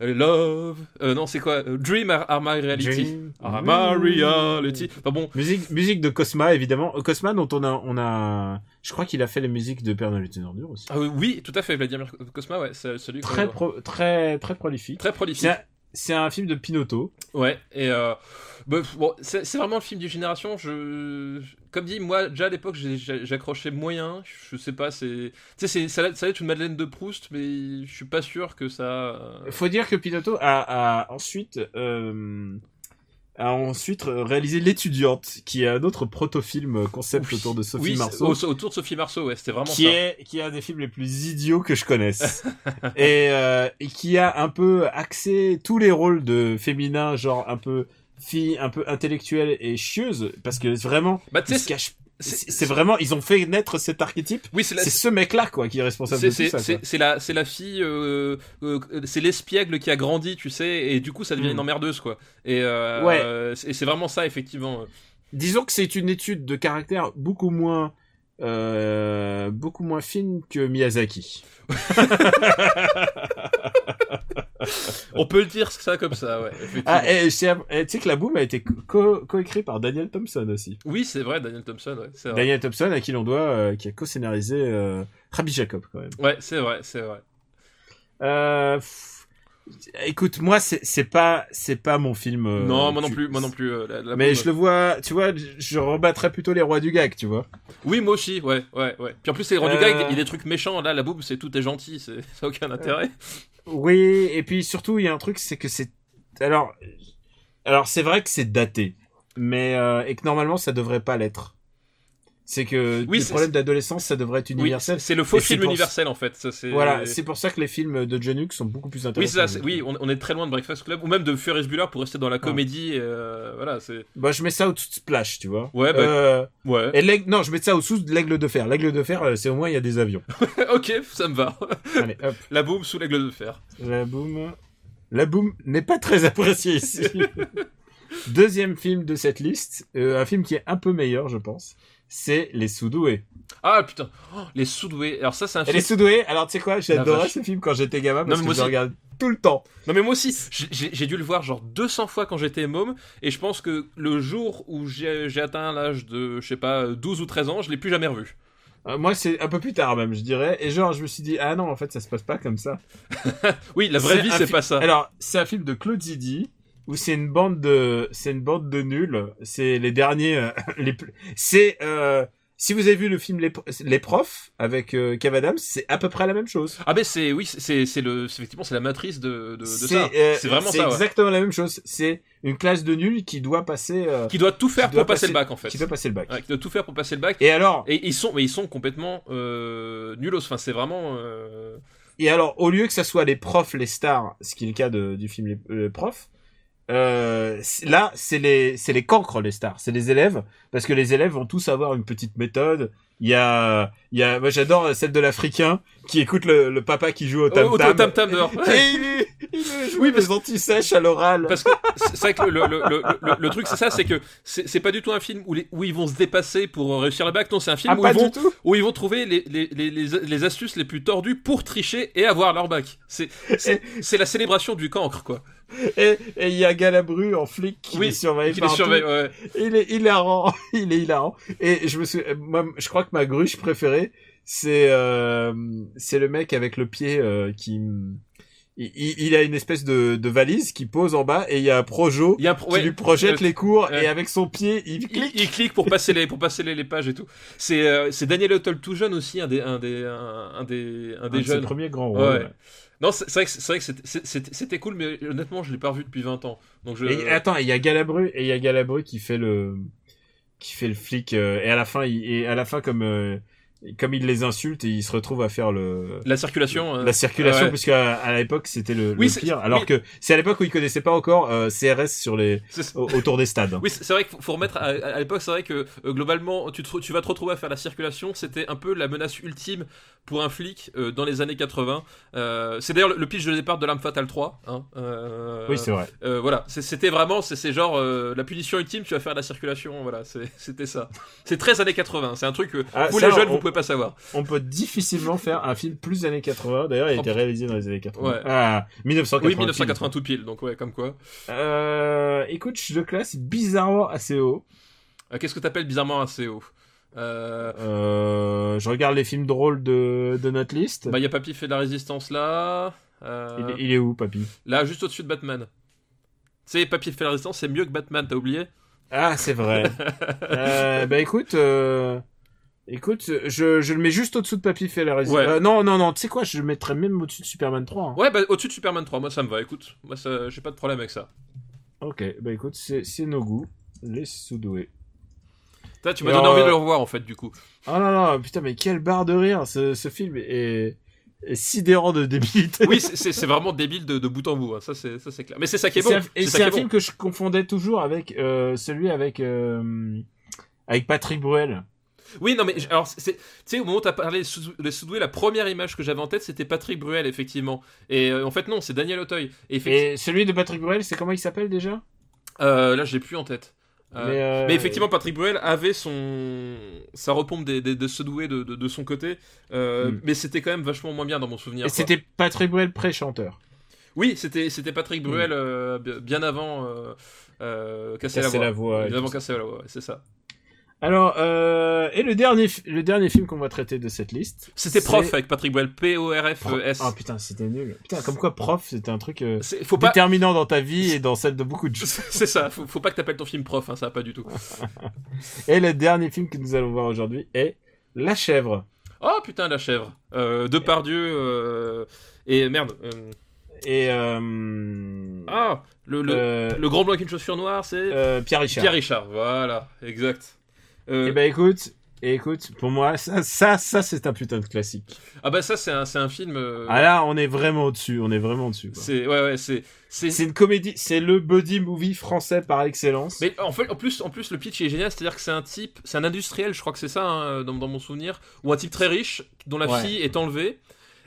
[SPEAKER 5] Euh, Love. euh, non, c'est quoi Euh, Dream are, are my reality. Ah,
[SPEAKER 4] Dream.
[SPEAKER 5] Are my reality. Enfin bon,
[SPEAKER 4] Musique, musique de Cosma, évidemment. Euh, Cosma, dont on a, on a, je crois qu'il a fait les musiques de Père Noël et une ordure aussi.
[SPEAKER 5] ah oui, oui, tout à fait, Vladimir Cosma, ouais, c'est celui qu'on
[SPEAKER 4] Très,
[SPEAKER 5] voit.
[SPEAKER 4] pro- très, très prolifique.
[SPEAKER 5] euh, très prolifique.
[SPEAKER 4] C'est un, c'est un film de Pinotto.
[SPEAKER 5] Ouais, et euh, bah, pff, bon, c'est c'est vraiment le film d'une génération. Je, comme dit, moi, déjà à l'époque, j'ai- j'ai- j'accrochais moyen. Je sais pas, c'est. Tu sais, c'est- ça, va- ça va être une Madeleine de Proust, mais je suis pas sûr que ça. euh,
[SPEAKER 4] Faut dire que Pinotto a, a ensuite, euh, a ensuite réalisé L'étudiante, qui est un autre proto-film concept
[SPEAKER 5] Oui.
[SPEAKER 4] autour de Sophie
[SPEAKER 5] oui,
[SPEAKER 4] Marceau.
[SPEAKER 5] c'est- au- autour de Sophie Marceau, ouais, c'était vraiment
[SPEAKER 4] qui
[SPEAKER 5] ça.
[SPEAKER 4] est qui est un des films les plus idiots que je connaisse et, euh, et qui a un peu axé tous les rôles de féminin genre un peu fille un peu intellectuelle et chieuse parce que vraiment
[SPEAKER 5] Bah, tu
[SPEAKER 4] ils
[SPEAKER 5] sais,
[SPEAKER 4] se cachent-
[SPEAKER 5] c'est-
[SPEAKER 4] c'est c'est vraiment ils ont fait naître cet archétype
[SPEAKER 5] Oui, c'est la.
[SPEAKER 4] c'est ce mec là quoi qui est responsable de
[SPEAKER 5] C'est
[SPEAKER 4] tout ça
[SPEAKER 5] c'est- c'est-
[SPEAKER 4] quoi.
[SPEAKER 5] c'est la, c'est la fille, euh, euh, c'est l'espiègle qui a grandi, tu sais, et du coup ça devient
[SPEAKER 4] Hmm.
[SPEAKER 5] une emmerdeuse, quoi. Et, euh,
[SPEAKER 4] Ouais.
[SPEAKER 5] euh, c'est- et c'est vraiment ça, effectivement.
[SPEAKER 4] disons que c'est une étude de caractère beaucoup moins euh, beaucoup moins fine que Miyazaki
[SPEAKER 5] On peut le dire ça comme ça, ouais. effectivement.
[SPEAKER 4] ah et, c'est- et tu sais que la boom a été co- co-écrit par Daniel Thompson aussi
[SPEAKER 5] Oui, c'est vrai, Daniel Thompson, ouais, c'est vrai.
[SPEAKER 4] Daniel Thompson, à qui l'on doit, euh, qui a co-scénarisé euh, Rabbi Jacob quand même.
[SPEAKER 5] Ouais, c'est vrai, c'est vrai.
[SPEAKER 4] Euh, pff, écoute, moi c'est c'est pas c'est pas mon film. euh,
[SPEAKER 5] non, moi non
[SPEAKER 4] tu-
[SPEAKER 5] plus, moi non plus. euh, la- la
[SPEAKER 4] Mais
[SPEAKER 5] bombe.
[SPEAKER 4] je le vois, tu vois, je- je rebattrais plutôt les rois du gag, tu vois.
[SPEAKER 5] Oui, moi aussi, ouais, ouais, ouais. Puis en plus, c'est rendu
[SPEAKER 4] Euh.
[SPEAKER 5] gag, il y a des trucs méchants. Là, la boum, c'est tout est gentil, c'est ça a aucun intérêt.
[SPEAKER 4] Euh, Oui, et puis surtout il y a un truc, c'est que c'est alors alors c'est vrai que c'est daté, mais euh, et que normalement ça devrait pas l'être. C'est que
[SPEAKER 5] Oui,
[SPEAKER 4] le
[SPEAKER 5] c'est-
[SPEAKER 4] problème d'adolescence, ça devrait être
[SPEAKER 5] Oui,
[SPEAKER 4] universel.
[SPEAKER 5] c'est c'est le faux
[SPEAKER 4] Et c'est
[SPEAKER 5] film
[SPEAKER 4] pour-
[SPEAKER 5] universel en fait. ça, c'est-
[SPEAKER 4] Voilà, c'est pour ça que les films de John Hughes sont beaucoup plus
[SPEAKER 5] Oui,
[SPEAKER 4] intéressants.
[SPEAKER 5] c'est ça, c'est- oui, on, on est très loin de Breakfast Club ou même de Ferris Bueller pour rester dans
[SPEAKER 4] Ah.
[SPEAKER 5] la comédie. euh, voilà, c'est.
[SPEAKER 4] Bah, je mets ça au-dessus de Splash, tu vois.
[SPEAKER 5] Ouais, bah-
[SPEAKER 4] Euh,
[SPEAKER 5] Ouais.
[SPEAKER 4] et l'aigle- non, je mets ça au-dessous de l'aigle de fer. L'aigle de fer, euh, c'est au moins il y a des avions.
[SPEAKER 5] ok, ça me va.
[SPEAKER 4] Allez, hop,
[SPEAKER 5] La boum sous l'aigle de fer.
[SPEAKER 4] la boum. La boum n'est pas très appréciée ici. Deuxième film de cette liste, euh, un film qui est un peu meilleur, je pense. c'est les Soudoués.
[SPEAKER 5] Ah putain, Oh, les Soudoués. Alors ça, Ah, c'est un
[SPEAKER 4] Et les
[SPEAKER 5] film.
[SPEAKER 4] Soudoués, alors tu sais quoi, j'adorais
[SPEAKER 5] vache.
[SPEAKER 4] ce film quand j'étais gamin parce
[SPEAKER 5] mais
[SPEAKER 4] que
[SPEAKER 5] moi
[SPEAKER 4] je le
[SPEAKER 5] aussi.
[SPEAKER 4] regarde tout le temps.
[SPEAKER 5] Non mais moi aussi, j'ai- j'ai j'ai dû le voir genre 200 fois quand j'étais môme et je pense que le jour où j'ai j'ai atteint l'âge de je sais pas 12 ou 13 ans, je l'ai plus jamais revu.
[SPEAKER 4] Euh, moi, c'est un peu plus tard même, je dirais. Et genre, je me suis dit, ah non, en fait, ça se passe pas comme ça.
[SPEAKER 5] Oui, la vraie
[SPEAKER 4] C'est
[SPEAKER 5] vie
[SPEAKER 4] un
[SPEAKER 5] c'est
[SPEAKER 4] fi-
[SPEAKER 5] pas ça.
[SPEAKER 4] Alors, c'est un film de Claude Zidi où c'est une bande de, c'est une bande de nuls. C'est les derniers, euh, les plus- c'est, euh, si vous avez vu le film Les, Les Profs avec euh, Kev Adams, c'est à peu près la même chose.
[SPEAKER 5] Ah ben c'est oui, c'est c'est le c'est- effectivement c'est la matrice de de, de
[SPEAKER 4] C'est,
[SPEAKER 5] ça.
[SPEAKER 4] euh,
[SPEAKER 5] c'est vraiment
[SPEAKER 4] c'est
[SPEAKER 5] ça. ouais.
[SPEAKER 4] exactement la même chose. C'est une classe de nuls qui doit passer, euh,
[SPEAKER 5] Qui doit tout faire
[SPEAKER 4] doit
[SPEAKER 5] pour passer,
[SPEAKER 4] passer-
[SPEAKER 5] le bac en fait.
[SPEAKER 4] qui doit passer le bac.
[SPEAKER 5] Ouais, qui doit tout faire pour passer le bac.
[SPEAKER 4] Et alors,
[SPEAKER 5] Et ils sont mais ils sont complètement euh, nulos. Enfin c'est vraiment. euh,
[SPEAKER 4] et alors, au lieu que ça soit les profs, les stars, ce qui est le cas de- du film Les, Les Profs, euh, c'est- là, c'est les, c'est les cancres, les stars, c'est les élèves, parce que les élèves vont tous avoir une petite méthode. Il y a, il y a, moi j'adore celle de l'Africain qui écoute le, le papa qui joue au
[SPEAKER 5] Oh, au- au- au
[SPEAKER 4] tam tam.
[SPEAKER 5] tam-tam dehors. Ouais.
[SPEAKER 4] Et il lui, il lui joue
[SPEAKER 5] Oui,
[SPEAKER 4] des antisèches à l'oral.
[SPEAKER 5] Parce que c'est vrai que le, le, le, le, le truc, c'est ça, c'est que c'est c'est pas du tout un film où, les, où ils vont se dépasser pour réussir le bac. Non, c'est un film
[SPEAKER 4] Ah,
[SPEAKER 5] où,
[SPEAKER 4] pas
[SPEAKER 5] ils
[SPEAKER 4] du
[SPEAKER 5] vont,
[SPEAKER 4] tout.
[SPEAKER 5] où ils vont trouver les, les, les, les- les astuces les plus tordues pour tricher et avoir leur bac. C'est c'est- c'est la célébration du cancre, quoi.
[SPEAKER 4] Et et il y a Galabru en flic qui
[SPEAKER 5] Oui,
[SPEAKER 4] les surveille
[SPEAKER 5] Qui les
[SPEAKER 4] partout.
[SPEAKER 5] surveille, ouais.
[SPEAKER 4] Il est hilarant, il est hilarant. Et je me suis, moi, je crois que ma gruche préférée, c'est euh, c'est le mec avec le pied euh, qui, il, il- il a une espèce de, de valise qui pose en bas et il y a un projo
[SPEAKER 5] Il, y a un pro-
[SPEAKER 4] qui
[SPEAKER 5] ouais,
[SPEAKER 4] lui projette
[SPEAKER 5] euh,
[SPEAKER 4] les cours
[SPEAKER 5] euh,
[SPEAKER 4] et avec son pied il
[SPEAKER 5] il,
[SPEAKER 4] clique.
[SPEAKER 5] il clique pour passer les, pour passer les, les pages et tout. C'est euh, c'est Daniel O'Toole tout jeune aussi, un des, un des, un, un des, un des
[SPEAKER 4] Ah, C'est
[SPEAKER 5] jeunes.
[SPEAKER 4] le premier grand
[SPEAKER 5] Ouais.
[SPEAKER 4] rôle. ouais.
[SPEAKER 5] Non, c'est c'est vrai que c'est- c'est vrai que c'était- c'est- c'était c'était cool, mais honnêtement, je l'ai pas revu depuis 20 ans. Donc je.
[SPEAKER 4] Et euh, attends, il y a Galabru et il y a Galabru qui fait le qui fait le flic euh, et à la fin il, et à la fin comme euh, comme il les insulte et il se retrouve à faire le
[SPEAKER 5] La circulation. euh,
[SPEAKER 4] la circulation
[SPEAKER 5] ouais.
[SPEAKER 4] puisque à, à l'époque c'était le,
[SPEAKER 5] Oui,
[SPEAKER 4] le
[SPEAKER 5] c'est-
[SPEAKER 4] pire alors
[SPEAKER 5] oui.
[SPEAKER 4] que c'est à l'époque où ils connaissaient pas encore euh, CRS sur les
[SPEAKER 5] c'est-
[SPEAKER 4] au- autour des stades.
[SPEAKER 5] Oui, c'est c'est vrai qu'il faut- faut remettre à, à l'époque, c'est vrai que euh, globalement, tu, te- tu vas te retrouver à faire la circulation. C'était un peu la menace ultime pour un flic euh, dans les années 80. Euh, c'est d'ailleurs le, le pitch de départ de l'arme fatale 3. hein. Euh,
[SPEAKER 4] Oui, c'est vrai.
[SPEAKER 5] euh, voilà, C'est- c'était vraiment, c'est c'est genre euh, la punition ultime, tu vas faire la circulation. Voilà, c'est- c'était ça. C'est très années 80. C'est un truc que
[SPEAKER 4] Ah,
[SPEAKER 5] vous
[SPEAKER 4] ça,
[SPEAKER 5] les jeunes,
[SPEAKER 4] on- Oh,
[SPEAKER 5] vous pouvez pas savoir.
[SPEAKER 4] On peut difficilement faire un film plus années 80. D'ailleurs, il a
[SPEAKER 5] Oh,
[SPEAKER 4] été
[SPEAKER 5] putain.
[SPEAKER 4] réalisé dans les années 80.
[SPEAKER 5] Ouais.
[SPEAKER 4] Ah, 1980.
[SPEAKER 5] Oui, 1980 tout pile. Donc ouais, comme quoi.
[SPEAKER 4] Euh, écoute, je le classe bizarrement assez haut.
[SPEAKER 5] Euh, Qu'est-ce que t'appelles bizarrement assez haut euh,
[SPEAKER 4] Euh, je regarde les films drôles de, de notre liste.
[SPEAKER 5] Bah, il y a Papy fait de la résistance là. Euh,
[SPEAKER 4] il, est- il est où, papy
[SPEAKER 5] Là, juste au-dessus de Batman. Tu sais, Papier fait la résistance, c'est mieux que Batman, t'as oublié
[SPEAKER 4] Ah, c'est vrai. euh, bah écoute, euh, écoute, je, je le mets juste au-dessous de Papy fait la résistance.
[SPEAKER 5] Ouais.
[SPEAKER 4] Euh, non, non, non, tu sais quoi, je le mettrais même au-dessus de Superman 3. hein.
[SPEAKER 5] Ouais, bah au-dessus de Superman 3, moi ça me va, écoute. Moi, ça- j'ai pas de problème avec ça.
[SPEAKER 4] Ok, bah écoute, c'est c'est nos goûts. Les soudoués.
[SPEAKER 5] Putain, tu m'as
[SPEAKER 4] Alors,
[SPEAKER 5] donné envie de
[SPEAKER 4] euh,
[SPEAKER 5] le revoir en fait, du coup.
[SPEAKER 4] Oh là là, putain, mais quelle barre de rire Ce, ce film est, est sidérant de débilité.
[SPEAKER 5] Oui, c'est- c'est c'est vraiment débile de, de bout en bout, hein. ça c'est ça, c'est clair. Mais c'est ça qui
[SPEAKER 4] Et
[SPEAKER 5] est bon.
[SPEAKER 4] c'est un, et
[SPEAKER 5] c'est
[SPEAKER 4] c'est
[SPEAKER 5] ça qui
[SPEAKER 4] un
[SPEAKER 5] est bon.
[SPEAKER 4] film que je confondais toujours avec euh, celui avec, euh, avec Patrick Bruel.
[SPEAKER 5] Oui, non, mais j- alors, c'est- tu sais, au moment où t'as parlé des Sous- des Soudoués, la première image que j'avais en tête c'était Patrick Bruel, effectivement. Et euh, en fait, non, c'est Daniel Auteuil. Et, effectivement,
[SPEAKER 4] Et celui de Patrick Bruel, c'est comment il s'appelle déjà
[SPEAKER 5] euh, là, j'ai plus en tête. Euh,
[SPEAKER 4] mais, euh,
[SPEAKER 5] Mais effectivement, Patrick Bruel avait son sa repompe des, des, de se douer de, de, de son côté, euh,
[SPEAKER 4] Mm.
[SPEAKER 5] mais c'était quand même vachement moins bien dans mon souvenir.
[SPEAKER 4] et
[SPEAKER 5] quoi.
[SPEAKER 4] c'était Patrick Bruel pré-chanteur.
[SPEAKER 5] Oui, c'était c'était Patrick
[SPEAKER 4] Hmm.
[SPEAKER 5] Bruel euh, bi- bien avant euh, euh, casser,
[SPEAKER 4] Casser
[SPEAKER 5] la
[SPEAKER 4] la
[SPEAKER 5] voix.
[SPEAKER 4] voix et
[SPEAKER 5] Bien
[SPEAKER 4] tout
[SPEAKER 5] avant
[SPEAKER 4] ça.
[SPEAKER 5] casser la voix, ouais, c'est ça.
[SPEAKER 4] Alors, euh, et le dernier, fi- le dernier film qu'on va traiter de cette liste.
[SPEAKER 5] C'était
[SPEAKER 4] c'est-
[SPEAKER 5] prof avec Patrick Bruel, P O R F
[SPEAKER 4] Pro-
[SPEAKER 5] E S.
[SPEAKER 4] Oh putain, c'était nul. Putain, comme quoi prof, c'était un truc euh,
[SPEAKER 5] C'est- Faut pas
[SPEAKER 4] déterminant dans ta vie et dans celle de beaucoup de gens.
[SPEAKER 5] c'est ça, faut, faut pas que t'appelles ton film prof, hein, ça va pas du tout.
[SPEAKER 4] Et le dernier film que nous allons voir aujourd'hui est La chèvre.
[SPEAKER 5] Oh putain la chèvre, euh, Depardieu euh, et merde. euh,
[SPEAKER 4] Et euh,
[SPEAKER 5] ah le le,
[SPEAKER 4] euh,
[SPEAKER 5] le grand blanc avec une chaussure noire, c'est
[SPEAKER 4] euh, Pierre Richard.
[SPEAKER 5] Pierre Richard, voilà, exact. Euh,
[SPEAKER 4] Eh ben écoute, et écoute, pour moi, ça, ça, ça c'est un putain de classique.
[SPEAKER 5] Ah bah ça c'est un, c'est un film... euh,
[SPEAKER 4] Ah là, on est vraiment au-dessus, on est vraiment au-dessus. quoi.
[SPEAKER 5] c'est ouais ouais c'est... c'est-
[SPEAKER 4] C'est une comédie, c'est le buddy movie français par excellence.
[SPEAKER 5] Mais en fait en plus, en plus le pitch il est génial, c'est-à-dire que c'est un type, c'est un industriel je crois que c'est ça hein, dans, dans mon souvenir, ou un type très riche dont la
[SPEAKER 4] Ouais.
[SPEAKER 5] fille est enlevée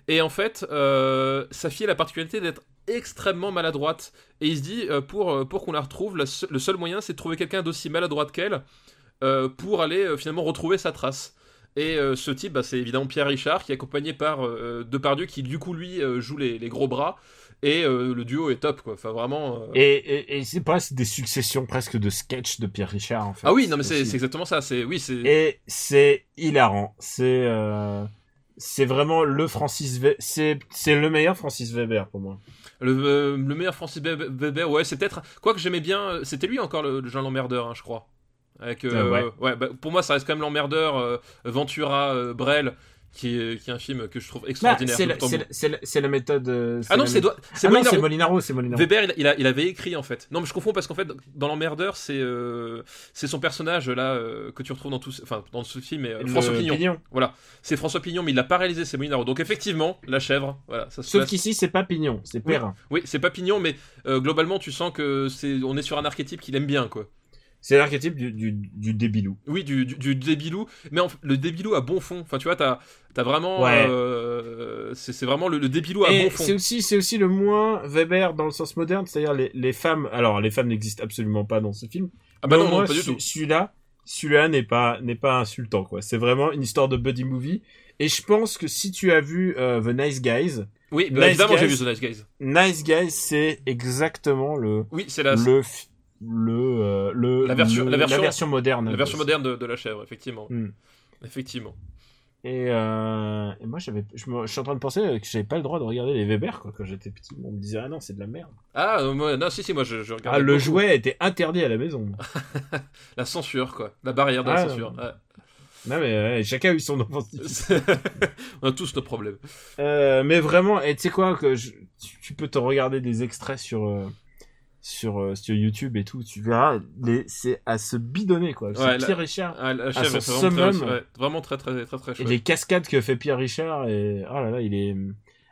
[SPEAKER 5] et en fait euh, sa fille a la particularité d'être extrêmement maladroite et il se dit euh, pour, euh, pour qu'on la retrouve la se- le seul moyen c'est de trouver quelqu'un d'aussi maladroit qu'elle euh, pour aller euh, finalement retrouver sa trace. Et euh, ce type, bah, c'est évidemment Pierre Richard, qui est accompagné par euh, Depardieu, qui du coup lui euh, joue les, les gros bras. Et euh, le duo est top, quoi. Enfin, vraiment. euh,
[SPEAKER 4] Et, et, et c'est presque des successions presque de sketchs de Pierre Richard en fait.
[SPEAKER 5] Ah oui, non, mais c'est
[SPEAKER 4] Aussi.
[SPEAKER 5] c'est exactement ça. C'est oui, c'est
[SPEAKER 4] Et c'est hilarant. C'est euh, c'est vraiment le Francis Weber. C'est c'est le meilleur Francis Weber pour moi.
[SPEAKER 5] le, euh, le meilleur Francis Weber. Weber, Ouais, c'est peut-être. Quoi que j'aimais bien, euh, c'était lui encore le, le Jean l'emmerdeur, hein, je crois. Avec, euh,
[SPEAKER 4] Ah ouais.
[SPEAKER 5] euh, ouais, bah, pour moi, ça reste quand même l'emmerdeur euh, Ventura euh, Brel, qui est, qui est un film que je trouve extraordinaire.
[SPEAKER 4] c'est
[SPEAKER 5] tout
[SPEAKER 4] la,
[SPEAKER 5] le temps
[SPEAKER 4] c'est
[SPEAKER 5] bon.
[SPEAKER 4] la- c'est la- c'est la méthode. euh,
[SPEAKER 5] Ah non,
[SPEAKER 4] la
[SPEAKER 5] c'est
[SPEAKER 4] mé-
[SPEAKER 5] Doi- c'est
[SPEAKER 4] Ah non,
[SPEAKER 5] Molinaro.
[SPEAKER 4] c'est Molinaro, c'est Molinaro.
[SPEAKER 5] Weber, il, il a- il avait écrit en fait. Non, mais je confonds parce qu'en fait, dans l'emmerdeur, c'est euh, c'est son personnage là euh, que tu retrouves dans tout, ce- enfin dans ce film, mais, euh,
[SPEAKER 4] Le
[SPEAKER 5] François Pignon.
[SPEAKER 4] Pignon.
[SPEAKER 5] C'est François Pignon, mais il l'a pas réalisé, c'est Molinaro. Donc effectivement, la chèvre, voilà, ça se
[SPEAKER 4] Sauf
[SPEAKER 5] place.
[SPEAKER 4] qu'ici, c'est pas Pignon, c'est Perrin.
[SPEAKER 5] Oui, c'est pas Pignon, mais euh, globalement, tu sens que c'est, on est sur un archétype qu'il aime bien, quoi.
[SPEAKER 4] C'est l'archétype du, du, du débilou.
[SPEAKER 5] Oui, du, du, du débilou, mais en f- le débilou à bon fond. Enfin, tu vois, t'as, t'as vraiment,
[SPEAKER 4] Ouais.
[SPEAKER 5] euh, c'est, c'est vraiment le, le débilou à
[SPEAKER 4] Et
[SPEAKER 5] bon fond.
[SPEAKER 4] c'est aussi, c'est aussi le moins Weber dans le sens moderne, c'est-à-dire les, les femmes. Alors, les femmes n'existent absolument pas dans ce film.
[SPEAKER 5] Ah bah
[SPEAKER 4] Mais au
[SPEAKER 5] non, non,
[SPEAKER 4] moins,
[SPEAKER 5] pas du
[SPEAKER 4] ce-
[SPEAKER 5] tout.
[SPEAKER 4] Celui-là, celui-là n'est pas, n'est pas insultant, quoi. C'est vraiment une histoire de buddy movie. Et je pense que si tu as vu euh, The Nice Guys,
[SPEAKER 5] Oui, bah,
[SPEAKER 4] Nice
[SPEAKER 5] évidemment, j'ai
[SPEAKER 4] Guys.
[SPEAKER 5] vu The Nice Guys.
[SPEAKER 4] Nice Guys, c'est exactement le,
[SPEAKER 5] Oui, c'est la,
[SPEAKER 4] le, fi- le, euh, le,
[SPEAKER 5] La version-
[SPEAKER 4] le-
[SPEAKER 5] la version-
[SPEAKER 4] moderne.
[SPEAKER 5] la version moderne de, de la chèvre, effectivement.
[SPEAKER 4] Hmm.
[SPEAKER 5] Effectivement.
[SPEAKER 4] Et, euh, et moi, j'avais, je, me- je suis en train de penser que j'avais pas le droit de regarder les Weber quoi, quand j'étais petit. On me disait ah non, c'est de la merde.
[SPEAKER 5] Ah, euh, moi- non, si, si, moi, je, je regarde.
[SPEAKER 4] Ah, le jouet était interdit à la maison.
[SPEAKER 5] La censure, quoi. La barrière de
[SPEAKER 4] Ah,
[SPEAKER 5] la
[SPEAKER 4] non.
[SPEAKER 5] censure. ouais.
[SPEAKER 4] non mais ouais, chacun a eu son enfance.
[SPEAKER 5] on a tous nos problèmes.
[SPEAKER 4] Euh, mais vraiment, et tu sais quoi, que je- tu, tu peux te regarder des extraits sur euh, sur, euh, sur YouTube et tout, tu verras, les- c'est à se bidonner quoi. C'est
[SPEAKER 5] Ouais, la-
[SPEAKER 4] Pierre Richard.
[SPEAKER 5] Ah, la
[SPEAKER 4] son
[SPEAKER 5] chèvre, c'est vraiment très,
[SPEAKER 4] summum.
[SPEAKER 5] ouais, vraiment très, très, très, très
[SPEAKER 4] Et
[SPEAKER 5] chouette.
[SPEAKER 4] les cascades que fait Pierre Richard, et oh là là, il est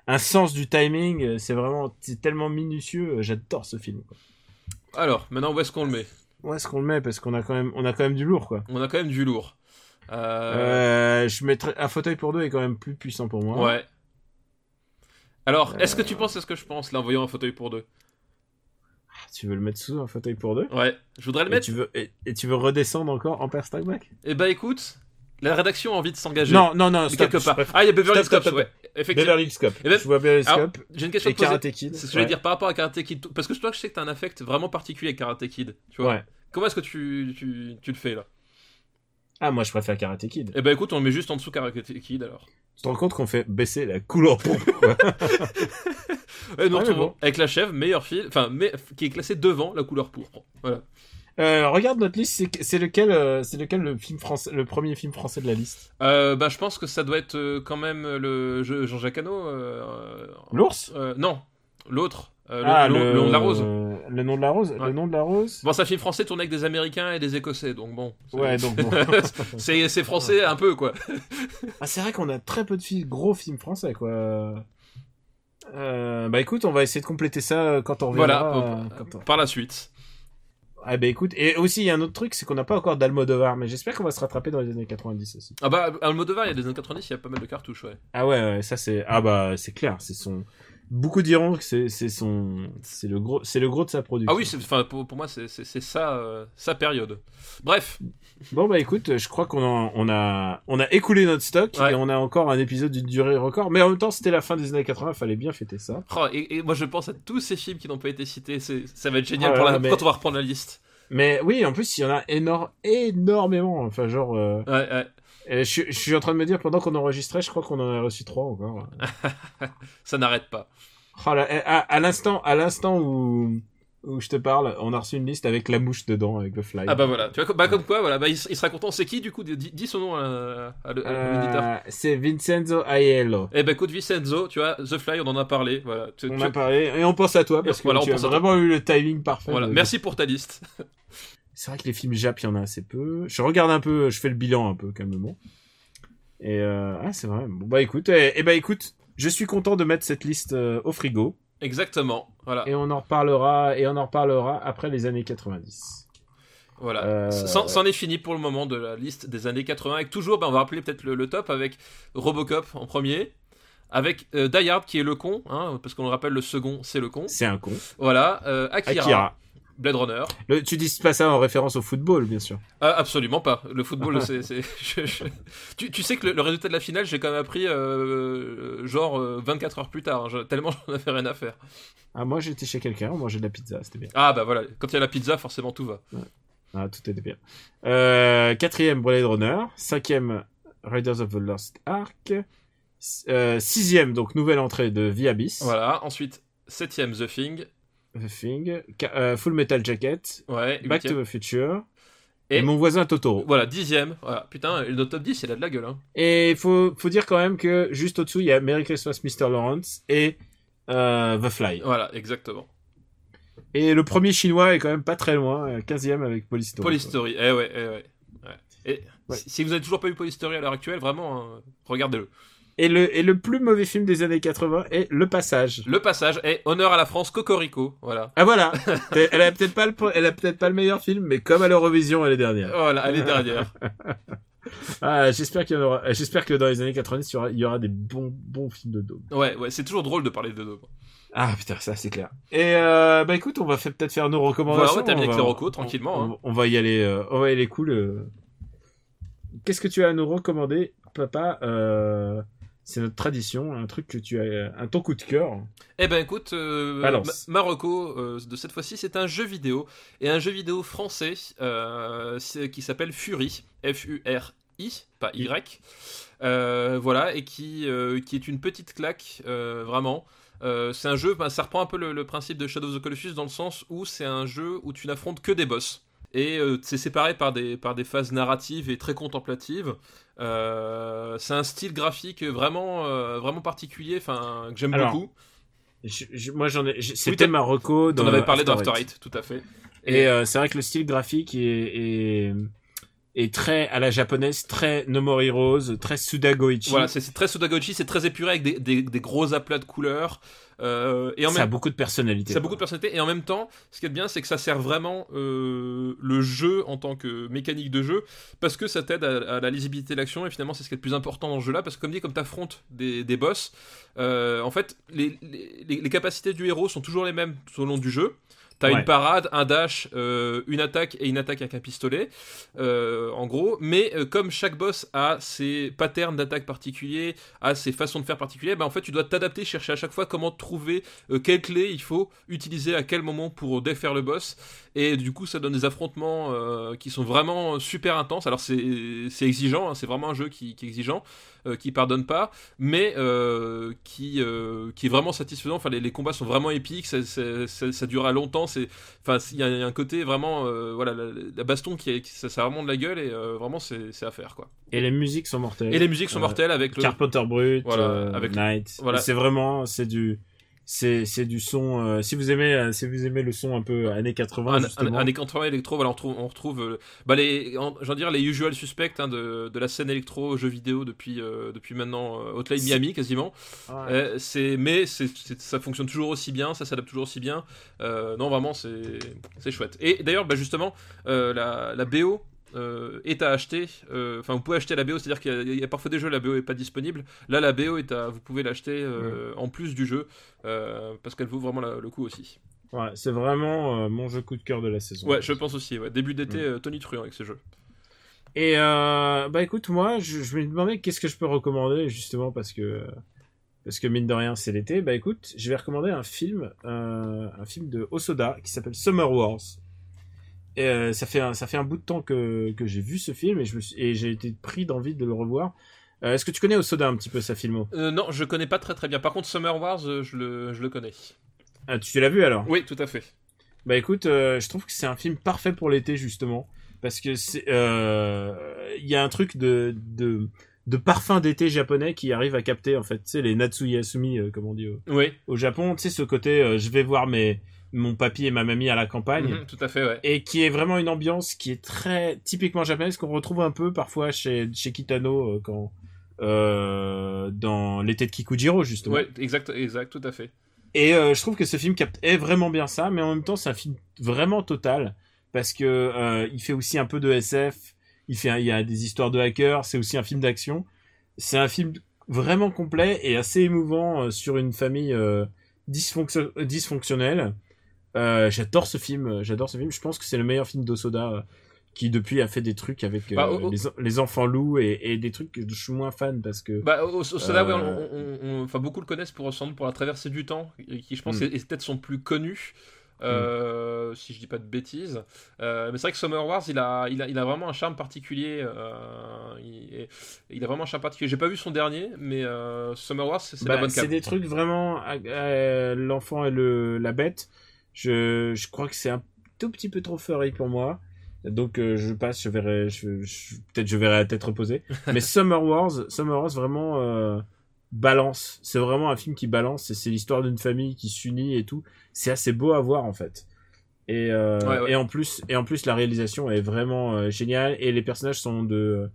[SPEAKER 4] un sens du timing, euh, c'est vraiment c'est tellement minutieux, euh, j'adore ce film. Quoi.
[SPEAKER 5] Alors, maintenant, où est-ce qu'on le met
[SPEAKER 4] Où est-ce qu'on le met Parce qu'on a quand même, on a quand même du lourd quoi.
[SPEAKER 5] On a quand même du lourd. Euh,
[SPEAKER 4] Euh, je mettrais un fauteuil pour deux est quand même plus puissant pour moi.
[SPEAKER 5] Ouais. Alors,
[SPEAKER 4] Euh.
[SPEAKER 5] est-ce que tu penses à ce que je pense, là, en voyant un fauteuil pour deux
[SPEAKER 4] Tu veux le mettre sous un fauteuil pour deux
[SPEAKER 5] Ouais. Je voudrais le
[SPEAKER 4] et
[SPEAKER 5] mettre.
[SPEAKER 4] tu, veux, et, et tu veux redescendre encore en père Stagback
[SPEAKER 5] Eh bah, écoute, la rédaction a envie de s'engager.
[SPEAKER 4] Non, non, non,
[SPEAKER 5] De
[SPEAKER 4] stop,
[SPEAKER 5] quelque
[SPEAKER 4] je
[SPEAKER 5] part.
[SPEAKER 4] préfère-
[SPEAKER 5] Ah, il y a Beverly
[SPEAKER 4] Stop, stop,
[SPEAKER 5] Scopes,
[SPEAKER 4] stop.
[SPEAKER 5] ouais. Effectivement.
[SPEAKER 4] Beverly Hills Cop.
[SPEAKER 5] Et même-
[SPEAKER 4] Je vois Beverly Hills
[SPEAKER 5] Alors,
[SPEAKER 4] Cop
[SPEAKER 5] J'ai une question à
[SPEAKER 4] et
[SPEAKER 5] te poser.
[SPEAKER 4] Karate Kid.
[SPEAKER 5] C'est ce que je voulais
[SPEAKER 4] Ouais.
[SPEAKER 5] dire par rapport à Karate Kid. Parce que toi, je sais que t'as un affect vraiment particulier avec Karate Kid. Tu vois
[SPEAKER 4] Ouais.
[SPEAKER 5] Comment est-ce que tu, tu, tu le fais, là
[SPEAKER 4] Ah, moi je préfère Karate Kid.
[SPEAKER 5] Eh ben écoute, on le met juste en dessous Karate Kid alors.
[SPEAKER 4] Tu te rends compte qu'on fait baisser la couleur pour
[SPEAKER 5] Et Eh, nous
[SPEAKER 4] Ouais, mais
[SPEAKER 5] retrouvons
[SPEAKER 4] bon.
[SPEAKER 5] avec la chèvre, meilleur film, enfin, mais, qui est classé devant la couleur pourpre. Voilà.
[SPEAKER 4] Euh, regarde notre liste, c'est- c'est lequel, euh, c'est lequel le film français, le premier film français de la liste
[SPEAKER 5] Euh, bah, je pense que ça doit être euh, quand même le jeu Jean-Jacques Hano. euh,
[SPEAKER 4] L'ours
[SPEAKER 5] euh, non, l'autre. euh, le,
[SPEAKER 4] Ah,
[SPEAKER 5] le- le nom de la rose.
[SPEAKER 4] Le nom de la rose,
[SPEAKER 5] Ouais.
[SPEAKER 4] le nom de la rose.
[SPEAKER 5] Bon, c'est un film français tourné avec des Américains et des Écossais, donc bon. c'est-
[SPEAKER 4] Ouais, donc bon.
[SPEAKER 5] c'est c'est français un peu, quoi.
[SPEAKER 4] ah, c'est vrai qu'on a très peu de films, gros films français, quoi. Euh, bah écoute, on va essayer de compléter ça euh, quand on reviendra.
[SPEAKER 5] Voilà,
[SPEAKER 4] euh, quand on-
[SPEAKER 5] Par la suite.
[SPEAKER 4] Ah bah écoute, et aussi il y a un autre truc, c'est qu'on n'a pas encore d'Almodovar, mais j'espère qu'on va se rattraper dans les années 90 aussi.
[SPEAKER 5] Ah bah, Almodovar, il y a des années 90, il y a pas mal de cartouches, ouais.
[SPEAKER 4] Ah ouais, ouais, ça c'est ah bah c'est clair, c'est son. Beaucoup diront que c'est c'est son c'est le gros c'est le gros de sa production.
[SPEAKER 5] Ah oui, c'est- enfin, pour, pour moi, c'est c'est- c'est ça, euh, sa période. Bref,
[SPEAKER 4] Bon bah écoute, je crois qu'on en- on a on a écoulé notre stock
[SPEAKER 5] Ouais.
[SPEAKER 4] et on a encore un épisode d'une durée record. Mais en même temps, c'était la fin des années 80, fallait bien fêter ça.
[SPEAKER 5] Oh, et, et moi je pense à tous ces films qui n'ont pas été cités, c'est- ça va être génial
[SPEAKER 4] Oh là
[SPEAKER 5] pour la-
[SPEAKER 4] là, mais-
[SPEAKER 5] quand on va reprendre la liste.
[SPEAKER 4] Mais oui, en plus il y en a énorme énormément. Enfin genre, euh,
[SPEAKER 5] Ouais, ouais.
[SPEAKER 4] et je, je suis en train de me dire pendant qu'on enregistrait, je crois qu'on en a reçu trois encore.
[SPEAKER 5] Ça n'arrête pas.
[SPEAKER 4] Oh là, eh, à, à l'instant à l'instant où où je te parle, on a reçu une liste avec la mouche dedans, avec le fly.
[SPEAKER 5] Ah bah voilà, tu vois, comme- bah, comme quoi, voilà, bah, il, s- il sera content. C'est qui du coup dis, dis son nom à, à le- à l'auditeur.
[SPEAKER 4] Euh, c'est Vincenzo Aiello.
[SPEAKER 5] Eh ben écoute, Vincenzo, tu vois, The Fly, on en a parlé. Voilà, Tu-
[SPEAKER 4] On
[SPEAKER 5] tu-
[SPEAKER 4] a parlé et on pense à toi parce que
[SPEAKER 5] Voilà, on
[SPEAKER 4] tu as
[SPEAKER 5] pense à toi.
[SPEAKER 4] vraiment eu le timing parfait.
[SPEAKER 5] voilà.
[SPEAKER 4] de-
[SPEAKER 5] merci pour ta liste.
[SPEAKER 4] C'est vrai que les films Jap, il y en a assez peu. Je regarde un peu, je fais le bilan un peu calmement. Et euh, ah, c'est vrai. Bon bah écoute, et, bah écoute, je suis content de mettre cette liste euh, au frigo
[SPEAKER 5] Exactement, voilà.
[SPEAKER 4] et on en reparlera et on en reparlera après les années 90.
[SPEAKER 5] voilà.
[SPEAKER 4] Euh,
[SPEAKER 5] C'en c'en est fini pour le moment de la liste des années 80. Avec toujours, bah, on va rappeler peut-être le, le top avec Robocop en premier. Avec euh, Die Hard qui est le con, hein, parce qu'on le rappelle, le second c'est le con.
[SPEAKER 4] C'est un con.
[SPEAKER 5] Voilà, euh,
[SPEAKER 4] Akira.
[SPEAKER 5] Akira. Blade Runner.
[SPEAKER 4] Le- tu dis pas ça en référence au football, bien sûr.
[SPEAKER 5] Ah, absolument pas. Le football, c'est. c'est- je- je- Tu, tu sais que le, le résultat de la finale, j'ai quand même appris euh, genre euh, 24 heures plus tard, hein, je- tellement j'en avais rien à faire.
[SPEAKER 4] Ah, moi j'étais chez quelqu'un, on mangeait de la pizza, c'était bien.
[SPEAKER 5] Ah bah voilà, quand il y a la pizza, forcément tout va.
[SPEAKER 4] Ah, tout était bien. Euh, quatrième, Blade Runner. Cinquième, Riders of the Lost Ark. S- euh, sixième, donc nouvelle entrée de The Abyss.
[SPEAKER 5] Voilà, ensuite, septième, The Thing.
[SPEAKER 4] The Thing. Ca- euh, Full Metal Jacket.
[SPEAKER 5] Ouais,
[SPEAKER 4] Back
[SPEAKER 5] huitième.
[SPEAKER 4] to the Future. Et,
[SPEAKER 5] Et-
[SPEAKER 4] mon voisin Totoro.
[SPEAKER 5] Voilà, dixième. Voilà. Putain, le top 10, il a de la gueule. Hein.
[SPEAKER 4] Et il faut, faut dire quand même que juste au-dessous, il y a Merry Christmas Mr. Lawrence et euh, The Fly.
[SPEAKER 5] Voilà, exactement.
[SPEAKER 4] Et le premier chinois est quand même pas très loin, euh, 15e avec Police Story.
[SPEAKER 5] Police Story, eh ouais, eh ouais. ouais. Et
[SPEAKER 4] Ouais.
[SPEAKER 5] si- si vous n'avez toujours pas eu Police Story à l'heure actuelle, vraiment, hein, regardez-le.
[SPEAKER 4] Et le, et le plus mauvais film des années 80 est Le Passage.
[SPEAKER 5] Le passage est Honneur à la France, Cocorico. Voilà.
[SPEAKER 4] Ah voilà T'es- Elle a peut-être pas, le pre- elle a peut-être pas le meilleur film, mais comme à l'Eurovision, elle est dernière.
[SPEAKER 5] Voilà, elle est dernière.
[SPEAKER 4] Ah, j'espère qu'il y en aura. J'espère que dans les années 90, il y aura, il y aura des bons, bons films de dôme.
[SPEAKER 5] Ouais, ouais, c'est toujours drôle de parler de deux.
[SPEAKER 4] Ah putain, ça c'est clair. Et euh, bah écoute, on va fait- peut-être faire nos recommandations.
[SPEAKER 5] Voilà, ouais, termine
[SPEAKER 4] on
[SPEAKER 5] avec
[SPEAKER 4] va-
[SPEAKER 5] les recos, tranquillement,
[SPEAKER 4] On,
[SPEAKER 5] hein.
[SPEAKER 4] on va y aller. euh, on va y aller cool. euh. Qu'est-ce que tu as à nous recommander, papa euh, C'est notre tradition, un truc que tu as, un ton coup de cœur.
[SPEAKER 5] Eh ben écoute, euh,
[SPEAKER 4] Balance.
[SPEAKER 5] Ma- Marocco euh, de cette fois-ci, c'est un jeu vidéo et un jeu vidéo français euh, c'est- qui s'appelle Fury, F-U-R-I, pas Y. Euh, voilà et qui euh, qui est une petite claque euh, vraiment. Euh, c'est un jeu, ben, ça reprend un peu le, le principe de Shadow of the Colossus dans le sens où c'est un jeu où tu n'affrontes que des boss. Et euh, c'est séparé par des, par des phases narratives et très contemplatives. Euh, c'est un style graphique vraiment, euh, vraiment particulier, enfin, que j'aime
[SPEAKER 4] Alors,
[SPEAKER 5] beaucoup.
[SPEAKER 4] Je- je- moi j'en ai. je- C'était
[SPEAKER 5] t'as-
[SPEAKER 4] ma reco.
[SPEAKER 5] On
[SPEAKER 4] dans
[SPEAKER 5] en avait parlé dans
[SPEAKER 4] After
[SPEAKER 5] After
[SPEAKER 4] Eight.
[SPEAKER 5] Eight, tout à fait.
[SPEAKER 4] Et euh, c'est vrai que le style graphique est, est, est très à la japonaise, très Nomori Rose, très Sudagoichi.
[SPEAKER 5] Voilà, c'est c'est très Sodagochi, c'est très épuré avec des, des- des gros aplats de couleurs. Euh, et en
[SPEAKER 4] ça a
[SPEAKER 5] même
[SPEAKER 4] beaucoup de personnalité.
[SPEAKER 5] ça a beaucoup de personnalité. Et en même temps, ce qui est bien, c'est que ça sert vraiment euh, le jeu en tant que mécanique de jeu, parce que ça t'aide à, à la lisibilité de l'action. Et finalement, c'est ce qui est le plus important dans ce jeu-là, parce que comme dit, comme t'affrontes des, des boss, euh, en fait, les, les- les- les capacités du héros sont toujours les mêmes tout au long du jeu. T'as
[SPEAKER 4] Ouais.
[SPEAKER 5] une parade, un dash, euh, une attaque et une attaque avec un pistolet, euh, en gros. Mais euh, comme chaque boss a ses patterns d'attaque particuliers, a ses façons de faire particulières, bah, en fait tu dois t'adapter, chercher à chaque fois comment trouver euh, quelle clé il faut utiliser à quel moment pour défaire le boss. Et du coup, ça donne des affrontements euh, qui sont vraiment euh, super intenses. Alors, c'est c'est exigeant, hein, c'est vraiment un jeu qui, qui est exigeant, euh, qui pardonne pas, mais euh, qui, euh, qui est vraiment satisfaisant. Enfin, les, les combats sont vraiment épiques, ça, ça- ça- ça dure à longtemps. c'est- Enfin, il y, a- il y a un côté vraiment, euh, voilà, la, la baston qui, est, qui- ça, ça a vraiment de la gueule et euh, vraiment, c'est c'est à faire quoi.
[SPEAKER 4] Et les musiques sont mortelles.
[SPEAKER 5] Et les musiques sont
[SPEAKER 4] Euh,
[SPEAKER 5] mortelles avec le.
[SPEAKER 4] Carpenter Brut,
[SPEAKER 5] Voilà,
[SPEAKER 4] euh,
[SPEAKER 5] avec-
[SPEAKER 4] Night.
[SPEAKER 5] voilà.
[SPEAKER 4] C'est vraiment, c'est du, c'est, c'est du son. euh, si vous aimez, euh, si vous aimez le son un peu années 80,
[SPEAKER 5] un, un,
[SPEAKER 4] justement.
[SPEAKER 5] un écran électro, voilà, on retrouve, on retrouve euh, bah, les, en- j'en dire les usual suspects hein, de, de la scène électro jeux vidéo depuis, euh, depuis maintenant euh, Hotline
[SPEAKER 4] C'est-
[SPEAKER 5] Miami quasiment.
[SPEAKER 4] Ouais.
[SPEAKER 5] Euh, c'est, mais c'est, c'est- ça fonctionne toujours aussi bien, ça s'adapte toujours aussi bien. Euh, non, vraiment, c'est, c'est chouette. Et d'ailleurs, bah, justement, euh, la, la BO. euh, est à acheter, euh, enfin vous pouvez acheter la BO, c'est-à-dire qu'il y a, il y a parfois des jeux la BO est pas disponible. Là la BO est à, vous pouvez l'acheter euh, en plus du jeu euh, parce qu'elle vaut vraiment la- le coup aussi.
[SPEAKER 4] Ouais, c'est vraiment euh, mon jeu coup de cœur de la saison.
[SPEAKER 5] Eh. Ouais, je pense aussi. ouais. Début d'été,
[SPEAKER 4] Mm.
[SPEAKER 5] euh, Tony Truant avec ce jeu.
[SPEAKER 4] Et euh, bah écoute, moi, je, je me demandais qu'est-ce que je peux recommander justement parce que parce que mine de rien, c'est l'été. Bah écoute, je vais recommander un film, euh, un film de Osoda qui s'appelle Summer Wars. Et euh, ça fait un, ça fait un bout de temps que, que j'ai vu ce film et je me suis, et j'ai été pris d'envie de le revoir. Euh, Est-ce que tu connais Osoda un petit peu sa filmo
[SPEAKER 5] Euh, non, je connais pas très très bien. Par contre, Summer Wars, euh, je le, je le connais.
[SPEAKER 4] ah, Tu l'as vu alors
[SPEAKER 5] Oui, tout à fait.
[SPEAKER 4] Bah écoute, euh, je trouve que c'est un film parfait pour l'été justement parce que c'est euh, il y a un truc de de, de parfum d'été japonais qui arrive à capter en fait, tu sais les Natsuya Asumi euh, comme on dit au,
[SPEAKER 5] Oui,
[SPEAKER 4] au Japon, tu sais ce côté euh, je vais voir mes mon papy et ma mamie à la campagne
[SPEAKER 5] Mhm, tout à fait, ouais.
[SPEAKER 4] et qui est vraiment une ambiance qui est très typiquement japonaise qu'on retrouve un peu parfois chez chez Kitano euh, quand euh, dans l'été de Kikujiro justement.
[SPEAKER 5] Ouais, exact, exact, tout à fait.
[SPEAKER 4] Et euh, je trouve que ce film capte est vraiment bien ça, mais en même temps c'est un film vraiment total parce que euh, il fait aussi un peu de SF, il fait un- il y a des histoires de hackers, c'est aussi un film d'action. C'est un film vraiment complet et assez émouvant euh, sur une famille euh, dysfonction- euh, dysfonctionnelle Euh, j'adore ce film, euh, j'adore ce film. Je pense que c'est le meilleur film d'Osoda euh, qui depuis a fait des trucs avec euh,
[SPEAKER 5] Bah, oh, oh.
[SPEAKER 4] Les, les enfants loups et, et des trucs que je suis moins fan parce que
[SPEAKER 5] Bah, au- au- Osoda,
[SPEAKER 4] Euh,
[SPEAKER 5] ouais, on- on- on- enfin, beaucoup le connaissent pour sans doute pour la traversée du temps, et qui je pense
[SPEAKER 4] Mm.
[SPEAKER 5] est, est peut-être son plus connu, euh, si je dis pas de bêtises. Euh, mais c'est vrai que Summer Wars, il a, il a, il a vraiment un charme particulier. euh, il, et- il a vraiment un charme particulier. J'ai pas vu son dernier, mais euh, Summer Wars, c'est c'est
[SPEAKER 4] Bah,
[SPEAKER 5] la bonne
[SPEAKER 4] c'est
[SPEAKER 5] cave.
[SPEAKER 4] des trucs vraiment euh, euh, l'enfant et le la bête. Je, je crois que c'est un tout petit peu trop furry pour moi. Donc euh, je passe, je verrai, je, je- peut-être je verrai la tête reposée. Mais Summer Wars, Summer Wars vraiment euh, balance. C'est vraiment un film qui balance. et C'est l'histoire d'une famille qui s'unit et tout. C'est assez beau à voir en fait. Et, euh,
[SPEAKER 5] Ouais, ouais.
[SPEAKER 4] et en plus, et en plus la réalisation est vraiment euh, géniale. Et les personnages sont de euh,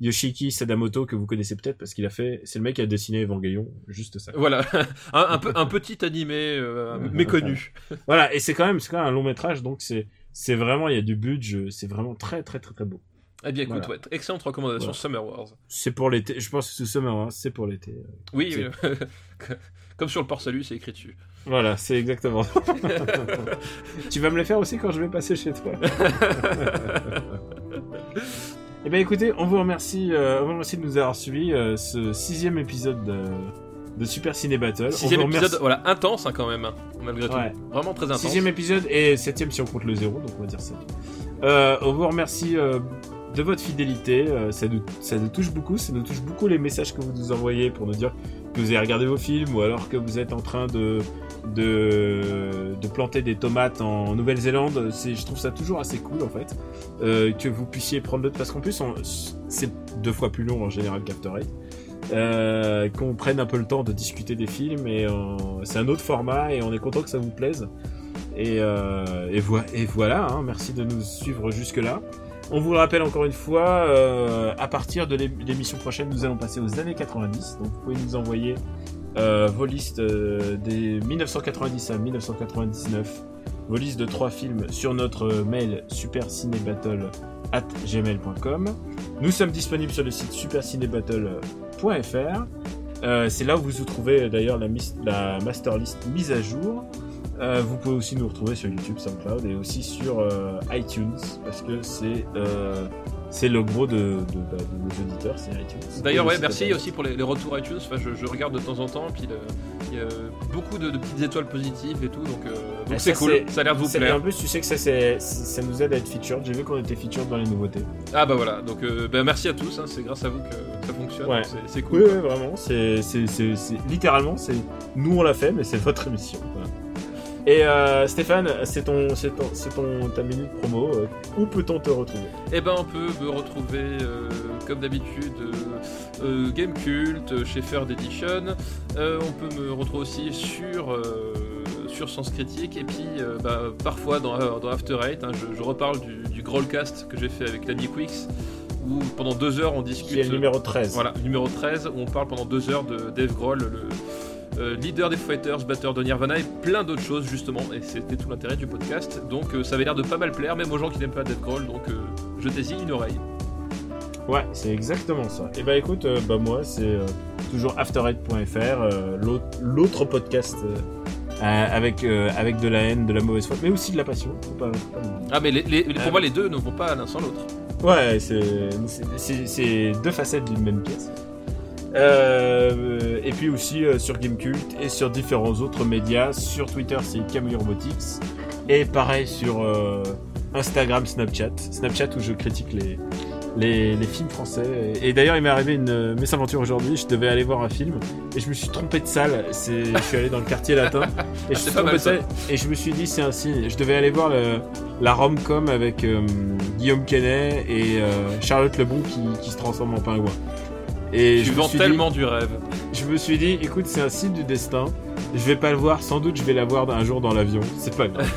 [SPEAKER 4] Yoshiki Sadamoto que vous connaissez peut-être parce qu'il a fait, c'est le mec qui a dessiné Evangelion, juste ça.
[SPEAKER 5] Voilà, un, un peu, un petit animé euh, méconnu.
[SPEAKER 4] Voilà, et c'est quand même, c'est quand même un long métrage, donc c'est, c'est vraiment, il y a du budget, c'est vraiment très, très, très, très beau.
[SPEAKER 5] Eh bien, écoute,
[SPEAKER 4] Voilà.
[SPEAKER 5] ouais, excellente recommandation,
[SPEAKER 4] Voilà.
[SPEAKER 5] Summer Wars.
[SPEAKER 4] C'est pour l'été, je pense que c'est summer, hein, c'est pour l'été.
[SPEAKER 5] Oui,
[SPEAKER 4] C'est-
[SPEAKER 5] oui, comme sur le port salut, c'est écrit dessus.
[SPEAKER 4] Voilà, c'est exactement. tu vas me les faire aussi quand je vais passer chez toi. Eh bien, écoutez, on vous remercie, euh, on vous remercie de nous avoir suivis euh, ce sixième épisode de, de Super Ciné Battle. Euh, On
[SPEAKER 5] Sixième
[SPEAKER 4] vous remercie-
[SPEAKER 5] épisode, voilà, intense hein, quand même, hein, malgré
[SPEAKER 4] Ouais.
[SPEAKER 5] tout. Vraiment très intense.
[SPEAKER 4] Sixième épisode et septième si on compte le zéro, donc on va dire ça. Euh, on vous remercie euh, de votre fidélité, euh, ça, nous, ça nous touche beaucoup, ça nous touche beaucoup les messages que vous nous envoyez pour nous dire que vous avez regardé vos films ou alors que vous êtes en train de, de, de planter des tomates en Nouvelle-Zélande. C'est- Je trouve ça toujours assez cool en fait, euh, que vous puissiez prendre d'autres, parce qu'en plus on- c'est deux fois plus long en général qu'After Eight. Euh, qu'on prenne un peu le temps de discuter des films et euh, c'est un autre format et on est content que ça vous plaise. Et, euh, et, voi- et voilà, hein, merci de nous suivre jusque-là. On vous le rappelle encore une fois, euh, à partir de l'é- l'émission prochaine, nous allons passer aux années 90. Donc vous pouvez nous envoyer euh, vos listes euh, des 1990 à 1999, vos listes de trois films sur notre euh, mail supercinébattle at gmail.com. Nous sommes disponibles sur le site supercinébattle.fr. Euh, C'est là où vous trouvez euh, d'ailleurs la, mis- la masterlist mise à jour. Euh, vous pouvez aussi nous retrouver sur YouTube, SoundCloud et aussi sur euh, iTunes parce que c'est euh, c'est le gros de, de, bah, de nos auditeurs, c'est iTunes. Et
[SPEAKER 5] D'ailleurs,
[SPEAKER 4] le
[SPEAKER 5] ouais,
[SPEAKER 4] site
[SPEAKER 5] merci
[SPEAKER 4] internet.
[SPEAKER 5] aussi pour les, les retours iTunes. Enfin, je, je regarde de temps en temps, puis le- il y a beaucoup de, de petites étoiles positives et tout, donc euh, donc
[SPEAKER 4] Ah, ça,
[SPEAKER 5] c'est cool.
[SPEAKER 4] c'est-
[SPEAKER 5] Ça a l'air de vous
[SPEAKER 4] C'est- et
[SPEAKER 5] plaire.
[SPEAKER 4] en plus, tu sais que ça, c'est- ça nous aide à être featured. J'ai vu qu'on était featured dans les nouveautés.
[SPEAKER 5] Ah bah voilà, donc euh, bah, merci à tous. hein, c'est grâce à vous que ça fonctionne.
[SPEAKER 4] Ouais.
[SPEAKER 5] donc c'est- C'est
[SPEAKER 4] Oui,
[SPEAKER 5] cool.
[SPEAKER 4] oui, vraiment. C'est, c'est, c'est, c'est- littéralement, c'est nous on l'a fait, mais c'est votre émission. Voilà. Et euh, Stéphane, c'est ton, c'est ton, c'est ton ta minute promo. euh, où peut-on te retrouver
[SPEAKER 5] Et ben on peut me retrouver euh, comme d'habitude euh, euh, Game Cult, euh, chez Third Edition. Euh, on peut me retrouver aussi sur euh, sur Sens Critique et puis euh, bah, parfois dans, euh, dans After Eight. hein, je, je reparle du, du Growlcast que j'ai fait avec l'ami Quix où pendant deux heures on discute.
[SPEAKER 4] Qui
[SPEAKER 5] euh,
[SPEAKER 4] est le numéro 13.
[SPEAKER 5] Voilà, numéro 13, où on parle pendant deux heures de Dave Grohl, le euh, leader des Fighters, batteur de Nirvana et plein d'autres choses justement, et c'était tout l'intérêt du podcast. Donc euh, ça avait l'air de pas mal plaire, même aux gens qui n'aiment pas Dave Grohl, donc euh, jetez-y une oreille.
[SPEAKER 4] Ouais, c'est exactement ça. Et bah écoute, euh, bah moi c'est euh, toujours afterhead.fr, euh, l'autre- l'autre podcast euh, euh, avec euh, avec de la haine, de la mauvaise foi, mais aussi de la passion. Faut pas- faut pas l'oublier.
[SPEAKER 5] Ah mais les- les- pour
[SPEAKER 4] Euh.
[SPEAKER 5] moi les deux ne vont pas l'un sans l'autre.
[SPEAKER 4] Ouais, c'est c'est- c'est deux facettes d'une même pièce. Euh, et puis aussi euh, sur Gamecult et sur différents autres médias. Sur Twitter, c'est Camille Robotics. Et pareil sur euh, Instagram, Snapchat. Snapchat où je critique les, les, les films français. Et, et d'ailleurs, il m'est arrivé une euh, mésaventure aujourd'hui. Je devais aller voir un film et je me suis trompé de salle. C'est- Je suis allé dans le quartier latin. Et, je,
[SPEAKER 5] Ah, c'est
[SPEAKER 4] suis
[SPEAKER 5] pas
[SPEAKER 4] trompé de
[SPEAKER 5] mal, ça.
[SPEAKER 4] salle, et je me suis dit, c'est un signe. Je devais aller voir le, la rom-com avec euh, Guillaume Canet et euh, Charlotte Lebon qui, qui se transforme en pingouin. Et
[SPEAKER 5] tu
[SPEAKER 4] je me
[SPEAKER 5] vends
[SPEAKER 4] suis
[SPEAKER 5] tellement du rêve.
[SPEAKER 4] dit- je me suis dit, écoute, c'est un signe du destin. Je vais pas le voir, sans doute je vais la voir un jour dans l'avion. C'est pas grave.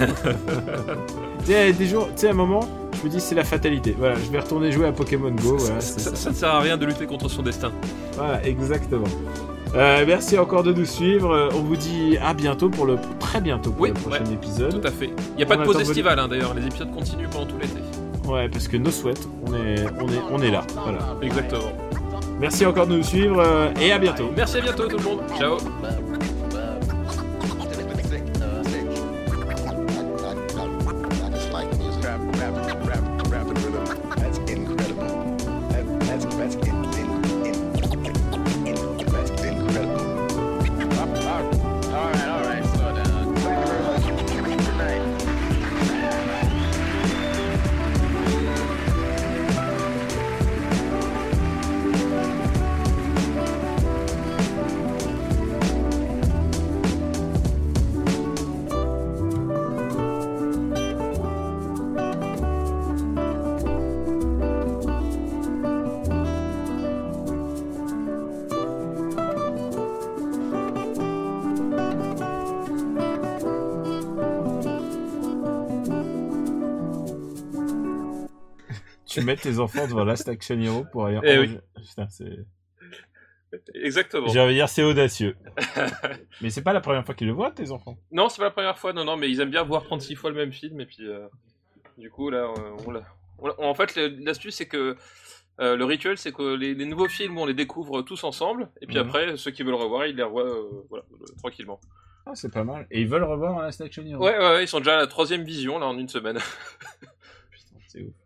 [SPEAKER 4] tu sais, des jours, tu sais, à un moment, je me dis, c'est la fatalité. Voilà, je vais retourner jouer à Pokémon Go.
[SPEAKER 5] ça,
[SPEAKER 4] Voilà,
[SPEAKER 5] ça-
[SPEAKER 4] Oh, c'est ça.
[SPEAKER 5] ça ne sert à rien de lutter contre son destin.
[SPEAKER 4] Voilà, exactement. Euh, merci encore de nous suivre. Euh, On vous dit à bientôt pour le très bientôt pour
[SPEAKER 5] Oui,
[SPEAKER 4] le prochain épisode.
[SPEAKER 5] Tout à fait. Il n'y a pas
[SPEAKER 4] Ah On
[SPEAKER 5] de pause
[SPEAKER 4] attend vos-
[SPEAKER 5] estivale hein, d'ailleurs, les épisodes continuent pendant tout l'été.
[SPEAKER 4] Ouais, parce que nos souhaits, on est, on est, on est là. Voilà.
[SPEAKER 5] Exactement.
[SPEAKER 4] Merci encore de nous suivre euh, et à bientôt.
[SPEAKER 5] Merci à bientôt tout le monde. Ciao.
[SPEAKER 6] Sick, sick, sick.
[SPEAKER 4] tu mets tes enfants devant Last Action Hero pour aller.
[SPEAKER 5] Eh oui.
[SPEAKER 4] Oh, je- Putain, c'est.
[SPEAKER 5] Exactement.
[SPEAKER 4] J'ai envie de dire, c'est audacieux. Mais c'est pas la première fois qu'ils le voient, tes enfants.
[SPEAKER 5] Non, c'est pas la première fois, non, non, mais ils aiment bien voir 36 fois le même film, et puis euh, du coup, là, euh, on l'a. on l'a- En fait, le- l'astuce, c'est que euh, le rituel, c'est que les, les nouveaux films, on les découvre tous ensemble, et puis
[SPEAKER 4] Mhm.
[SPEAKER 5] après, ceux qui veulent revoir, ils les revoient euh, voilà, euh, tranquillement.
[SPEAKER 4] Ah, c'est pas mal. Et ils veulent revoir un Last Action Hero.
[SPEAKER 5] Ouais, ouais, ouais, ils sont déjà à la troisième vision, là, en une semaine.
[SPEAKER 4] Putain, c'est ouf.